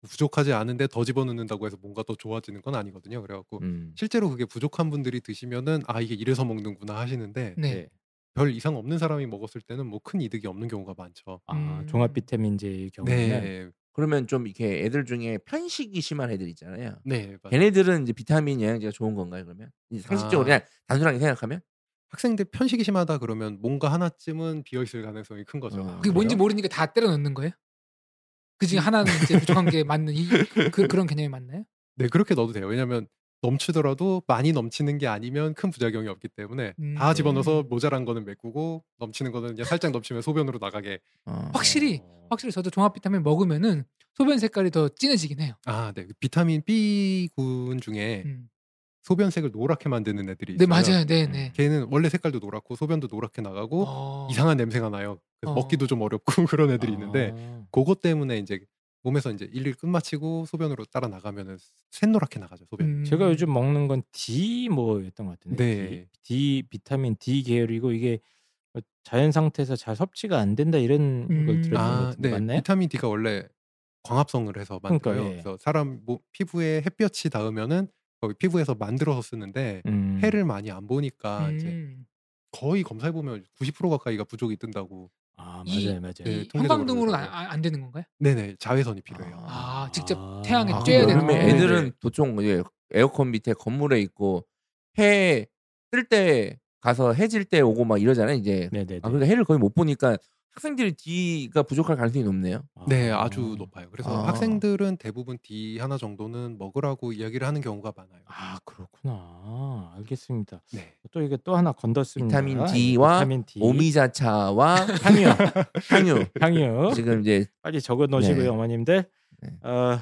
[SPEAKER 4] 부족하지 않은데 더 집어넣는다고 해서 뭔가 더 좋아지는 건 아니거든요. 그래갖고
[SPEAKER 1] 음.
[SPEAKER 4] 실제로 그게 부족한 분들이 드시면은 아 이게 이래서 먹는구나 하시는데
[SPEAKER 3] 네.
[SPEAKER 1] 네.
[SPEAKER 4] 별 이상 없는 사람이 먹었을 때는 뭐 큰 이득이 없는 경우가 많죠.
[SPEAKER 1] 아,
[SPEAKER 3] 음.
[SPEAKER 1] 종합 비타민제의 경우는
[SPEAKER 4] 네,
[SPEAKER 2] 그러면 좀 이렇게 애들 중에 편식이 심한 애들 있잖아요.
[SPEAKER 4] 네 맞아요.
[SPEAKER 2] 걔네들은 이제 비타민 영양제가 좋은 건가요 그러면? 이제 상식적으로
[SPEAKER 4] 아.
[SPEAKER 2] 그냥 단순하게 생각하면?
[SPEAKER 4] 학생들 편식이 심하다 그러면 뭔가 하나쯤은 비어 있을 가능성이 큰 거죠.
[SPEAKER 2] 아,
[SPEAKER 3] 그게 뭔지 모르니까 다 때려 넣는 거예요? 그 중에 하나는 이제 부족한 게 맞는 이, 그, 그런 개념이 맞나요?
[SPEAKER 4] 네 그렇게 넣어도 돼요. 왜냐하면 넘치더라도 많이 넘치는 게 아니면 큰 부작용이 없기 때문에
[SPEAKER 3] 음.
[SPEAKER 4] 다 집어넣어서 모자란 거는 메꾸고 넘치는 거는 그냥 살짝 넘치면 소변으로 나가게.
[SPEAKER 2] 어.
[SPEAKER 3] 확실히 확실히 저도 종합 비타민 먹으면은 소변 색깔이 더 진해지긴 해요.
[SPEAKER 4] 아, 네. 비타민 B군 중에
[SPEAKER 3] 음.
[SPEAKER 4] 소변색을 노랗게 만드는 애들이
[SPEAKER 3] 네
[SPEAKER 4] 있어요.
[SPEAKER 3] 맞아요, 네 네.
[SPEAKER 4] 걔는 원래 색깔도 노랗고 소변도 노랗게 나가고
[SPEAKER 3] 어.
[SPEAKER 4] 이상한 냄새가 나요. 그래서
[SPEAKER 3] 어.
[SPEAKER 4] 먹기도 좀 어렵고 그런 애들이
[SPEAKER 1] 아.
[SPEAKER 4] 있는데 그것 때문에 이제 몸에서 이제 일일 끝마치고 소변으로 따라 나가면은 샛노랗게 나가죠 소변.
[SPEAKER 3] 음.
[SPEAKER 1] 제가 요즘 먹는 건 D 뭐였던 것 같은데
[SPEAKER 4] 네.
[SPEAKER 1] D, D 비타민 D 계열이고 이게 어, 자연 상태에서 잘 섭취가 안 된다 이런
[SPEAKER 3] 음.
[SPEAKER 1] 걸 들었던 것
[SPEAKER 4] 아,
[SPEAKER 1] 같은데
[SPEAKER 4] 네.
[SPEAKER 1] 맞나요?
[SPEAKER 4] 비타민 D가 원래 광합성을 해서 만들어요.
[SPEAKER 1] 그러니까, 예.
[SPEAKER 4] 그래서 사람 뭐 피부에 햇볕이 닿으면은 거기 피부에서 만들어서 쓰는데
[SPEAKER 1] 음.
[SPEAKER 4] 해를 많이 안 보니까 아, 이제
[SPEAKER 3] 음.
[SPEAKER 4] 거의 검사해 보면 90% 가까이가 부족이 뜬다고.
[SPEAKER 1] 아
[SPEAKER 3] 이-
[SPEAKER 1] 맞아요 맞아요.
[SPEAKER 4] 네,
[SPEAKER 3] 이
[SPEAKER 4] 통계적으로
[SPEAKER 3] 형광등으로는 안,
[SPEAKER 4] 그러잖아요.
[SPEAKER 3] 안- 안 되는 건가요?
[SPEAKER 4] 네네 자외선이 필요해요.
[SPEAKER 3] 아, 직접 태양에
[SPEAKER 1] 아,
[SPEAKER 3] 쬐야 되는
[SPEAKER 2] 여름에
[SPEAKER 3] 거구나.
[SPEAKER 2] 애들은 보통 이제 에어컨 밑에 건물에 있고 해 뜰 때 가서 해질 때 오고 막 이러잖아요. 이제
[SPEAKER 1] 네네네.
[SPEAKER 4] 그
[SPEAKER 2] 아, 근데 해를 거의 못 보니까 학생들이 D가 부족할 가능성이 높네요.
[SPEAKER 4] 네, 아주 높아요. 그래서
[SPEAKER 2] 아.
[SPEAKER 4] 학생들은 대부분 D 하나 정도는 먹으라고 이야기를 하는 경우가 많아요. 음,
[SPEAKER 1] 아 그렇구나. 알겠습니다.
[SPEAKER 4] 네.
[SPEAKER 1] 또 이게 또 하나 건뒀습니다.
[SPEAKER 2] 비타민 D와
[SPEAKER 1] 비타민 D.
[SPEAKER 2] 오미자차와 향유, 향유.
[SPEAKER 1] 향유.
[SPEAKER 2] 지금 이제
[SPEAKER 1] 빨리 적어 놓으시고요,
[SPEAKER 2] 네.
[SPEAKER 1] 어머님들.
[SPEAKER 2] 네.
[SPEAKER 1] 어,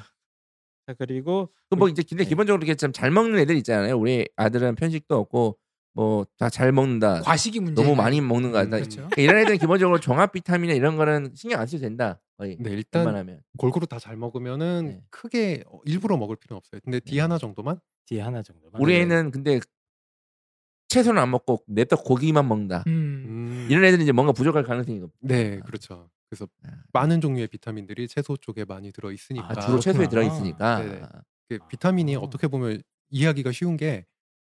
[SPEAKER 1] 자 그리고
[SPEAKER 2] 그뭐 이제 근데 기본적으로 이렇게 참 잘 먹는 애들 있잖아요. 우리 아들은 편식도 없고 뭐 다 잘 먹는다.
[SPEAKER 3] 과식이 문제.
[SPEAKER 2] 너무 많이 먹는 거
[SPEAKER 4] 음.
[SPEAKER 2] 같다.
[SPEAKER 3] 그렇죠.
[SPEAKER 2] 그러니까 이런 애들은 기본적으로 종합 비타민이나 이런 거는 신경 안 써도 된다. 거의
[SPEAKER 4] 네, 일단
[SPEAKER 2] 웬만하면.
[SPEAKER 4] 골고루 다 잘 먹으면은
[SPEAKER 2] 네.
[SPEAKER 4] 크게 어, 일부러 먹을 필요는 없어요. 근데 D 하나 정도만
[SPEAKER 1] D 하나 정도만.
[SPEAKER 2] 우리 애는 근데 채소는 안 먹고 냅다 고기만 먹는다.
[SPEAKER 3] 음.
[SPEAKER 2] 이런 애들은 이제 뭔가 부족할 가능성이 높.
[SPEAKER 4] 네, 그렇죠. 그래서
[SPEAKER 2] 아.
[SPEAKER 4] 많은 종류의 비타민들이 채소 쪽에 많이 들어 있으니까
[SPEAKER 1] 아,
[SPEAKER 2] 주로 채소에
[SPEAKER 1] 그렇구나.
[SPEAKER 2] 들어 있으니까. 아,
[SPEAKER 4] 네네. 그 비타민이 어떻게 보면 이해하기가 쉬운 게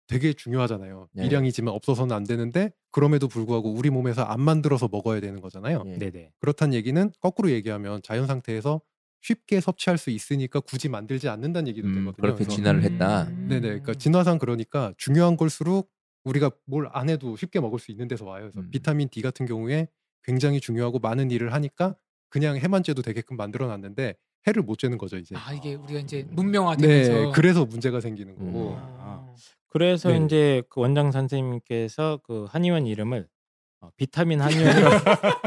[SPEAKER 4] 되게 중요하잖아요.
[SPEAKER 2] 네.
[SPEAKER 4] 미량이지만 없어서는 안 되는데 그럼에도 불구하고 우리 몸에서 안 만들어서 먹어야 되는 거잖아요.
[SPEAKER 2] 예.
[SPEAKER 1] 네네.
[SPEAKER 4] 그렇다는 얘기는 거꾸로 얘기하면 자연 상태에서 쉽게 섭취할 수 있으니까 굳이 만들지 않는다는 얘기도
[SPEAKER 2] 음,
[SPEAKER 4] 되거든요.
[SPEAKER 2] 그렇게
[SPEAKER 4] 그래서
[SPEAKER 2] 진화를 했다.
[SPEAKER 3] 음.
[SPEAKER 4] 네네. 그러니까 진화상 그러니까 중요한 걸수록 우리가 뭘 안 해도 쉽게 먹을 수 있는 데서 와요. 그래서
[SPEAKER 2] 음.
[SPEAKER 4] 비타민 D 같은 경우에 굉장히 중요하고 많은 일을 하니까 그냥 해만 째도 되게끔 만들어 놨는데 해를 못 재는 거죠 이제.
[SPEAKER 3] 아 이게 우리가 이제
[SPEAKER 4] 네,
[SPEAKER 3] 문명화되면서.
[SPEAKER 4] 그래서 문제가 생기는
[SPEAKER 2] 음.
[SPEAKER 4] 거고.
[SPEAKER 3] 아.
[SPEAKER 1] 그래서
[SPEAKER 4] 네.
[SPEAKER 1] 이제 그 원장 선생님께서 그 한의원 이름을 어, 비타민 한의원으로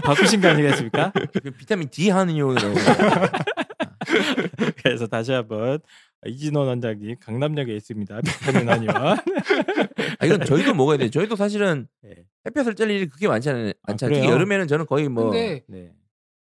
[SPEAKER 1] 바꾸신 거 아니겠습니까?
[SPEAKER 2] 그 비타민 D 하는 요라고.
[SPEAKER 1] 그래서 다시 한번 이진호 원장님 강남역에 있습니다. 비타민 한의원.
[SPEAKER 2] 아, 이건 저희도 먹어야 돼. 저희도 사실은
[SPEAKER 1] 네.
[SPEAKER 2] 햇볕을 쬐 일이 그렇게 많지 않아요.
[SPEAKER 1] 아,
[SPEAKER 2] 않잖아요. 특히
[SPEAKER 1] 그래요?
[SPEAKER 2] 여름에는 저는 거의 뭐
[SPEAKER 3] 근데
[SPEAKER 1] 네.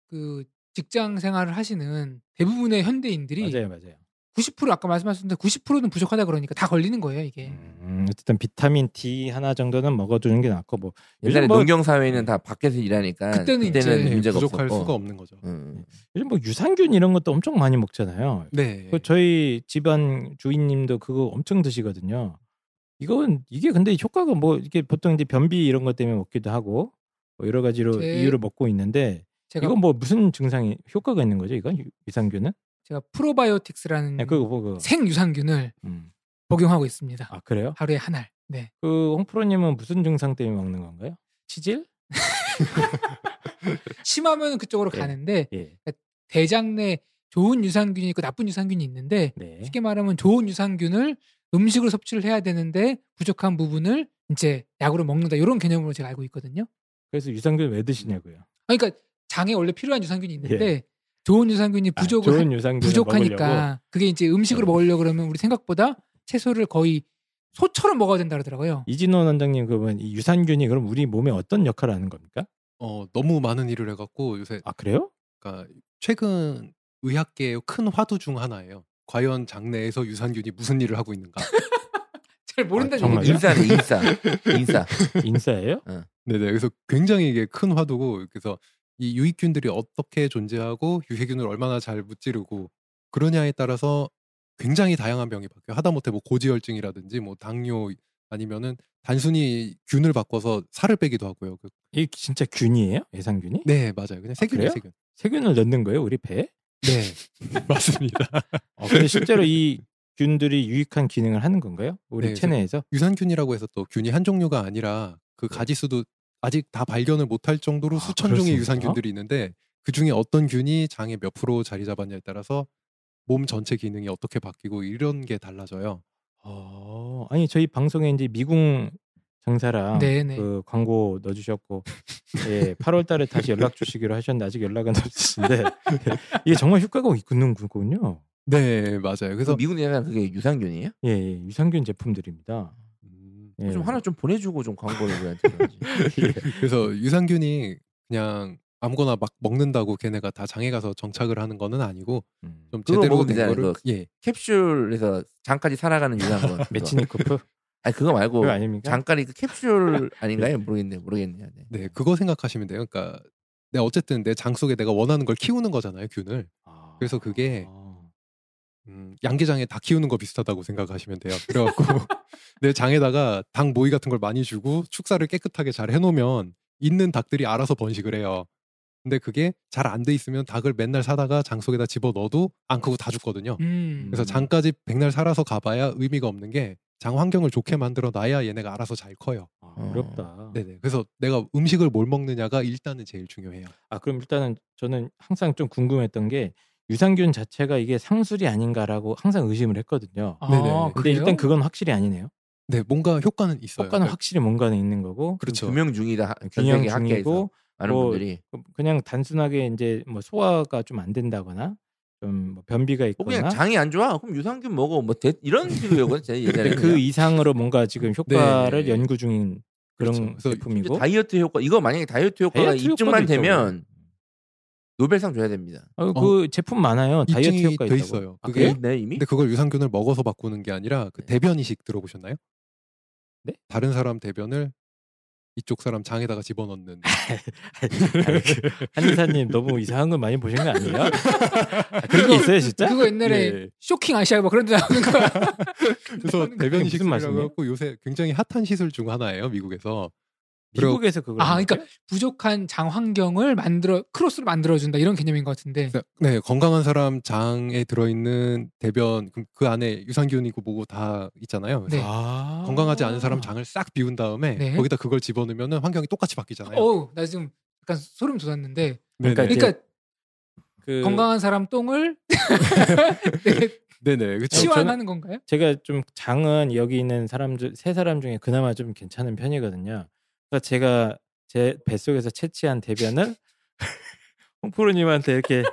[SPEAKER 3] 그 직장 생활을 하시는 대부분의 현대인들이
[SPEAKER 1] 맞아요, 맞아요.
[SPEAKER 3] 90% 아까 말씀하셨는데 90%는 부족하다 그러니까 다 걸리는 거예요 이게.
[SPEAKER 1] 음, 어쨌든 비타민 D 하나 정도는 먹어주는 게 낫고 뭐
[SPEAKER 2] 옛날에
[SPEAKER 1] 요즘 뭐-
[SPEAKER 2] 농경 사회는 다 밖에서 일하니까
[SPEAKER 3] 그때는 이제
[SPEAKER 4] 네,
[SPEAKER 2] 문제가
[SPEAKER 4] 부족할
[SPEAKER 2] 없었고.
[SPEAKER 4] 수가 없는 거죠.
[SPEAKER 2] 음.
[SPEAKER 1] 요즘 뭐 유산균 이런 것도 엄청 많이 먹잖아요.
[SPEAKER 4] 네.
[SPEAKER 1] 그 저희 집안 주인님도 그거 엄청 드시거든요. 이건 이게 근데 효과가 뭐 이게 보통 이제 변비 이런 것 때문에 먹기도 하고 뭐 여러 가지로
[SPEAKER 3] 제-
[SPEAKER 1] 이유를 먹고 있는데
[SPEAKER 3] 제가
[SPEAKER 1] 이건 뭐 무슨 증상이 효과가 있는 거죠? 이건 유- 유산균은?
[SPEAKER 3] 제가 프로바이오틱스라는
[SPEAKER 1] 네, 그거 보고.
[SPEAKER 3] 생유산균을
[SPEAKER 1] 음.
[SPEAKER 3] 복용하고 있습니다.
[SPEAKER 1] 아 그래요?
[SPEAKER 3] 하루에 한 알. 네.
[SPEAKER 1] 그 홍프로님은 무슨 증상 때문에 먹는 건가요? 치질?
[SPEAKER 3] 심하면 그쪽으로
[SPEAKER 1] 예.
[SPEAKER 3] 가는데
[SPEAKER 1] 예.
[SPEAKER 3] 대장 내 좋은 유산균이 있고 나쁜 유산균이 있는데
[SPEAKER 1] 네.
[SPEAKER 3] 쉽게 말하면 좋은 유산균을 음식으로 섭취를 해야 되는데 부족한 부분을 이제 약으로 먹는다 이런 개념으로 제가 알고 있거든요.
[SPEAKER 1] 그래서 유산균 왜 드시냐고요?
[SPEAKER 3] 아, 그러니까 장에 원래 필요한 유산균이 있는데 좋은 유산균이
[SPEAKER 1] 예. 아,
[SPEAKER 3] 부족을 하-
[SPEAKER 1] 좋은 유산균
[SPEAKER 3] 부족하니까
[SPEAKER 1] 먹으려고.
[SPEAKER 3] 그게 이제 음식으로
[SPEAKER 1] 네.
[SPEAKER 3] 먹으려 그러면 우리 생각보다 채소를 거의 소처럼 먹어야 된다 그러더라고요.
[SPEAKER 1] 이진원 원장님 그러면 이 유산균이 그럼 우리 몸에 어떤 역할을 하는 겁니까?
[SPEAKER 4] 어, 너무 많은 일을 해갖고 요새
[SPEAKER 1] 아 그래요?
[SPEAKER 4] 그러니까 최근 의학계의 큰 화두 중 하나예요. 과연 장내에서 유산균이 무슨 일을 하고 있는가?
[SPEAKER 3] 잘 모른다는
[SPEAKER 1] 아,
[SPEAKER 3] 얘기죠.
[SPEAKER 1] 정말요?
[SPEAKER 2] 인싸네 인싸. 인싸.
[SPEAKER 1] 인싸예요?
[SPEAKER 4] 네네. 그래서 굉장히 이게 큰 화두고 그래서 이 유익균들이 어떻게 존재하고 유해균을 얼마나 잘 무찌르고 그러냐에 따라서 굉장히 다양한 병이 바뀌어요. 하다못해 뭐 고지혈증이라든지 뭐 당뇨 아니면은 단순히 균을 바꿔서 살을 빼기도 하고요. 그-
[SPEAKER 1] 이게 진짜 균이에요? 예산균이?
[SPEAKER 4] 네 맞아요. 그냥 세균이에요.
[SPEAKER 1] 그래요?
[SPEAKER 4] 세균.
[SPEAKER 1] 세균을 넣는 거예요, 우리 배에?
[SPEAKER 4] 네 맞습니다.
[SPEAKER 1] 어, 근데 실제로 이 균들이 유익한 기능을 하는 건가요? 우리
[SPEAKER 4] 네,
[SPEAKER 1] 체내에서?
[SPEAKER 4] 유산균이라고 해서 또 균이 한 종류가 아니라 그
[SPEAKER 2] 네.
[SPEAKER 4] 가지수도 아직 다 발견을 못할 정도로
[SPEAKER 1] 아,
[SPEAKER 4] 수천 종의
[SPEAKER 1] 그렇습니까?
[SPEAKER 4] 유산균들이 있는데 그 중에 어떤 균이 장에 몇 프로 자리 잡았냐에 따라서 몸 전체 기능이 어떻게 바뀌고 이런 게 달라져요.
[SPEAKER 2] 아.
[SPEAKER 1] 어, 아니 저희 방송에 이제 미궁 장사랑
[SPEAKER 3] 네네.
[SPEAKER 1] 그 광고 넣어주셨고 예, 8월달에 다시 연락 주시기로 하셨는데 아직 연락은 없으신데 예, 이게 정말 효과가 있는 거군요.
[SPEAKER 4] 네 맞아요. 그래서
[SPEAKER 2] 미국 내에는 그게 유산균이에요?
[SPEAKER 1] 예, 예, 유산균 제품들입니다.
[SPEAKER 4] 음,
[SPEAKER 1] 예.
[SPEAKER 2] 좀 하나 좀 보내주고 좀 광고를 우리한테.
[SPEAKER 4] 그래서
[SPEAKER 2] 네.
[SPEAKER 4] 유산균이 그냥 아무거나 막 먹는다고 걔네가 다 장에 가서 정착을 하는 거는 아니고
[SPEAKER 1] 음.
[SPEAKER 4] 좀
[SPEAKER 2] 그거
[SPEAKER 4] 제대로
[SPEAKER 2] 먹으면
[SPEAKER 4] 된
[SPEAKER 2] 되잖아요,
[SPEAKER 4] 거를
[SPEAKER 2] 그거.
[SPEAKER 4] 예
[SPEAKER 2] 캡슐에서 장까지 살아가는 유산균. 그거.
[SPEAKER 1] 메치니코프
[SPEAKER 4] 뭐
[SPEAKER 2] 아니 그거 말고
[SPEAKER 1] 그거 아닙니까?
[SPEAKER 2] 장까지 그 캡슐 아닌가요? 모르겠네, 모르겠네요. 네.
[SPEAKER 4] 네, 그거 생각하시면 돼요. 그러니까 내 어쨌든 내 장 속에 내가 원하는 걸 키우는 거잖아요, 균을.
[SPEAKER 1] 아.
[SPEAKER 4] 그래서 그게
[SPEAKER 1] 아.
[SPEAKER 4] 음, 양계장에 다 키우는 거 비슷하다고 생각하시면 돼요. 그래갖고 내 장에다가 닭 모이 같은 걸 많이 주고 축사를 깨끗하게 잘 해놓으면 있는 닭들이 알아서 번식을 해요. 근데 그게 잘 안 돼 있으면 닭을 맨날 사다가 장 속에다 집어 넣어도 안 크고 다 죽거든요.
[SPEAKER 3] 음.
[SPEAKER 4] 그래서 장까지 백날 살아서 가봐야 의미가 없는 게 장 환경을 좋게 만들어 놔야 얘네가 알아서 잘 커요.
[SPEAKER 1] 아, 어렵다.
[SPEAKER 4] 네네. 그래서 내가 음식을 뭘 먹느냐가 일단은 제일 중요해요.
[SPEAKER 1] 아 그럼 일단은 저는 항상 좀 궁금했던 게 유산균 자체가 이게 상술이 아닌가라고 항상 의심을 했거든요.
[SPEAKER 3] 아,
[SPEAKER 4] 네네.
[SPEAKER 3] 그래요?
[SPEAKER 4] 근데
[SPEAKER 1] 근데 일단 그건 확실히 아니네요.
[SPEAKER 4] 네, 뭔가 효과는 있어요. 네.
[SPEAKER 1] 효과는 확실히 뭔가는 있는 거고
[SPEAKER 4] 그렇죠.
[SPEAKER 2] 규명 중이다. 전
[SPEAKER 1] 균형
[SPEAKER 2] 세계 학계에서
[SPEAKER 1] 중이고
[SPEAKER 2] 많은
[SPEAKER 1] 뭐,
[SPEAKER 2] 분들이
[SPEAKER 1] 그냥 단순하게 이제 뭐 소화가 좀 안 된다거나 좀뭐 변비가
[SPEAKER 2] 뭐 그냥
[SPEAKER 1] 있거나
[SPEAKER 2] 장이 안 좋아. 그럼 유산균 먹어. 뭐 대, 이런 식으로요. 제
[SPEAKER 1] 근데
[SPEAKER 2] 예전에
[SPEAKER 1] 그 이상으로 뭔가 지금 효과를
[SPEAKER 4] 네.
[SPEAKER 1] 연구 중인 그런
[SPEAKER 4] 그렇죠. 그래서
[SPEAKER 1] 제품이고
[SPEAKER 2] 이제 다이어트 효과 이거 만약에 다이어트 효과가
[SPEAKER 1] 다이어트
[SPEAKER 2] 입증만
[SPEAKER 1] 효과도 있다고요?
[SPEAKER 2] 되면 노벨상 줘야 됩니다.
[SPEAKER 1] 어, 그 제품 많아요. 다이어트
[SPEAKER 4] 입증이
[SPEAKER 1] 효과 있다고.
[SPEAKER 4] 돼 있어요.
[SPEAKER 1] 아,
[SPEAKER 4] 그게
[SPEAKER 1] 그래요?
[SPEAKER 2] 네 이미
[SPEAKER 4] 근데 그걸 유산균을 먹어서 바꾸는 게 아니라 그 대변 이식 들어보셨나요?
[SPEAKER 1] 네?
[SPEAKER 4] 다른 사람 대변을 이쪽 사람 장에다가 집어넣는
[SPEAKER 1] 그 한의사님 너무 이상한 걸 많이 보신 거 아니에요? 아, 그런 게 있어요 진짜? 예.
[SPEAKER 3] 그거 옛날에
[SPEAKER 4] 네.
[SPEAKER 3] 쇼킹 아시아 뭐 그런 데 나오는 거야.
[SPEAKER 4] 그래서
[SPEAKER 1] 무슨
[SPEAKER 4] 대변 이식술이라고
[SPEAKER 1] 말씀이에요?
[SPEAKER 4] 하고 요새 굉장히 핫한 시술 중 하나예요 미국에서 그리고
[SPEAKER 1] 미국에서 그걸
[SPEAKER 3] 아,
[SPEAKER 1] 하는
[SPEAKER 3] 그러니까
[SPEAKER 1] 거예요?
[SPEAKER 3] 부족한 장 환경을 만들어 크로스로 만들어 준다 이런 개념인 것 같은데.
[SPEAKER 4] 그래서 네 건강한 사람 장에 들어있는 대변 그럼 그 안에 유산균이고 뭐고 다 있잖아요. 그래서
[SPEAKER 3] 네.
[SPEAKER 1] 아.
[SPEAKER 4] 건강하지 않은 사람 장을 싹 비운 다음에
[SPEAKER 3] 네.
[SPEAKER 4] 거기다 그걸 집어넣으면 환경이 똑같이 바뀌잖아요.
[SPEAKER 3] 어우, 나 지금 약간 소름 돋았는데.
[SPEAKER 1] 그러니까
[SPEAKER 4] 네네.
[SPEAKER 1] 이제
[SPEAKER 3] 그러니까
[SPEAKER 1] 그
[SPEAKER 3] 건강한 사람 똥을
[SPEAKER 4] 네네 그렇죠.
[SPEAKER 3] 치환하는 건가요?
[SPEAKER 1] 제가 좀 장은 여기 있는 사람 중, 세 사람 중에 그나마 좀 괜찮은 편이거든요. 그러니까 제가 제 뱃속에서 채취한 대변을 홍프로님한테 이렇게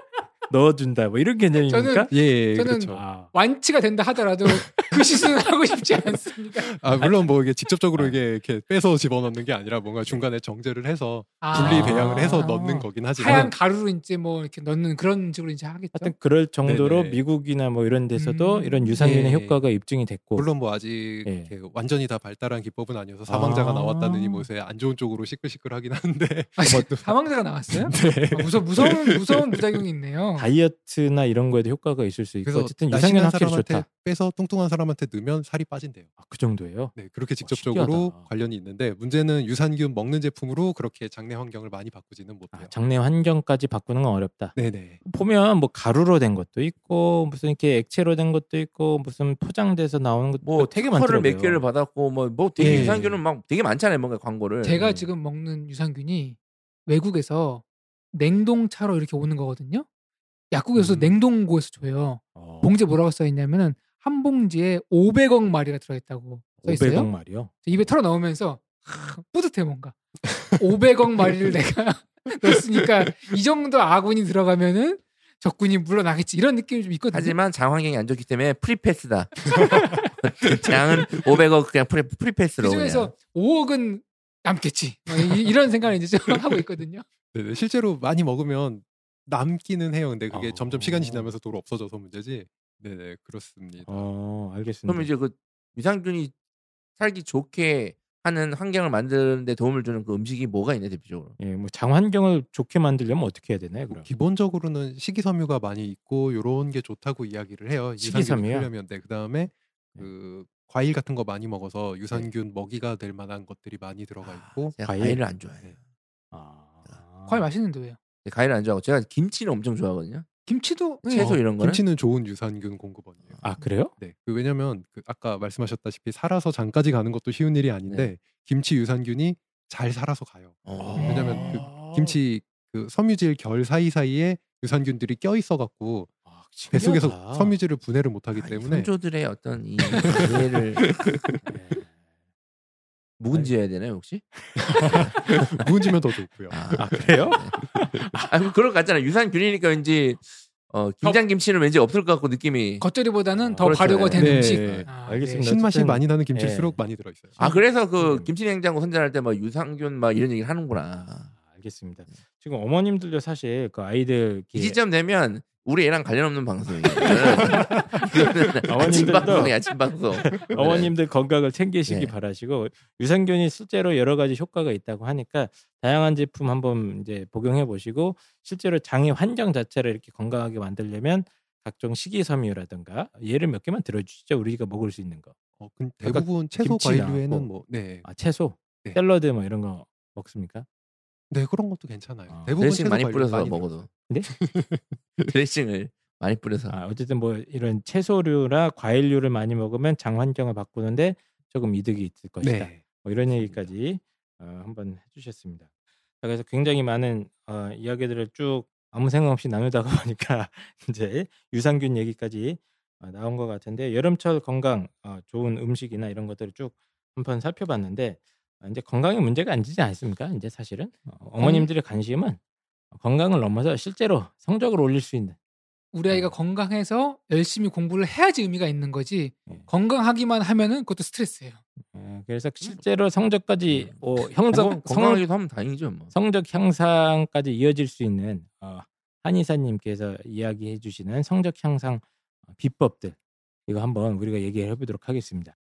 [SPEAKER 1] 넣어준다 뭐 이런 개념입니까?
[SPEAKER 3] 저는-
[SPEAKER 4] 예, 예
[SPEAKER 3] 저는-
[SPEAKER 4] 그렇죠.
[SPEAKER 1] 아,
[SPEAKER 3] 완치가 된다 하더라도 그 시술은 하고 싶지 않습니다.
[SPEAKER 4] 아 물론 뭐 이게
[SPEAKER 1] 아.
[SPEAKER 4] 직접적으로 이게 이렇게 빼서 집어넣는 게 아니라 뭔가 중간에 정제를 해서
[SPEAKER 3] 아.
[SPEAKER 4] 분리 배양을 해서 넣는
[SPEAKER 1] 아.
[SPEAKER 4] 거긴 하지만
[SPEAKER 3] 하얀 가루로 이제 뭐 이렇게 넣는 그런 식으로 이제 하겠죠.
[SPEAKER 1] 하여튼 그럴 정도로
[SPEAKER 4] 네네.
[SPEAKER 1] 미국이나 뭐 이런 데서도
[SPEAKER 3] 음.
[SPEAKER 1] 이런 유산균의
[SPEAKER 4] 예.
[SPEAKER 1] 효과가 입증이 됐고
[SPEAKER 4] 물론 뭐 아직
[SPEAKER 1] 예.
[SPEAKER 4] 이렇게 완전히 다 발달한 기법은 아니어서 사망자가
[SPEAKER 1] 아.
[SPEAKER 4] 나왔다는 이 모습에 안 좋은 쪽으로 시끌시끌하긴 한데
[SPEAKER 3] 아,
[SPEAKER 1] 뭐
[SPEAKER 3] 사망자가 나왔어요? 아, 무서 무서운 무서운 부작용이 있네요.
[SPEAKER 1] 다이어트나 이런 거에도 효과가 있을 수 있고
[SPEAKER 4] 그래서
[SPEAKER 1] 어쨌든 유산균
[SPEAKER 4] 날씬한
[SPEAKER 1] 확실히
[SPEAKER 4] 사람한테
[SPEAKER 1] 좋다.
[SPEAKER 4] 빼서 뚱뚱한 사람한테 넣으면 살이 빠진대요.
[SPEAKER 1] 아, 그 정도예요.
[SPEAKER 4] 네 그렇게 직접적으로
[SPEAKER 1] 신기하다.
[SPEAKER 4] 관련이 있는데 문제는 유산균 먹는 제품으로 그렇게 장내 환경을 많이 바꾸지는 못해요.
[SPEAKER 1] 아, 장내 환경까지 바꾸는 건 어렵다.
[SPEAKER 4] 네네
[SPEAKER 1] 보면 뭐 가루로 된 것도 있고 무슨 이렇게 액체로 된 것도 있고 무슨 포장돼서 나오는 것도
[SPEAKER 2] 뭐
[SPEAKER 1] 되게
[SPEAKER 2] 특허를
[SPEAKER 1] 많더라고요.
[SPEAKER 2] 몇 개를 받았고 뭐 뭐 되게
[SPEAKER 4] 예.
[SPEAKER 2] 유산균은 막 되게 많잖아요. 뭔가 광고를
[SPEAKER 3] 제가
[SPEAKER 1] 음.
[SPEAKER 3] 지금 먹는 유산균이 외국에서 냉동차로 이렇게 오는 거거든요. 약국에서
[SPEAKER 1] 음.
[SPEAKER 3] 냉동고에서 줘요.
[SPEAKER 1] 어,
[SPEAKER 3] 봉지 뭐라고 써 있냐면은 한 봉지에 500억 마리가 들어있다고 써
[SPEAKER 1] 500억
[SPEAKER 3] 있어요.
[SPEAKER 1] 말이요.
[SPEAKER 3] 입에 털어 넣으면서 하, 뿌듯해 뭔가 500억 마리를 내가 넣었으니까 이 정도 아군이 들어가면은 적군이 물러나겠지 이런 느낌이 좀 있거든요.
[SPEAKER 2] 하지만 장 환경이 안 좋기 때문에 프리패스다. 장은 500억 그냥 프리, 프리패스로
[SPEAKER 3] 그 중에서 5억은 남겠지 뭐 이- 이런 생각을 이제 좀 하고 있거든요.
[SPEAKER 4] 네네 실제로 많이 먹으면 남기는 해요. 근데 그게
[SPEAKER 1] 어.
[SPEAKER 4] 점점 시간이 지나면서 도로 없어져서 문제지. 네네 그렇습니다. 뭐
[SPEAKER 1] 어, 알겠습니다.
[SPEAKER 2] 그럼 이제 그 유산균이 살기 좋게 하는 환경을 만드는데 도움을 주는 그 음식이 뭐가 있냐 대표적으로.
[SPEAKER 1] 예, 뭐 장환경을 좋게 만들려면 어떻게 해야 되나요? 그럼
[SPEAKER 4] 기본적으로는 식이섬유가 많이 있고 요런 게 좋다고 이야기를 해요.
[SPEAKER 1] 식이섬유요?
[SPEAKER 4] 하려면 네. 그다음에 그 과일 같은 거 많이 먹어서 유산균 먹이가 될 만한 것들이 많이 들어가 있고 네.
[SPEAKER 2] 제가
[SPEAKER 1] 과일?
[SPEAKER 2] 과일? 을안 아, 좋아해요. 네,
[SPEAKER 1] 아,
[SPEAKER 3] 과일 맛있는데 왜요?
[SPEAKER 2] 과일을 안 좋아하고 제가 김치를 엄청 좋아하거든요.
[SPEAKER 3] 김치도
[SPEAKER 2] 채소
[SPEAKER 4] 어,
[SPEAKER 2] 이런 거는
[SPEAKER 4] 김치는 좋은 유산균 공급원이에요.
[SPEAKER 1] 아 그래요?
[SPEAKER 4] 네. 그 왜냐면 그 아까 말씀하셨다시피 살아서 장까지 가는 것도 쉬운 일이 아닌데 김치 유산균이 잘 살아서 가요.
[SPEAKER 2] 어.
[SPEAKER 4] 왜냐면 그 김치
[SPEAKER 1] 어.
[SPEAKER 4] 그 섬유질 결 사이사이에 유산균들이 껴 있어 갖고
[SPEAKER 1] 아, 신기하다.
[SPEAKER 4] 뱃속에서 섬유질을 분해를 못 하기
[SPEAKER 2] 아, 이
[SPEAKER 4] 때문에
[SPEAKER 2] 선조들의 어떤 이 이해를
[SPEAKER 1] 예.
[SPEAKER 2] 묵은지해야 되나요 혹시?
[SPEAKER 4] 무은지면 더 좋고요.
[SPEAKER 1] 아 그래요?
[SPEAKER 2] 아, 그- 그런 거 같잖아. 유산균이니까 왠지 어, 김장 김치는 왠지 없을 것 같고 느낌이.
[SPEAKER 3] 겉절이보다는 더
[SPEAKER 1] 그렇죠.
[SPEAKER 3] 발효가 된
[SPEAKER 4] 네.
[SPEAKER 3] 음식.
[SPEAKER 4] 네.
[SPEAKER 3] 아,
[SPEAKER 1] 알겠습니다.
[SPEAKER 4] 신맛이
[SPEAKER 1] 어쨌든-
[SPEAKER 4] 많이 나는 김치일수록
[SPEAKER 1] 예.
[SPEAKER 4] 많이 들어있어요.
[SPEAKER 2] 아 그래서
[SPEAKER 1] 음.
[SPEAKER 2] 그 김치 냉장고 선전할 때 막 유산균 막 이런 얘기를 하는구나.
[SPEAKER 1] 아, 알겠습니다. 지금 어머님들도 사실 그 아이들
[SPEAKER 2] 이
[SPEAKER 1] 이렇게
[SPEAKER 2] 시점 되면 우리 애랑 관련 없는 방송이에요. 이거는 아침
[SPEAKER 1] 어머님들도-
[SPEAKER 2] 방송이야 아침 방송.
[SPEAKER 4] 네.
[SPEAKER 1] 어머님들 건강을 챙기시기
[SPEAKER 2] 네.
[SPEAKER 1] 바라시고 유산균이 실제로 여러 가지 효과가 있다고 하니까 다양한 제품 한번 이제 복용해 보시고 실제로 장의 환경 자체를 이렇게 건강하게 만들려면 각종 식이섬유라든가 예를 몇 개만 들어주시죠 우리가 먹을 수 있는 거
[SPEAKER 4] 어, 근
[SPEAKER 1] 아까
[SPEAKER 4] 대부분 채소
[SPEAKER 1] 그러니까 김치
[SPEAKER 4] 과일류에는
[SPEAKER 1] 나왔고.
[SPEAKER 4] 뭐 네.
[SPEAKER 1] 아, 채소
[SPEAKER 4] 네.
[SPEAKER 1] 샐러드 뭐 이런 거 먹습니까?
[SPEAKER 4] 네 그런 것도 괜찮아요.
[SPEAKER 1] 어.
[SPEAKER 4] 대부분
[SPEAKER 2] 드레싱
[SPEAKER 4] 채소
[SPEAKER 2] 많이
[SPEAKER 4] 과일류
[SPEAKER 2] 뿌려서
[SPEAKER 4] 많이
[SPEAKER 2] 먹어도.
[SPEAKER 1] 네?
[SPEAKER 2] 드레싱을 많이 뿌려서.
[SPEAKER 1] 아, 어쨌든 뭐 이런 채소류나 과일류를 많이 먹으면 장 환경을 바꾸는데 조금 이득이 있을 것이다.
[SPEAKER 4] 네.
[SPEAKER 1] 뭐 이런 얘기까지 어, 한번 해주셨습니다. 자, 그래서 굉장히 많은 어, 이야기들을 쭉 아무 생각 없이 나누다가 보니까 이제 유산균 얘기까지 어, 나온 것 같은데 여름철 건강 어, 좋은 음식이나 이런 것들을 쭉 한번 살펴봤는데 어, 이제 건강에 문제가 안 지지 않습니까? 이제 사실은 어, 어머님들의 관심은 건강을 넘어서 실제로 성적을 올릴 수 있는
[SPEAKER 3] 우리
[SPEAKER 1] 네.
[SPEAKER 3] 아이가 건강해서 열심히 공부를 해야지 의미가 있는 거지
[SPEAKER 1] 네.
[SPEAKER 3] 건강하기만 하면은 그것도 스트레스예요.
[SPEAKER 1] 어, 그래서 실제로 성적까지 어,
[SPEAKER 2] 음. 네. 건강,
[SPEAKER 1] 형성 성,
[SPEAKER 2] 건강하기도 하면 다행이죠. 뭐.
[SPEAKER 1] 성적 향상까지 이어질 수 있는 어, 한의사님께서 이야기해 주시는 성적 향상 비법들 이거 한번 우리가 얘기해 보도록 하겠습니다.